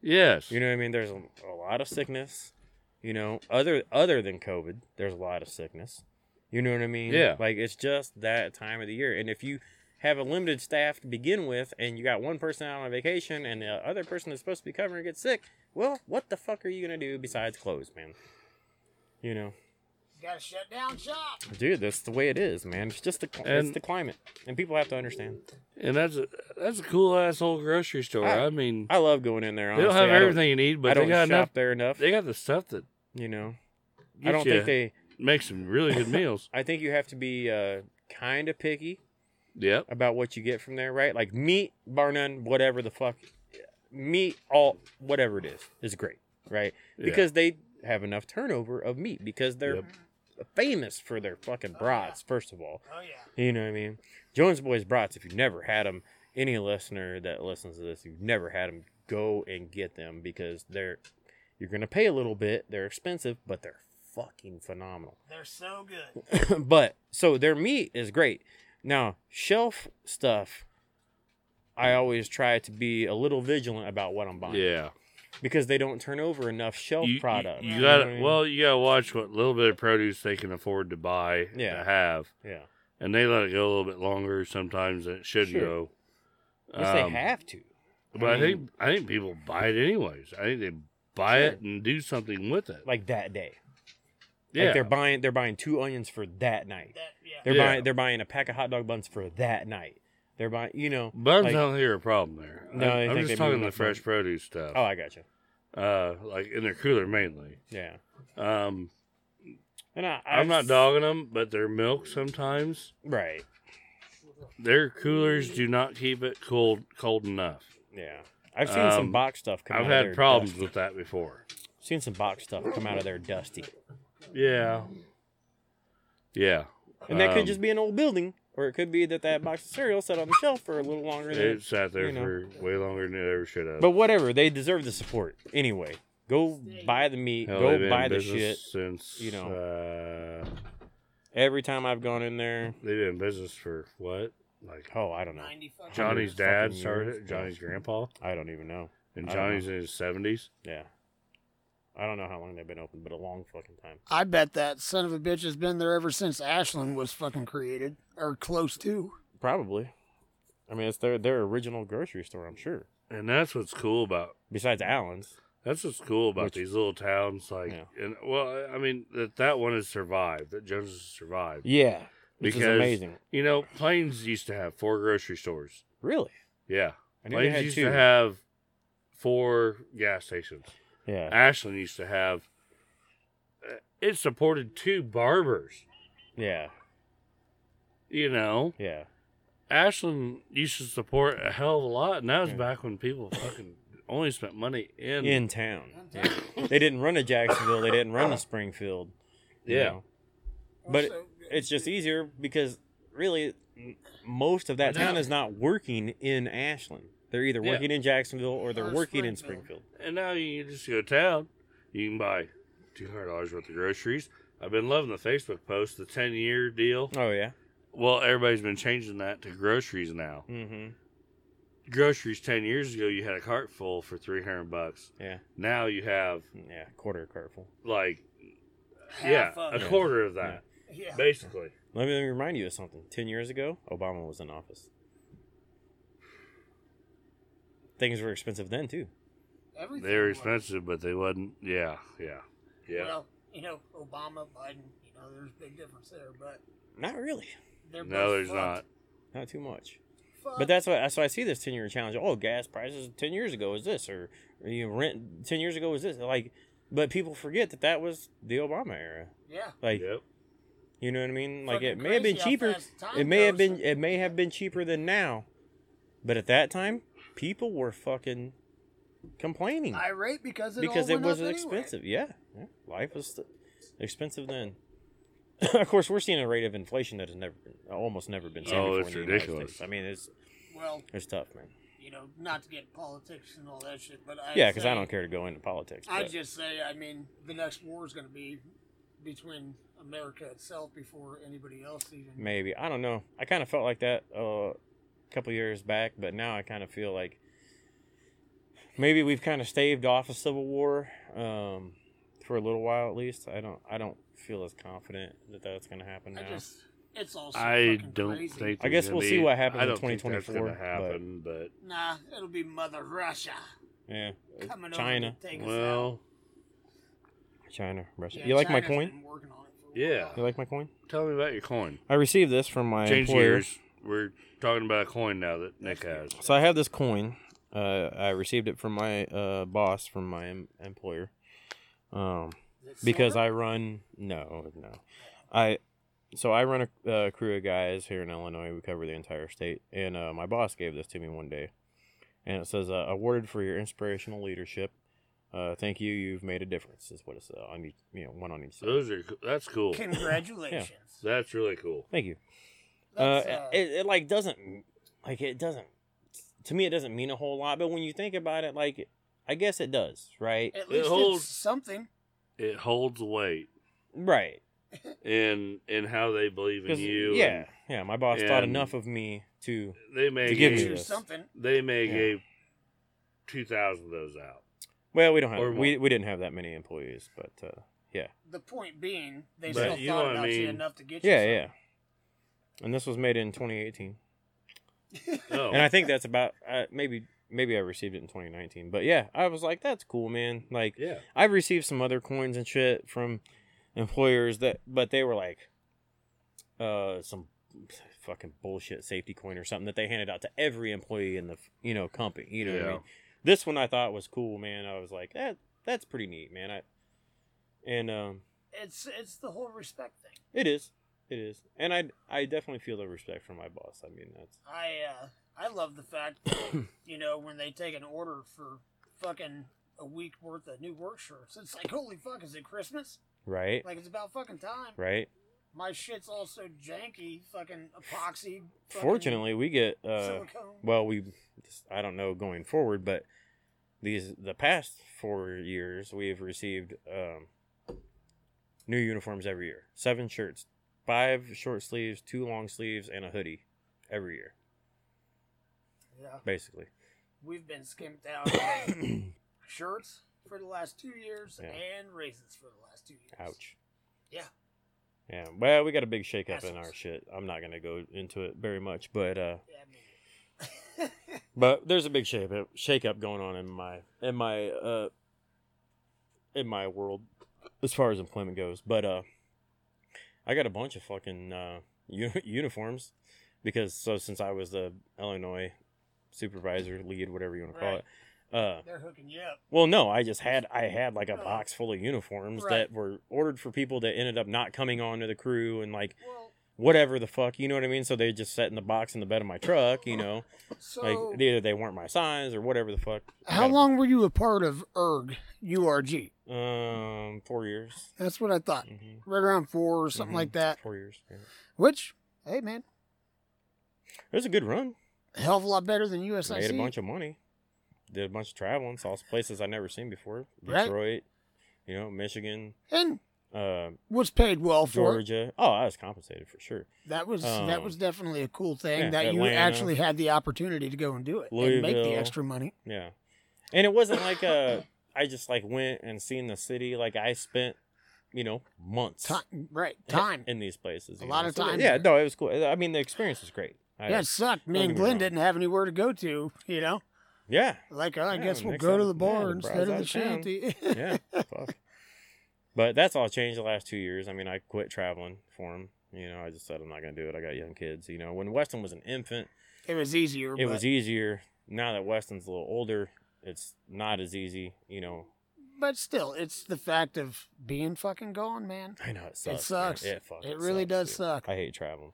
Speaker 3: Yes.
Speaker 2: You know what I mean? There's a, a lot of sickness. You know, other other than COVID, there's a lot of sickness. You know what I mean?
Speaker 3: Yeah.
Speaker 2: Like it's just that time of the year, and if you have a limited staff to begin with, and you got one person out on vacation, and the other person that's supposed to be covering gets sick, well, what the fuck are you gonna do besides close, man? You know,
Speaker 4: Gotta shut down shop.
Speaker 2: dude, that's the way it is, man. It's just the cl- it's
Speaker 3: And-
Speaker 2: the climate, and people have to understand.
Speaker 3: and that's a, that's a cool ass old grocery store.
Speaker 2: I-
Speaker 3: I, mean,
Speaker 2: I love going in there.
Speaker 3: they
Speaker 2: Honestly.
Speaker 3: don't have
Speaker 2: I
Speaker 3: everything you need,
Speaker 2: I
Speaker 3: but
Speaker 2: don't
Speaker 3: they got
Speaker 2: shop
Speaker 3: enough.
Speaker 2: there enough.
Speaker 3: They got the stuff that
Speaker 2: you know, I
Speaker 3: Get
Speaker 2: don't
Speaker 3: ya.
Speaker 2: think they.
Speaker 3: makes some really good meals.
Speaker 2: I think you have to be uh, kind of picky
Speaker 3: Yep.
Speaker 2: about what you get from there, right? Like meat, bar none, whatever the fuck, meat, all whatever it is, is great, right?
Speaker 3: Yeah.
Speaker 2: Because they have enough turnover of meat because they're famous for their fucking brats. First of all,
Speaker 4: Oh yeah.
Speaker 2: you know what I mean? Jones Boys brats. If you've never had them, any listener that listens to this, you've never had them, go and get them because they're you're gonna pay a little bit. They're expensive, but they're fucking phenomenal.
Speaker 4: They're so
Speaker 2: <laughs>
Speaker 4: good.
Speaker 2: but so their meat is great. Now, shelf stuff, I always try to be a little vigilant about what I'm buying
Speaker 3: Yeah.
Speaker 2: because they don't turn over enough shelf
Speaker 3: you,
Speaker 2: product.
Speaker 3: You,
Speaker 2: know
Speaker 3: got
Speaker 2: what I
Speaker 3: to
Speaker 2: mean?
Speaker 3: well, you got to watch what little bit of produce they can afford to buy
Speaker 2: Yeah.
Speaker 3: to have,
Speaker 2: yeah,
Speaker 3: and they let it go a little bit longer sometimes than it should
Speaker 2: Sure.
Speaker 3: go.
Speaker 2: I guess
Speaker 3: Um,
Speaker 2: they have to.
Speaker 3: but I, think I think people buy it anyways. I think they buy it and do something with it.
Speaker 2: like that day.
Speaker 3: yeah,
Speaker 2: Like they're buying they're buying two onions for that night.
Speaker 4: That yeah.
Speaker 2: They're
Speaker 3: Yeah.
Speaker 2: buying they're buying a pack of hot dog buns for that night. They're buying you know
Speaker 3: buns
Speaker 2: like-
Speaker 3: I don't hear a problem there.
Speaker 2: No, I
Speaker 3: I,
Speaker 2: think
Speaker 3: am
Speaker 2: they
Speaker 3: just
Speaker 2: move
Speaker 3: talking the
Speaker 2: enough
Speaker 3: fresh
Speaker 2: money.
Speaker 3: produce stuff.
Speaker 2: Oh, I gotcha.
Speaker 3: Uh, like in their cooler mainly.
Speaker 2: Yeah,
Speaker 3: Um,
Speaker 2: and I, I
Speaker 3: I'm not dogging them, but their milk sometimes
Speaker 2: Right.
Speaker 3: their coolers do not keep it cold cold enough.
Speaker 2: Yeah, I've seen some
Speaker 3: Um,
Speaker 2: box stuff come.
Speaker 3: I've
Speaker 2: out of
Speaker 3: had
Speaker 2: their
Speaker 3: problems
Speaker 2: dusty.
Speaker 3: with that before.
Speaker 2: Seen some box stuff come out of there dusty.
Speaker 3: Yeah. Yeah.
Speaker 2: And that could
Speaker 3: Um,
Speaker 2: just be an old building, or it could be that that box of cereal sat on the shelf for a little longer than.
Speaker 3: It sat there
Speaker 2: you know.
Speaker 3: for way longer than it ever should have.
Speaker 2: But whatever, they deserve the support anyway. Go buy the meat.
Speaker 3: Hell, they've
Speaker 2: go
Speaker 3: been
Speaker 2: buy
Speaker 3: in
Speaker 2: the shit.
Speaker 3: business Since
Speaker 2: you
Speaker 3: you
Speaker 2: know.
Speaker 3: know, uh,
Speaker 2: Every time I've gone in there,
Speaker 3: they've been in business for what? Like
Speaker 2: oh, I don't know.
Speaker 4: Ninety fucking.
Speaker 3: Johnny's
Speaker 2: fucking
Speaker 3: dad
Speaker 2: years,
Speaker 3: started it.
Speaker 2: yeah.
Speaker 3: Johnny's grandpa,
Speaker 2: I don't even know. I don't
Speaker 3: and
Speaker 2: know.
Speaker 3: Johnny's in his seventies.
Speaker 2: Yeah, I don't know how long they've been open, but a long fucking time.
Speaker 4: I bet that son of a bitch has been there ever since Ashland was fucking created, or close to.
Speaker 2: Probably. I mean, it's their their original grocery store, I'm sure.
Speaker 3: And that's what's cool about
Speaker 2: Besides Allen's,
Speaker 3: that's what's cool about
Speaker 2: Which-
Speaker 3: these little towns. Like,
Speaker 2: Yeah.
Speaker 3: and well, I mean that that one has survived. That Jones has survived.
Speaker 2: yeah, which is
Speaker 3: Because-
Speaker 2: amazing.
Speaker 3: You know, Plains used to have four grocery stores.
Speaker 2: Really,
Speaker 3: Yeah,
Speaker 2: I knew they
Speaker 3: Plains
Speaker 2: had
Speaker 3: used
Speaker 2: two.
Speaker 3: to have four gas stations.
Speaker 2: yeah,
Speaker 3: Ashland used to have. uh, It supported two barbers.
Speaker 2: yeah,
Speaker 3: You know,
Speaker 2: yeah.
Speaker 3: Ashland used to support a hell of a lot, and that was
Speaker 2: Yeah.
Speaker 3: back when people fucking only spent money in.
Speaker 2: In town, Yeah. they didn't run to Jacksonville. They didn't run to Springfield. you
Speaker 3: Yeah.
Speaker 2: know. But
Speaker 4: Also,
Speaker 2: it's just easier because really m- most of that town is not working in Ashland. They're either
Speaker 3: Yeah.
Speaker 2: working in Jacksonville or they're
Speaker 4: Or
Speaker 2: working in Springfield.
Speaker 4: Oh, Springfield.
Speaker 3: And now you can just go to town. You can buy two hundred dollars worth of groceries. I've been loving the Facebook post, the ten year deal.
Speaker 2: Oh yeah.
Speaker 3: Well, everybody's been changing that to groceries now.
Speaker 2: Mm-hmm.
Speaker 3: Groceries ten years ago, you had a cart full for three hundred bucks.
Speaker 2: Yeah.
Speaker 3: Now you have
Speaker 2: Yeah. Quarter cartful.
Speaker 3: like,
Speaker 4: half
Speaker 3: yeah,
Speaker 4: of
Speaker 3: a
Speaker 4: it.
Speaker 3: quarter of that,
Speaker 4: Yeah.
Speaker 3: basically.
Speaker 2: Let me, let me remind you of something. Ten years ago, Obama was in office. Things were expensive then too.
Speaker 4: Everything.
Speaker 3: They were
Speaker 4: was.
Speaker 3: expensive, but they wasn't. Yeah, yeah, yeah.
Speaker 4: Well, you know, Obama, Biden, you know, there's a big difference there, but
Speaker 2: Not really.
Speaker 4: they're
Speaker 3: no,
Speaker 4: both
Speaker 3: there's not.
Speaker 4: fucked.
Speaker 2: Not too much.
Speaker 4: Fuck.
Speaker 2: But that's why that's why I see this ten year challenge. Oh, gas prices ten years ago was this, or, or you rent ten years ago was this. Like, but people forget that that was the Obama era.
Speaker 4: yeah.
Speaker 2: Like,
Speaker 3: Yep.
Speaker 2: you know what I mean? Like, it
Speaker 4: Fucking
Speaker 2: may have been
Speaker 4: crazy how
Speaker 2: cheaper.
Speaker 4: fast time
Speaker 2: It may have
Speaker 4: goes.
Speaker 2: been. It may have been cheaper than now, but at that time, people were fucking complaining
Speaker 4: Irate because it
Speaker 2: Hmm. because
Speaker 4: all
Speaker 2: it
Speaker 4: went
Speaker 2: was
Speaker 4: up
Speaker 2: expensive. Yeah, yeah, life was th- expensive then. <coughs> of course, we're seeing a rate of inflation that has never, almost never been seen
Speaker 3: Oh,
Speaker 2: before
Speaker 3: it's
Speaker 2: in the United
Speaker 3: ridiculous.
Speaker 2: States. I mean, it's
Speaker 4: Anyway. Well,
Speaker 2: it's tough, man.
Speaker 4: you know, not to get politics and all that shit, but I
Speaker 2: Yeah, because I
Speaker 4: say-
Speaker 2: don't care to go into politics.
Speaker 4: I
Speaker 2: but-
Speaker 4: just say, I mean, the next war is going to be between America itself before anybody else even.
Speaker 2: maybe I don't know. I kind of felt like that uh, a couple years back, but now I kind of feel like maybe we've kind of staved off a civil war um, for a little while at least. I don't I don't feel as confident that that's going to happen now.
Speaker 4: I just, it's all. so
Speaker 3: I
Speaker 4: fucking
Speaker 3: don't
Speaker 4: crazy.
Speaker 3: think.
Speaker 2: I guess
Speaker 3: there's
Speaker 2: we'll
Speaker 3: gonna
Speaker 2: see
Speaker 3: be-
Speaker 2: what happens
Speaker 3: I
Speaker 2: in
Speaker 3: don't think that's
Speaker 2: 2024,
Speaker 3: gonna happen, but,
Speaker 4: Nah, it'll be Mother Russia
Speaker 2: yeah,
Speaker 4: coming
Speaker 2: China,
Speaker 4: over to take us out.
Speaker 3: well,
Speaker 2: China, Russia.
Speaker 4: Yeah,
Speaker 2: you like my
Speaker 4: China's
Speaker 2: coin?
Speaker 4: been working on it for a while.
Speaker 3: Yeah.
Speaker 2: You like my coin?
Speaker 3: tell me about your coin.
Speaker 2: I received this from my
Speaker 3: Change
Speaker 2: employer.
Speaker 3: gears. We're talking about a coin now that Nick has.
Speaker 2: So I have this coin. Uh, I received it from my uh, boss, from my em- employer, um,
Speaker 4: Is it
Speaker 2: because
Speaker 3: <laughs>
Speaker 4: silver?
Speaker 2: I run. No, no, I. So I run a uh, crew of guys here in Illinois. We cover the entire state, and uh, my boss gave this to me one day, and it says, uh, "Awarded for your inspirational leadership. Uh, thank you. You've made a difference." Is what it's uh, on each, you know, one on each side.
Speaker 3: Those are co- that's cool.
Speaker 4: Congratulations.
Speaker 3: That's really cool.
Speaker 2: Thank you. Uh,
Speaker 4: That's, uh,
Speaker 2: it, it like doesn't like it doesn't to me it doesn't mean a whole lot but when you think about it like i guess it does right
Speaker 4: at least
Speaker 3: holds-
Speaker 4: it's something.
Speaker 3: It holds weight
Speaker 2: right
Speaker 3: in in how they believe in
Speaker 2: 'Cause,
Speaker 3: you.
Speaker 2: yeah yeah my boss thought
Speaker 3: and-
Speaker 2: enough of me to
Speaker 3: and They may
Speaker 2: To give
Speaker 3: gave-
Speaker 2: me
Speaker 4: It's
Speaker 2: this.
Speaker 4: something.
Speaker 3: they may
Speaker 2: Yeah.
Speaker 3: gave two thousand of those
Speaker 2: <laughs>
Speaker 3: out.
Speaker 2: well we don't
Speaker 3: Or
Speaker 2: have we, we didn't have that many employees but uh
Speaker 4: The point being, they
Speaker 3: But
Speaker 4: still
Speaker 3: you know
Speaker 4: thought
Speaker 3: what I
Speaker 4: about you
Speaker 3: mean.
Speaker 4: enough to get you.
Speaker 2: yeah yeah and this was made in 2018
Speaker 3: Oh,
Speaker 2: and i think that's about uh, maybe maybe i received it in 2019 but yeah i was like that's cool man like
Speaker 3: yeah,
Speaker 2: I've received some other coins and shit from employers that, but they were like, uh, some fucking bullshit safety coin or something that they handed out to every employee in the you know company. You know what I
Speaker 3: Yeah.
Speaker 2: mean? This one I thought was cool, man. I was like, that that's pretty neat, man. I and um,
Speaker 4: It's it's the whole respect thing.
Speaker 2: it is, it is, and I I definitely feel the respect from my boss. I mean,
Speaker 4: <coughs>
Speaker 2: that's
Speaker 4: I uh, I love the fact that, you know when they take an order for fucking a week worth of new work shirts. It's like holy fuck, is it Christmas?
Speaker 2: right,
Speaker 4: Like it's about fucking time.
Speaker 2: right.
Speaker 4: My shit's also janky, fucking epoxy. Fucking
Speaker 2: Fortunately, we get uh,
Speaker 4: silicone.
Speaker 2: well we just, i don't know going forward but these the past four years we've received um, new uniforms every year seven shirts five short sleeves two long sleeves and a hoodie every year
Speaker 4: yeah,
Speaker 2: basically
Speaker 4: we've been skimped out
Speaker 2: <coughs>
Speaker 4: on shirts for the last two years
Speaker 2: Yeah.
Speaker 4: and raisins for the last two years.
Speaker 2: ouch
Speaker 4: Yeah.
Speaker 2: yeah well we got a big shakeup in
Speaker 4: Assholes.
Speaker 2: our shit i'm not gonna go into it very much but uh
Speaker 4: Yeah, I mean, <laughs>
Speaker 2: But there's a big shape shake up going on in my in my uh in my world as far as employment goes. But uh I got a bunch of fucking uh <laughs> uni- uniforms because so since I was the Illinois supervisor lead whatever you want to
Speaker 4: Right.
Speaker 2: call it. Uh
Speaker 4: they're hooking you up.
Speaker 2: well no, I just had I had like a box full of uniforms
Speaker 4: Oh. Right.
Speaker 2: that were ordered for people that ended up not coming on to the crew and like
Speaker 4: Well,
Speaker 2: whatever the fuck, you know what I mean? So they just sat in the box in the bed of my truck, you know.
Speaker 4: so
Speaker 2: Like either they weren't my size or whatever the fuck.
Speaker 4: How long were you a part of E ERG, URG?
Speaker 2: Um, four years.
Speaker 4: That's what I thought.
Speaker 2: Mhm.
Speaker 4: Right around four or something
Speaker 2: Mhm.
Speaker 4: like that.
Speaker 2: Four years. Yeah. It
Speaker 4: Which, hey man,
Speaker 2: was a good run.
Speaker 4: a hell of a lot better than
Speaker 2: I made a
Speaker 4: USIC.
Speaker 2: bunch of money. Did a bunch of traveling. Saw some places I never seen before.
Speaker 4: Right.
Speaker 2: Detroit, you know, Michigan,
Speaker 4: and
Speaker 2: uh,
Speaker 4: was paid well for it.
Speaker 2: Georgia. Oh, I was compensated for sure.
Speaker 4: That was
Speaker 2: Um,
Speaker 4: that was definitely a cool thing
Speaker 2: yeah,
Speaker 4: that you
Speaker 2: Atlanta.
Speaker 4: actually had the opportunity to go and do it and make the
Speaker 2: Louisville.
Speaker 4: extra money.
Speaker 2: Yeah, and it wasn't like
Speaker 4: <laughs>
Speaker 2: uh, I just like went and seen the city. Like I spent, you know, months
Speaker 4: Time, right? Time.
Speaker 2: in these places.
Speaker 4: A
Speaker 2: you
Speaker 4: lot
Speaker 2: know.
Speaker 4: of
Speaker 2: So,
Speaker 4: time
Speaker 2: Yeah,
Speaker 4: there.
Speaker 2: no, it was cool. I mean, the experience was great. I-
Speaker 4: yeah, it sucked. Me
Speaker 2: Don't
Speaker 4: and
Speaker 2: get me
Speaker 4: Glenn
Speaker 2: wrong.
Speaker 4: didn't have anywhere to go to. You know,
Speaker 2: Yeah.
Speaker 4: Like, I
Speaker 2: Yeah,
Speaker 4: guess we'll
Speaker 2: next
Speaker 4: go to
Speaker 2: time-
Speaker 4: the
Speaker 2: yeah,
Speaker 4: bar
Speaker 2: the
Speaker 4: instead of the
Speaker 2: bar's out of town.
Speaker 4: shanty.
Speaker 2: Yeah. fuck. But that's all changed the last two years. I mean, I quit traveling for him. You know, I just said I'm not gonna do it. I got young kids. You know, when Weston was an infant,
Speaker 4: <laughs> it was easier.
Speaker 2: it
Speaker 4: but
Speaker 2: was easier. Now that Weston's a little older, it's not as easy. You know, <laughs>
Speaker 4: But still, it's the fact of being fucking gone, man.
Speaker 2: I know it sucks.
Speaker 4: It
Speaker 2: man.
Speaker 4: sucks.
Speaker 2: It,
Speaker 4: It,
Speaker 2: fucking
Speaker 4: really
Speaker 2: sucks,
Speaker 4: does
Speaker 2: dude.
Speaker 4: suck.
Speaker 2: I hate traveling.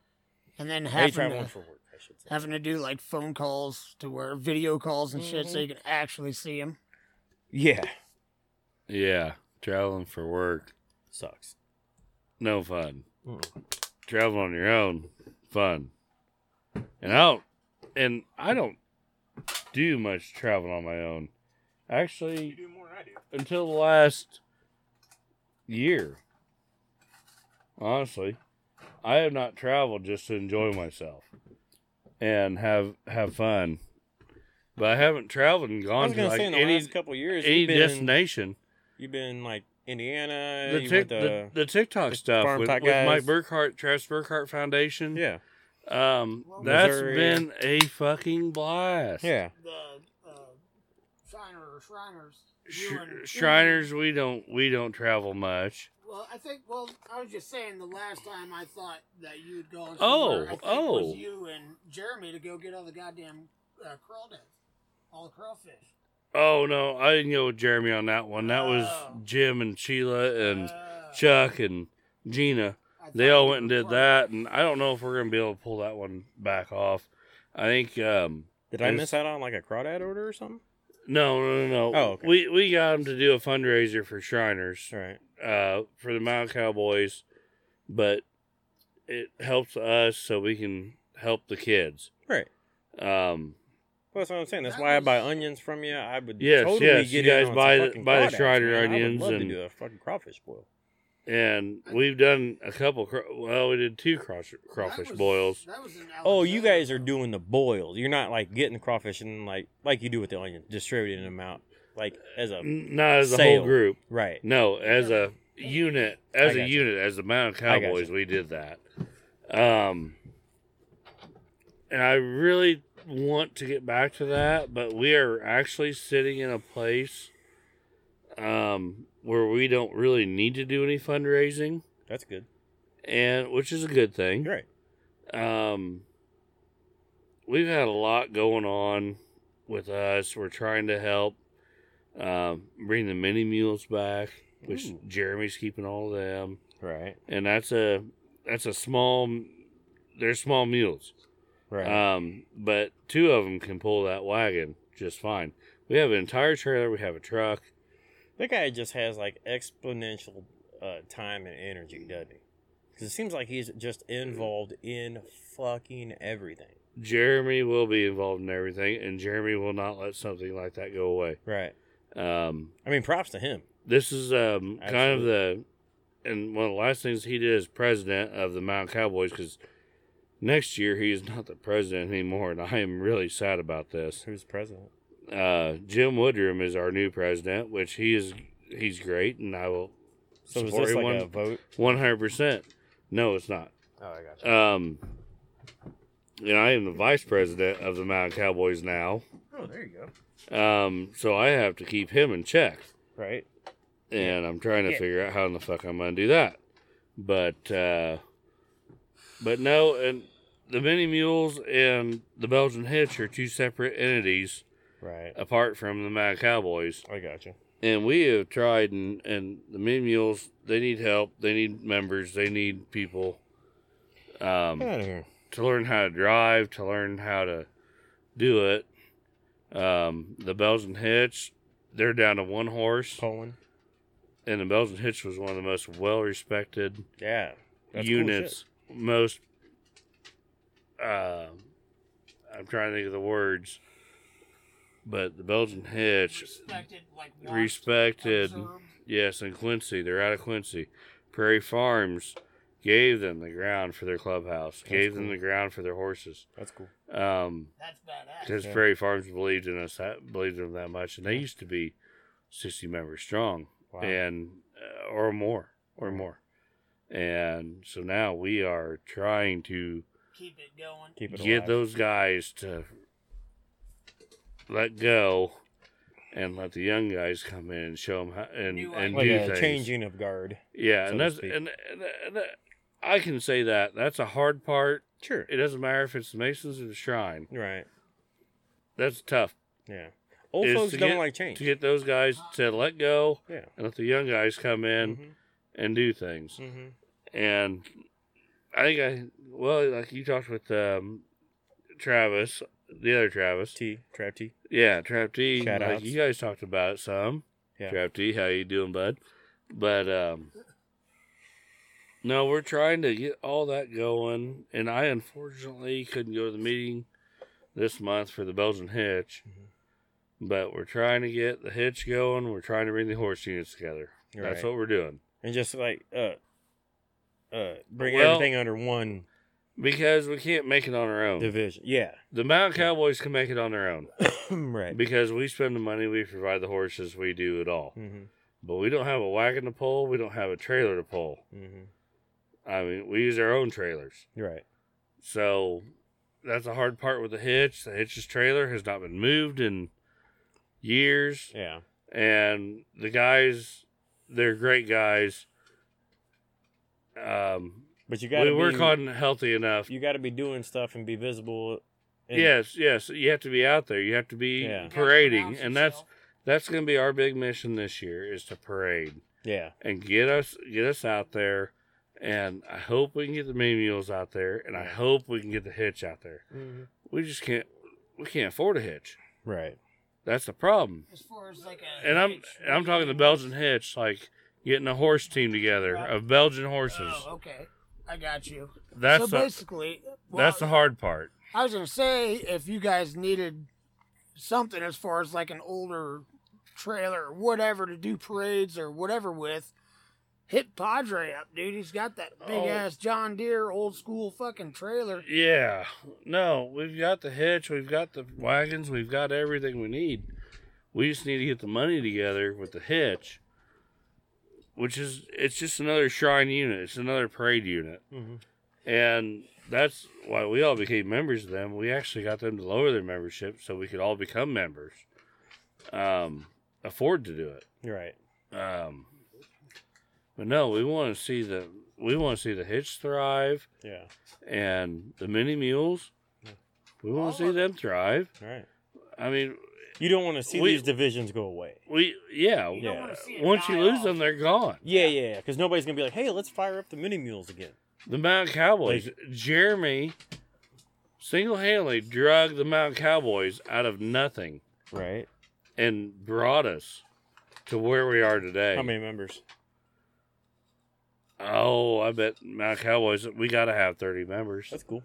Speaker 4: And then
Speaker 2: I hate
Speaker 4: having
Speaker 2: traveling
Speaker 4: to,
Speaker 2: for work. I should say.
Speaker 4: having to do like phone calls to where video calls and shit so you can actually see them.
Speaker 2: yeah,
Speaker 3: Yeah, traveling for work,
Speaker 2: sucks.
Speaker 3: no fun.
Speaker 2: Mm.
Speaker 3: Travel on your own, fun. And out, and I don't do much traveling on my own. Actually, you do more than I do until the last year. Honestly, I have not traveled just to enjoy myself and have have fun. But I haven't traveled and
Speaker 2: I
Speaker 3: gone
Speaker 2: was
Speaker 3: to
Speaker 2: gonna
Speaker 3: like
Speaker 2: say in the
Speaker 3: any
Speaker 2: last couple of years,
Speaker 3: any
Speaker 2: you've been,
Speaker 3: destination.
Speaker 2: you've been like Indiana.
Speaker 3: the,
Speaker 2: you
Speaker 3: tic-
Speaker 2: went
Speaker 3: the,
Speaker 2: to,
Speaker 3: the TikTok
Speaker 2: uh, the
Speaker 3: stuff
Speaker 2: farm
Speaker 3: with,
Speaker 2: pack
Speaker 3: with Mike
Speaker 2: guys.
Speaker 3: Burkhart, Travis Burkhart Foundation.
Speaker 2: yeah,
Speaker 3: Um, that's
Speaker 2: Missouri.
Speaker 3: been a fucking blast.
Speaker 2: yeah.
Speaker 4: The uh, Shriner, Shriners.
Speaker 3: Sh- Shriners, we don't we don't travel much.
Speaker 4: Well, I think. Well, I was just saying the last time I thought that you had gone.
Speaker 3: Oh,
Speaker 4: somewhere, I think
Speaker 3: oh.
Speaker 4: Was you and Jeremy to go get all the goddamn uh, crawdads, all the crawfish.
Speaker 3: Oh no, I didn't go with Jeremy on that one. That was
Speaker 4: Oh.
Speaker 3: Jim and Sheila and
Speaker 4: Uh,
Speaker 3: Chuck and Gina.
Speaker 4: I
Speaker 3: They
Speaker 4: thought
Speaker 3: all
Speaker 4: you
Speaker 3: went and
Speaker 4: were
Speaker 3: did that, and I don't know if we're gonna be able to pull that one back off. I think um,
Speaker 2: Did I
Speaker 3: There's-
Speaker 2: miss out on like a crawdad order or something?
Speaker 3: no, no, no, no.
Speaker 2: Oh, okay.
Speaker 3: we we got them to do a fundraiser for Shriners.
Speaker 2: All right.
Speaker 3: uh, for the Mount Cowboys, but it helps us so we can help the kids.
Speaker 2: Right.
Speaker 3: Um,
Speaker 2: Well, that's what I'm saying. That's
Speaker 4: That
Speaker 2: why I buy
Speaker 4: was-
Speaker 2: onions from you. I would
Speaker 3: Yes,
Speaker 2: totally
Speaker 3: yes,
Speaker 2: get
Speaker 3: you
Speaker 2: in
Speaker 3: guys
Speaker 2: on
Speaker 3: buy
Speaker 2: some
Speaker 3: the-
Speaker 2: fucking
Speaker 3: buy the
Speaker 2: crawdads,
Speaker 3: Strider
Speaker 2: man.
Speaker 3: onions
Speaker 2: I would love
Speaker 3: and-
Speaker 2: to do a fucking crawfish boil.
Speaker 3: and we've done a couple. Cra- well, we did two craw- crawfish
Speaker 4: That was-
Speaker 3: boils.
Speaker 4: that was in
Speaker 2: Oh, you
Speaker 4: Alexandria.
Speaker 2: guys are doing the boils. You're not like getting the crawfish and like like you do with the onions, distributing them out like as a
Speaker 3: N- Not as a
Speaker 2: Sale.
Speaker 3: whole group.
Speaker 2: right.
Speaker 3: No, as a unit, as
Speaker 2: I
Speaker 3: a
Speaker 2: gotcha.
Speaker 3: unit, as the Mount
Speaker 2: I gotcha.
Speaker 3: Cowboys, we did that. Um, and I really want to get back to that, but we are actually sitting in a place um, where we don't really need to do any fundraising,
Speaker 2: That's good.
Speaker 3: and which is a good thing.
Speaker 2: You're right.
Speaker 3: Um, we've had a lot going on with us. We're trying to help um, bring the mini mules back, which
Speaker 2: Ooh.
Speaker 3: Jeremy's keeping all of them,
Speaker 2: Right.
Speaker 3: and that's a that's a small. They're small mules,
Speaker 2: Right.
Speaker 3: um, but two of them can pull that wagon just fine. We have an entire trailer. We have a truck.
Speaker 2: that guy just has like exponential uh, time and energy, doesn't he? Because it seems like he's just involved in fucking everything.
Speaker 3: Jeremy will be involved in everything, and Jeremy will not let something like that go away.
Speaker 2: Right.
Speaker 3: Um,
Speaker 2: I mean, props to him.
Speaker 3: this is um, kind of the and one of the last things he did as president of the Mount Cowboys because next year he is not the president anymore, and I am really sad about this.
Speaker 2: Who's president?
Speaker 3: Uh, Jim Woodrum is our new president, which he is he's great, and I will
Speaker 2: So is
Speaker 3: support
Speaker 2: this like a
Speaker 3: him
Speaker 2: vote?
Speaker 3: one hundred percent. No, it's not.
Speaker 2: Oh, I got
Speaker 3: Um, and I am the vice president of the Mount Cowboys now.
Speaker 2: Oh, there you go.
Speaker 3: Um, so I have to keep him in check.
Speaker 2: Right.
Speaker 3: and I'm trying to
Speaker 2: Yeah.
Speaker 3: figure out how in the fuck I'm gonna do that. But uh, but no, and the mini mules and the Belgian hitch are two separate entities
Speaker 2: Right.
Speaker 3: apart from the Mad Cowboys.
Speaker 2: I got you.
Speaker 3: And we have tried, and and the mini mules they need help, they need members, they need people
Speaker 2: Get
Speaker 3: um,
Speaker 2: out of here.
Speaker 3: to learn how to drive, to learn how to do it. Um, the Belgian hitch, they're down to one horse.
Speaker 2: Colon.
Speaker 3: and the Belgian Hitch was one of the most well respected
Speaker 2: Yeah. That's cool
Speaker 3: units. most, uh, I'm trying to think of the words, but the Belgian Hitch,
Speaker 4: respected, like watched,
Speaker 3: respected,
Speaker 4: observed.
Speaker 3: yes, and Quincy, they're out of Quincy. Prairie Farms gave them the ground for their clubhouse, gave them
Speaker 2: cool.
Speaker 3: the ground for their horses.
Speaker 2: That's cool.
Speaker 3: Um,
Speaker 4: That's badass.
Speaker 3: because
Speaker 2: Yeah.
Speaker 3: Prairie Farms believed in us, that, believed in them that much, and they used to be 60 members strong,
Speaker 2: Wow.
Speaker 3: and uh, or more, or more. And so now we are trying to
Speaker 4: Keep it going.
Speaker 2: Keep it
Speaker 3: get
Speaker 2: alive.
Speaker 3: those guys to let go and let the young guys come in and show them how and,
Speaker 4: New
Speaker 3: and
Speaker 2: like
Speaker 3: do
Speaker 2: a
Speaker 3: things.
Speaker 2: changing of guard.
Speaker 3: yeah,
Speaker 2: so
Speaker 3: and
Speaker 2: to
Speaker 3: that's
Speaker 2: speak.
Speaker 3: and, and, and uh, I can say that that's a hard part.
Speaker 2: Sure.
Speaker 3: It doesn't matter if it's the Masons or the Shrine.
Speaker 2: Right.
Speaker 3: That's tough
Speaker 2: Yeah. Old
Speaker 3: Is
Speaker 2: folks
Speaker 3: to
Speaker 2: don't
Speaker 3: get-
Speaker 2: like change.
Speaker 3: to get those guys to let go
Speaker 2: yeah.
Speaker 3: and let the young guys come
Speaker 2: Mm-hmm.
Speaker 3: in and do things.
Speaker 2: hmm
Speaker 3: and I think I well, like you talked with um, Travis, the other Travis,
Speaker 2: T trap T.
Speaker 3: yeah, Trap T.
Speaker 2: Shout
Speaker 3: like
Speaker 2: outs.
Speaker 3: you guys talked about it some,
Speaker 2: Yeah.
Speaker 3: Trap T. How you doing, bud? But um, no, we're trying to get all that going, and I unfortunately couldn't go to the meeting this month for the Belgian Hitch.
Speaker 2: Mm-hmm.
Speaker 3: But we're trying to get the hitch going. We're trying to bring the horse units together. That's
Speaker 2: Right.
Speaker 3: what we're doing.
Speaker 2: And just like uh uh bring
Speaker 3: Well-
Speaker 2: everything under one
Speaker 3: Because we can't make it on our own.
Speaker 2: division. Yeah. <clears throat>
Speaker 3: The Mountain Cowboys can make it on their own
Speaker 2: right.
Speaker 3: because we spend the money, we provide the horses, we do it all.
Speaker 2: Mhm.
Speaker 3: But we don't have a wagon to pull, we don't have a trailer to pull.
Speaker 2: Mhm.
Speaker 3: I mean, we use our own trailers.
Speaker 2: Right.
Speaker 3: So that's the hard part with the hitch. The hitch's trailer has not been moved in years.
Speaker 2: Yeah.
Speaker 3: And the guys, they're great guys. Um,
Speaker 2: But you got
Speaker 3: we
Speaker 2: to
Speaker 3: work
Speaker 2: be
Speaker 3: on healthy enough.
Speaker 2: you got to be doing stuff and be visible. and-
Speaker 3: yes, yes. You have to be out there. You have to be
Speaker 2: Yeah.
Speaker 3: parading. And that's that's going to be our big mission this year is to parade
Speaker 2: Yeah.
Speaker 3: and get us get us out there and i hope we can get the mean mules out there and i hope we can get the hitch out there we just can't we can't afford a hitch
Speaker 2: Right.
Speaker 3: that's the problem
Speaker 4: As far as like a
Speaker 3: and i'm
Speaker 4: hitch,
Speaker 3: and i'm talking the belgian hitch like getting a horse team together of belgian horses
Speaker 4: Oh, okay. I got you.
Speaker 3: that's
Speaker 4: so
Speaker 3: the,
Speaker 4: basically, well,
Speaker 3: that's the hard part
Speaker 4: I was gonna say if you guys needed something as far as like an older trailer or whatever to do parades or whatever with, hit Padre up, dude. He's got that big
Speaker 3: Oh.
Speaker 4: ass John Deere old school fucking trailer.
Speaker 3: Yeah. No, we've got the hitch, we've got the wagons, we've got everything we need. We just need to get the money together with the hitch, which is it's just another shrine unit, it's another parade unit.
Speaker 2: Mhm.
Speaker 3: And that's why we all became members of them. We actually got them to lower their membership so we could all become members. Um afford to do it.
Speaker 2: You're right.
Speaker 3: Um but no, we want to see the we want to see the hitch thrive
Speaker 2: Yeah.
Speaker 3: and the mini mules. We
Speaker 4: All
Speaker 3: want to see
Speaker 4: of
Speaker 3: them thrive.
Speaker 2: All right.
Speaker 3: I mean,
Speaker 2: You don't want to see
Speaker 3: We-
Speaker 2: these divisions go away.
Speaker 3: we yeah.
Speaker 2: You don't wanna
Speaker 4: see it
Speaker 3: Once you
Speaker 4: die
Speaker 3: lose
Speaker 4: off.
Speaker 3: them, they're gone.
Speaker 2: Yeah, yeah, yeah. Because nobody's gonna be like, "Hey, let's fire up the mini mules again."
Speaker 3: The Mount Cowboys. Jeremy single-handedly drug the Mount Cowboys out of nothing
Speaker 2: Right.
Speaker 3: and brought us to where we are today.
Speaker 2: How many members?
Speaker 3: oh, I bet Mount Cowboys. We got to have thirty members.
Speaker 2: That's cool.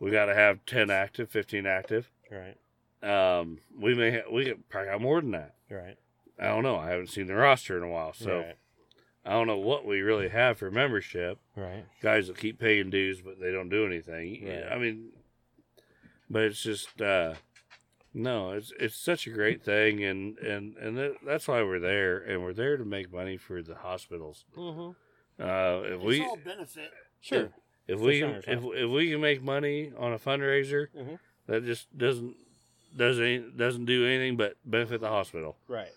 Speaker 3: We got to have ten active, fifteen active.
Speaker 2: You're right.
Speaker 3: Um, we may ha- we could probably have more than that.
Speaker 2: You're right.
Speaker 3: I don't know. I haven't seen the roster in a while, so.
Speaker 2: You're right.
Speaker 3: I don't know what we really have for membership.
Speaker 2: Right.
Speaker 3: Guys that keep paying dues, but they don't do anything.
Speaker 2: Right.
Speaker 3: I mean, but it's just uh, no. It's it's such a great thing, and and and that, that's why we're there, and we're there to make money for the hospitals.
Speaker 2: Mm-hmm.
Speaker 3: Uh, if we
Speaker 4: it's all benefit.
Speaker 2: Sure.
Speaker 3: if we
Speaker 2: First
Speaker 3: if,
Speaker 2: timers,
Speaker 3: if we can make money on a fundraiser,
Speaker 4: Mm-hmm.
Speaker 2: Mhm.
Speaker 3: that just doesn't doesn't doesn't do anything but benefit the hospital.
Speaker 2: Right.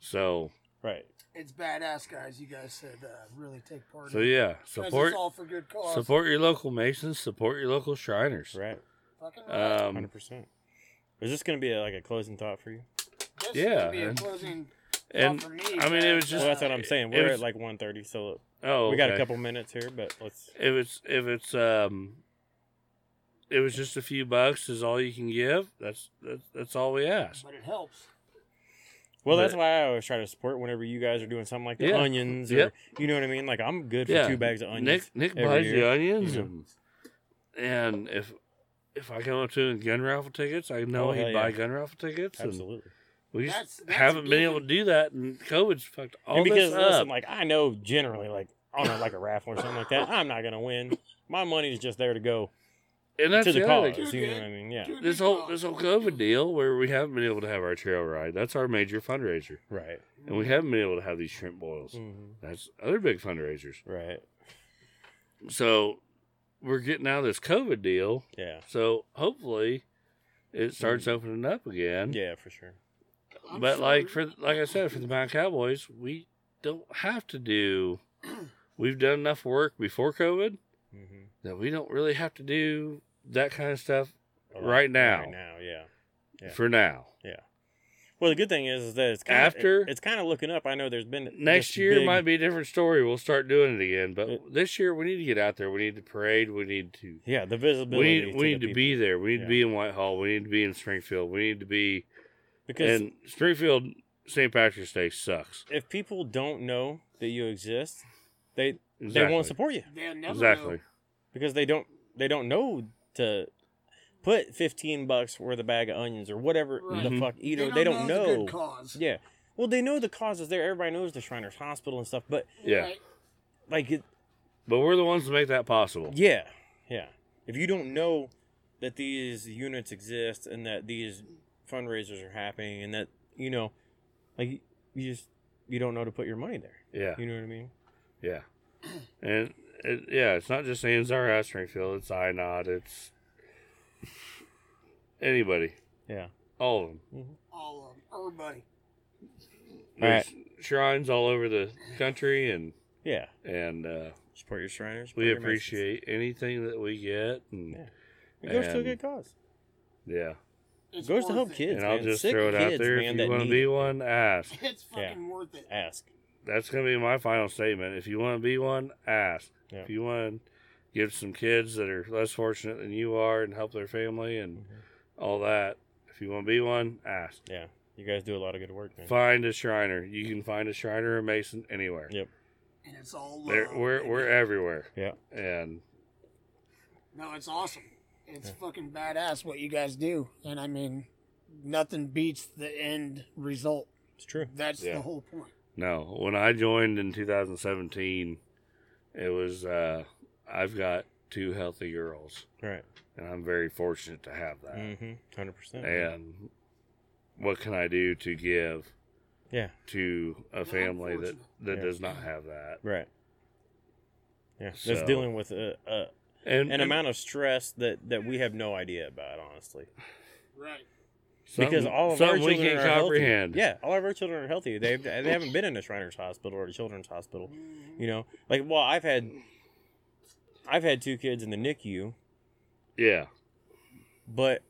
Speaker 3: So
Speaker 2: Right.
Speaker 4: It's badass, guys. You guys said uh, really take part.
Speaker 3: so
Speaker 4: in it.
Speaker 3: yeah,
Speaker 4: Because
Speaker 3: support
Speaker 4: It's all for good cause.
Speaker 3: support your local masons, support your local shriners.
Speaker 2: Right.
Speaker 4: Fucking right.
Speaker 3: Um,
Speaker 2: Hundred percent. Is this gonna be a, like a closing thought for you?
Speaker 4: This is
Speaker 3: yeah,
Speaker 4: gonna be a
Speaker 3: and-
Speaker 4: closing
Speaker 3: and
Speaker 4: thought for me,
Speaker 3: I mean, it was
Speaker 4: guys.
Speaker 3: just-
Speaker 4: uh,
Speaker 2: Well, that's what I'm saying. We're
Speaker 3: was-
Speaker 2: at like 1.30, so
Speaker 3: oh,
Speaker 2: we got a
Speaker 3: okay.
Speaker 2: couple minutes here, but let's.
Speaker 3: If it's if it's um, it was just a few bucks is all you can give. That's that's, that's all we asked.
Speaker 4: but it helps.
Speaker 2: Well,
Speaker 3: But-
Speaker 2: that's why I always try to support whenever you guys are doing something like the
Speaker 3: Yeah.
Speaker 2: onions, or
Speaker 3: Yep.
Speaker 2: you know what I mean. Like I'm good for
Speaker 3: Yeah.
Speaker 2: two bags of onions.
Speaker 3: Nick Nick
Speaker 2: every
Speaker 3: buys
Speaker 2: year,
Speaker 3: the onions
Speaker 2: you know.
Speaker 3: and and if if I come up to him with gun raffle tickets, I know
Speaker 2: Oh,
Speaker 3: he'd
Speaker 2: hell
Speaker 3: buy
Speaker 2: yeah.
Speaker 3: gun raffle tickets. And
Speaker 2: Absolutely.
Speaker 3: we just
Speaker 4: That's- that's
Speaker 3: haven't been
Speaker 4: even-
Speaker 3: able to do that, and COVID's fucked all
Speaker 2: and because uh,
Speaker 3: this up.
Speaker 2: listen, like I know generally, like on a, like a raffle or something like that, I'm not gonna win. My money's just there to go
Speaker 3: and that's
Speaker 2: to the,
Speaker 3: the other
Speaker 2: cause.
Speaker 3: thing.
Speaker 2: You know what I mean? Yeah.
Speaker 4: Dude,
Speaker 3: This
Speaker 4: you
Speaker 3: whole
Speaker 4: know.
Speaker 3: this whole COVID deal where we haven't been able to have our trail ride. That's our major fundraiser,
Speaker 2: Right.
Speaker 3: and we haven't been able to have these shrimp boils.
Speaker 2: Mhm.
Speaker 3: That's other big fundraisers.
Speaker 2: Right.
Speaker 3: So we're getting out of this COVID deal.
Speaker 2: Yeah.
Speaker 3: So hopefully, it starts opening up again.
Speaker 2: Mm. Yeah, for sure.
Speaker 4: I'm
Speaker 3: but
Speaker 4: sure
Speaker 3: like for like I said, for the Mount Cowboys, we don't have to do. We've done enough work before COVID
Speaker 2: Mm-hmm.
Speaker 3: that we don't really have to do that kind of stuff Right now.
Speaker 2: Right now, yeah. Yeah.
Speaker 3: for now.
Speaker 2: Well, the good thing is, is that it's kind
Speaker 3: After-
Speaker 2: of, it's kind of looking up. I know there's been
Speaker 3: Next
Speaker 2: this
Speaker 3: year
Speaker 2: big-
Speaker 3: might be a different story. We'll start doing it again. But
Speaker 2: It-
Speaker 3: this year we need to get out there. We need to parade. We need to
Speaker 2: yeah the
Speaker 3: we
Speaker 2: visibility.
Speaker 3: need, we need to be
Speaker 2: be
Speaker 3: there. We need
Speaker 2: Yeah.
Speaker 3: to be in Whitehall. We need to be in Springfield. We need to be
Speaker 2: because
Speaker 3: and Springfield St. Patrick's Day sucks.
Speaker 2: if people don't know that you exist, they
Speaker 3: Exactly.
Speaker 2: they won't support you
Speaker 4: they'll never
Speaker 3: exactly.
Speaker 2: because they don't they don't know to put 15 bucks worth of bag of onions or whatever the
Speaker 3: Mm-hmm.
Speaker 4: Right.
Speaker 2: fuck you know
Speaker 4: Know.
Speaker 2: they don't,
Speaker 4: know. the
Speaker 2: know.
Speaker 4: good cause.
Speaker 2: Yeah. Well, they know the cause is there. Everybody knows the Shriners Hospital and stuff, but
Speaker 3: Yeah.
Speaker 4: Right.
Speaker 2: like it,
Speaker 3: But we're the ones to make that possible.
Speaker 2: Yeah, yeah. If you don't know that these units exist and that these fundraisers are happening and that you know, like you just you don't know to put your money there.
Speaker 3: Yeah.
Speaker 2: You know what I mean?
Speaker 3: Yeah. And it, yeah, it's not just Anzar at Springfield, it's INOD, it's anybody.
Speaker 2: Yeah.
Speaker 3: All of them.
Speaker 4: All of 'em. Everybody.
Speaker 3: There's shrines all over the country and
Speaker 2: Yeah.
Speaker 3: and uh,
Speaker 2: Support your Shriners. support
Speaker 3: we
Speaker 2: your Masons.
Speaker 3: appreciate anything that we get and
Speaker 2: It goes to a
Speaker 3: and-
Speaker 2: good cause.
Speaker 3: yeah.
Speaker 4: It's
Speaker 2: It goes to
Speaker 4: worth
Speaker 2: help
Speaker 4: it.
Speaker 2: kids.
Speaker 3: and I'll
Speaker 2: man.
Speaker 3: just
Speaker 2: Sick
Speaker 3: throw it
Speaker 2: kids,
Speaker 3: out there
Speaker 2: man,
Speaker 3: if
Speaker 2: that
Speaker 3: you want to
Speaker 2: need
Speaker 3: be
Speaker 2: it.
Speaker 3: one, ask.
Speaker 4: <laughs> It's fucking worth it.
Speaker 2: Ask.
Speaker 3: That's gonna be my final statement. If you want to be one, ask.
Speaker 2: Yeah.
Speaker 3: If you want to give some kids that are less fortunate than you are and help their family and
Speaker 2: Mhm.
Speaker 3: all that, if you want to be one, ask.
Speaker 2: Yeah. You guys do a lot of good work, man.
Speaker 3: Find a Shriner. You can find a Shriner or Mason anywhere.
Speaker 2: Yeah.
Speaker 4: And it's all love.
Speaker 3: They're, we're we're everywhere.
Speaker 2: Yeah.
Speaker 3: And
Speaker 4: No, it's awesome. It's fucking badass what you guys do. And I mean, nothing beats the end result.
Speaker 2: It's true.
Speaker 4: That's
Speaker 3: Yeah.
Speaker 4: the whole point.
Speaker 3: no, when I joined in 2017, it was uh, I've got two healthy girls,
Speaker 2: Right.
Speaker 3: and I'm very fortunate to have that.
Speaker 2: Mm-hmm. Hundred percent.
Speaker 3: and what can I do to give
Speaker 2: Yeah.
Speaker 3: to a family that that
Speaker 2: Yeah.
Speaker 3: does not have that
Speaker 2: Right. Yeah. That's
Speaker 3: So-
Speaker 2: dealing with a, a
Speaker 3: and
Speaker 2: an amount of stress that that we have no idea about honestly
Speaker 4: Right.
Speaker 3: something-
Speaker 2: because all of our
Speaker 3: something
Speaker 2: children
Speaker 3: we can't
Speaker 2: are
Speaker 3: comprehend
Speaker 2: healthy. yeah all of our children are healthy they they haven't been in a shriners hospital or a children's hospital
Speaker 4: Mm-hmm.
Speaker 2: you know like well i've had i've had two kids in the nicu
Speaker 3: yeah
Speaker 2: but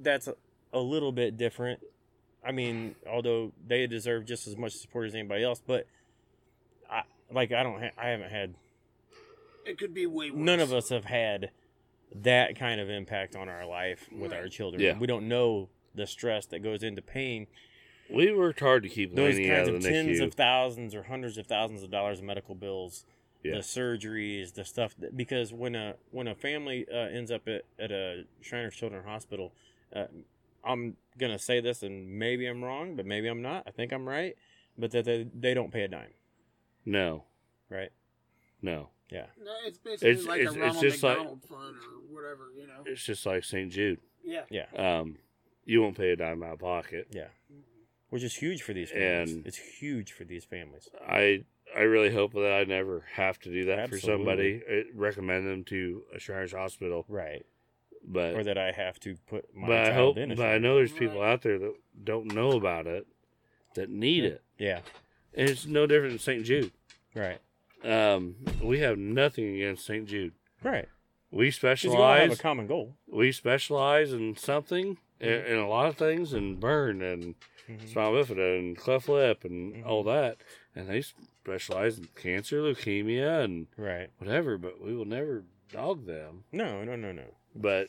Speaker 2: that's a, a little bit different i mean although they deserve just as much support as anybody else but i like i don't ha- i haven't had
Speaker 4: It could be way worse.
Speaker 2: none of us have had that kind of impact on our life with our children.
Speaker 3: Yeah.
Speaker 2: We don't know the stress that goes into paying
Speaker 3: we worked hard to keep
Speaker 2: those
Speaker 3: Lainey out
Speaker 2: kinds
Speaker 3: of,
Speaker 2: of
Speaker 3: the
Speaker 2: tens
Speaker 3: NICU
Speaker 2: of thousands or hundreds of thousands of dollars in medical bills,
Speaker 3: Yeah.
Speaker 2: the surgeries, the stuff. That, because when a when a family uh, ends up at, at a Shriners Children's Hospital, uh, I'm gonna say this, and maybe I'm wrong, but maybe I'm not. I think I'm right, but that they, they don't pay a dime,
Speaker 3: no
Speaker 2: right?
Speaker 3: no
Speaker 4: No, it's basically
Speaker 3: It's-
Speaker 4: like
Speaker 3: it's-
Speaker 4: a
Speaker 3: it's
Speaker 4: Ronald
Speaker 3: just like-
Speaker 4: McDonald fund or whatever, you know?
Speaker 3: it's just like St Jude
Speaker 4: Yeah.
Speaker 2: Yeah,
Speaker 3: um you won't pay a dime out of pocket
Speaker 2: yeah, which is huge for these families.
Speaker 3: And-
Speaker 2: it's huge for these families.
Speaker 3: I I really hope that I never have to do that for
Speaker 2: Absolutely.
Speaker 3: somebody I recommend them to a Shriners hospital
Speaker 2: Right.
Speaker 3: but
Speaker 2: Or that I have to put my
Speaker 3: but I
Speaker 2: child
Speaker 3: hope
Speaker 2: in. a
Speaker 3: but I
Speaker 2: shelter.
Speaker 3: know there's people out there that don't know about it that need it
Speaker 2: Yeah.
Speaker 3: And it's no different than St. Jude.
Speaker 2: Right.
Speaker 3: Um, we have nothing against St. Jude.
Speaker 2: Right.
Speaker 3: We
Speaker 2: 'Cause you all have a
Speaker 3: specialize.
Speaker 2: common goal.
Speaker 3: we specialize in something, a-
Speaker 2: Mhm.
Speaker 3: in a lot of things, and burn and
Speaker 2: Mm-hmm.
Speaker 3: spina bifida and cleft lip and
Speaker 2: Mhm.
Speaker 3: all that. And they specialize in cancer, leukemia, and
Speaker 2: Right.
Speaker 3: whatever. But we will never dog them.
Speaker 2: No. No. No. No.
Speaker 3: But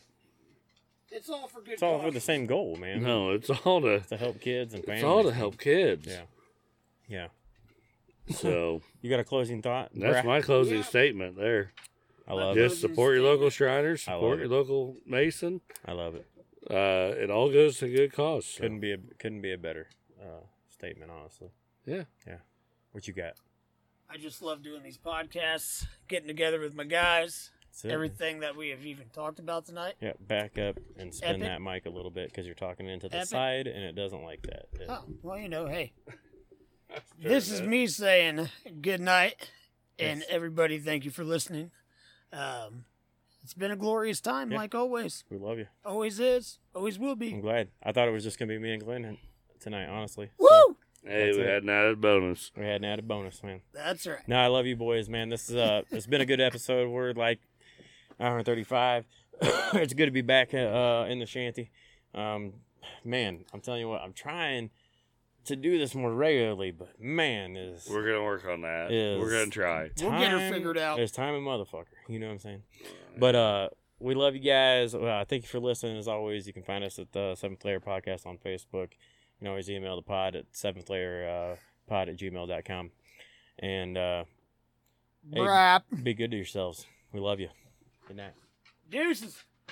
Speaker 4: It's all for good
Speaker 2: It's all for
Speaker 4: cause.
Speaker 2: the same goal, man.
Speaker 3: no, it's all to
Speaker 2: It's to help kids and families.
Speaker 3: it's all to help kids.
Speaker 2: Yeah. Yeah. <laughs>
Speaker 3: So
Speaker 2: You got a closing thought?
Speaker 3: that's
Speaker 2: Brad?
Speaker 3: my closing
Speaker 4: Yeah.
Speaker 3: statement. There,
Speaker 2: I love it.
Speaker 3: just support your local Shriners,
Speaker 2: I love
Speaker 3: support
Speaker 2: it.
Speaker 3: your local Mason.
Speaker 2: I love it.
Speaker 3: Uh, it all goes to good cause. so-
Speaker 2: Couldn't be a couldn't be a better uh, statement, honestly.
Speaker 3: Yeah.
Speaker 2: Yeah. What you got?
Speaker 4: I just love doing these podcasts, getting together with my guys,
Speaker 2: That's it, man.
Speaker 4: everything that we have even talked about tonight.
Speaker 2: Yeah, back up and spin
Speaker 4: Epic.
Speaker 2: that mic a little bit because you're talking into the
Speaker 4: Epic.
Speaker 2: side and it doesn't like that. It-
Speaker 4: Oh, well, you know, <laughs> hey. this is me saying good night, and everybody, thank you for listening. Um, It's been a glorious time,
Speaker 2: Yeah.
Speaker 4: like always.
Speaker 2: We love you.
Speaker 4: Always is. Always will
Speaker 2: I'm
Speaker 4: be.
Speaker 2: glad. I thought it was just gonna be me and Glenn tonight. Honestly, So,
Speaker 4: Woo!
Speaker 3: Hey,
Speaker 2: That's
Speaker 3: we
Speaker 2: it.
Speaker 3: had an added bonus.
Speaker 2: we had an added bonus, man.
Speaker 4: That's right.
Speaker 2: No, I love you boys, man. This is uh, it's been a good episode. We're like hour and thirty-five. <coughs> it's good to be back uh in the shanty. Um, man, I'm telling you what, I'm trying to do this more regularly, but man, is
Speaker 3: We're gonna work on that.
Speaker 2: Yes.
Speaker 3: We're gonna try.
Speaker 4: We'll get her figured out.
Speaker 2: It's time and motherfucker. You know what I'm saying? But uh, we love you guys. Uh, thank you for listening. As always, you can find us at the Seventh Layer Podcast on Facebook. You can always email the pod at seventh layer uh, pod at gmail.com. And uh, Hey.
Speaker 4: Brap.
Speaker 2: be good to yourselves. We love you. Good night.
Speaker 4: Deuces.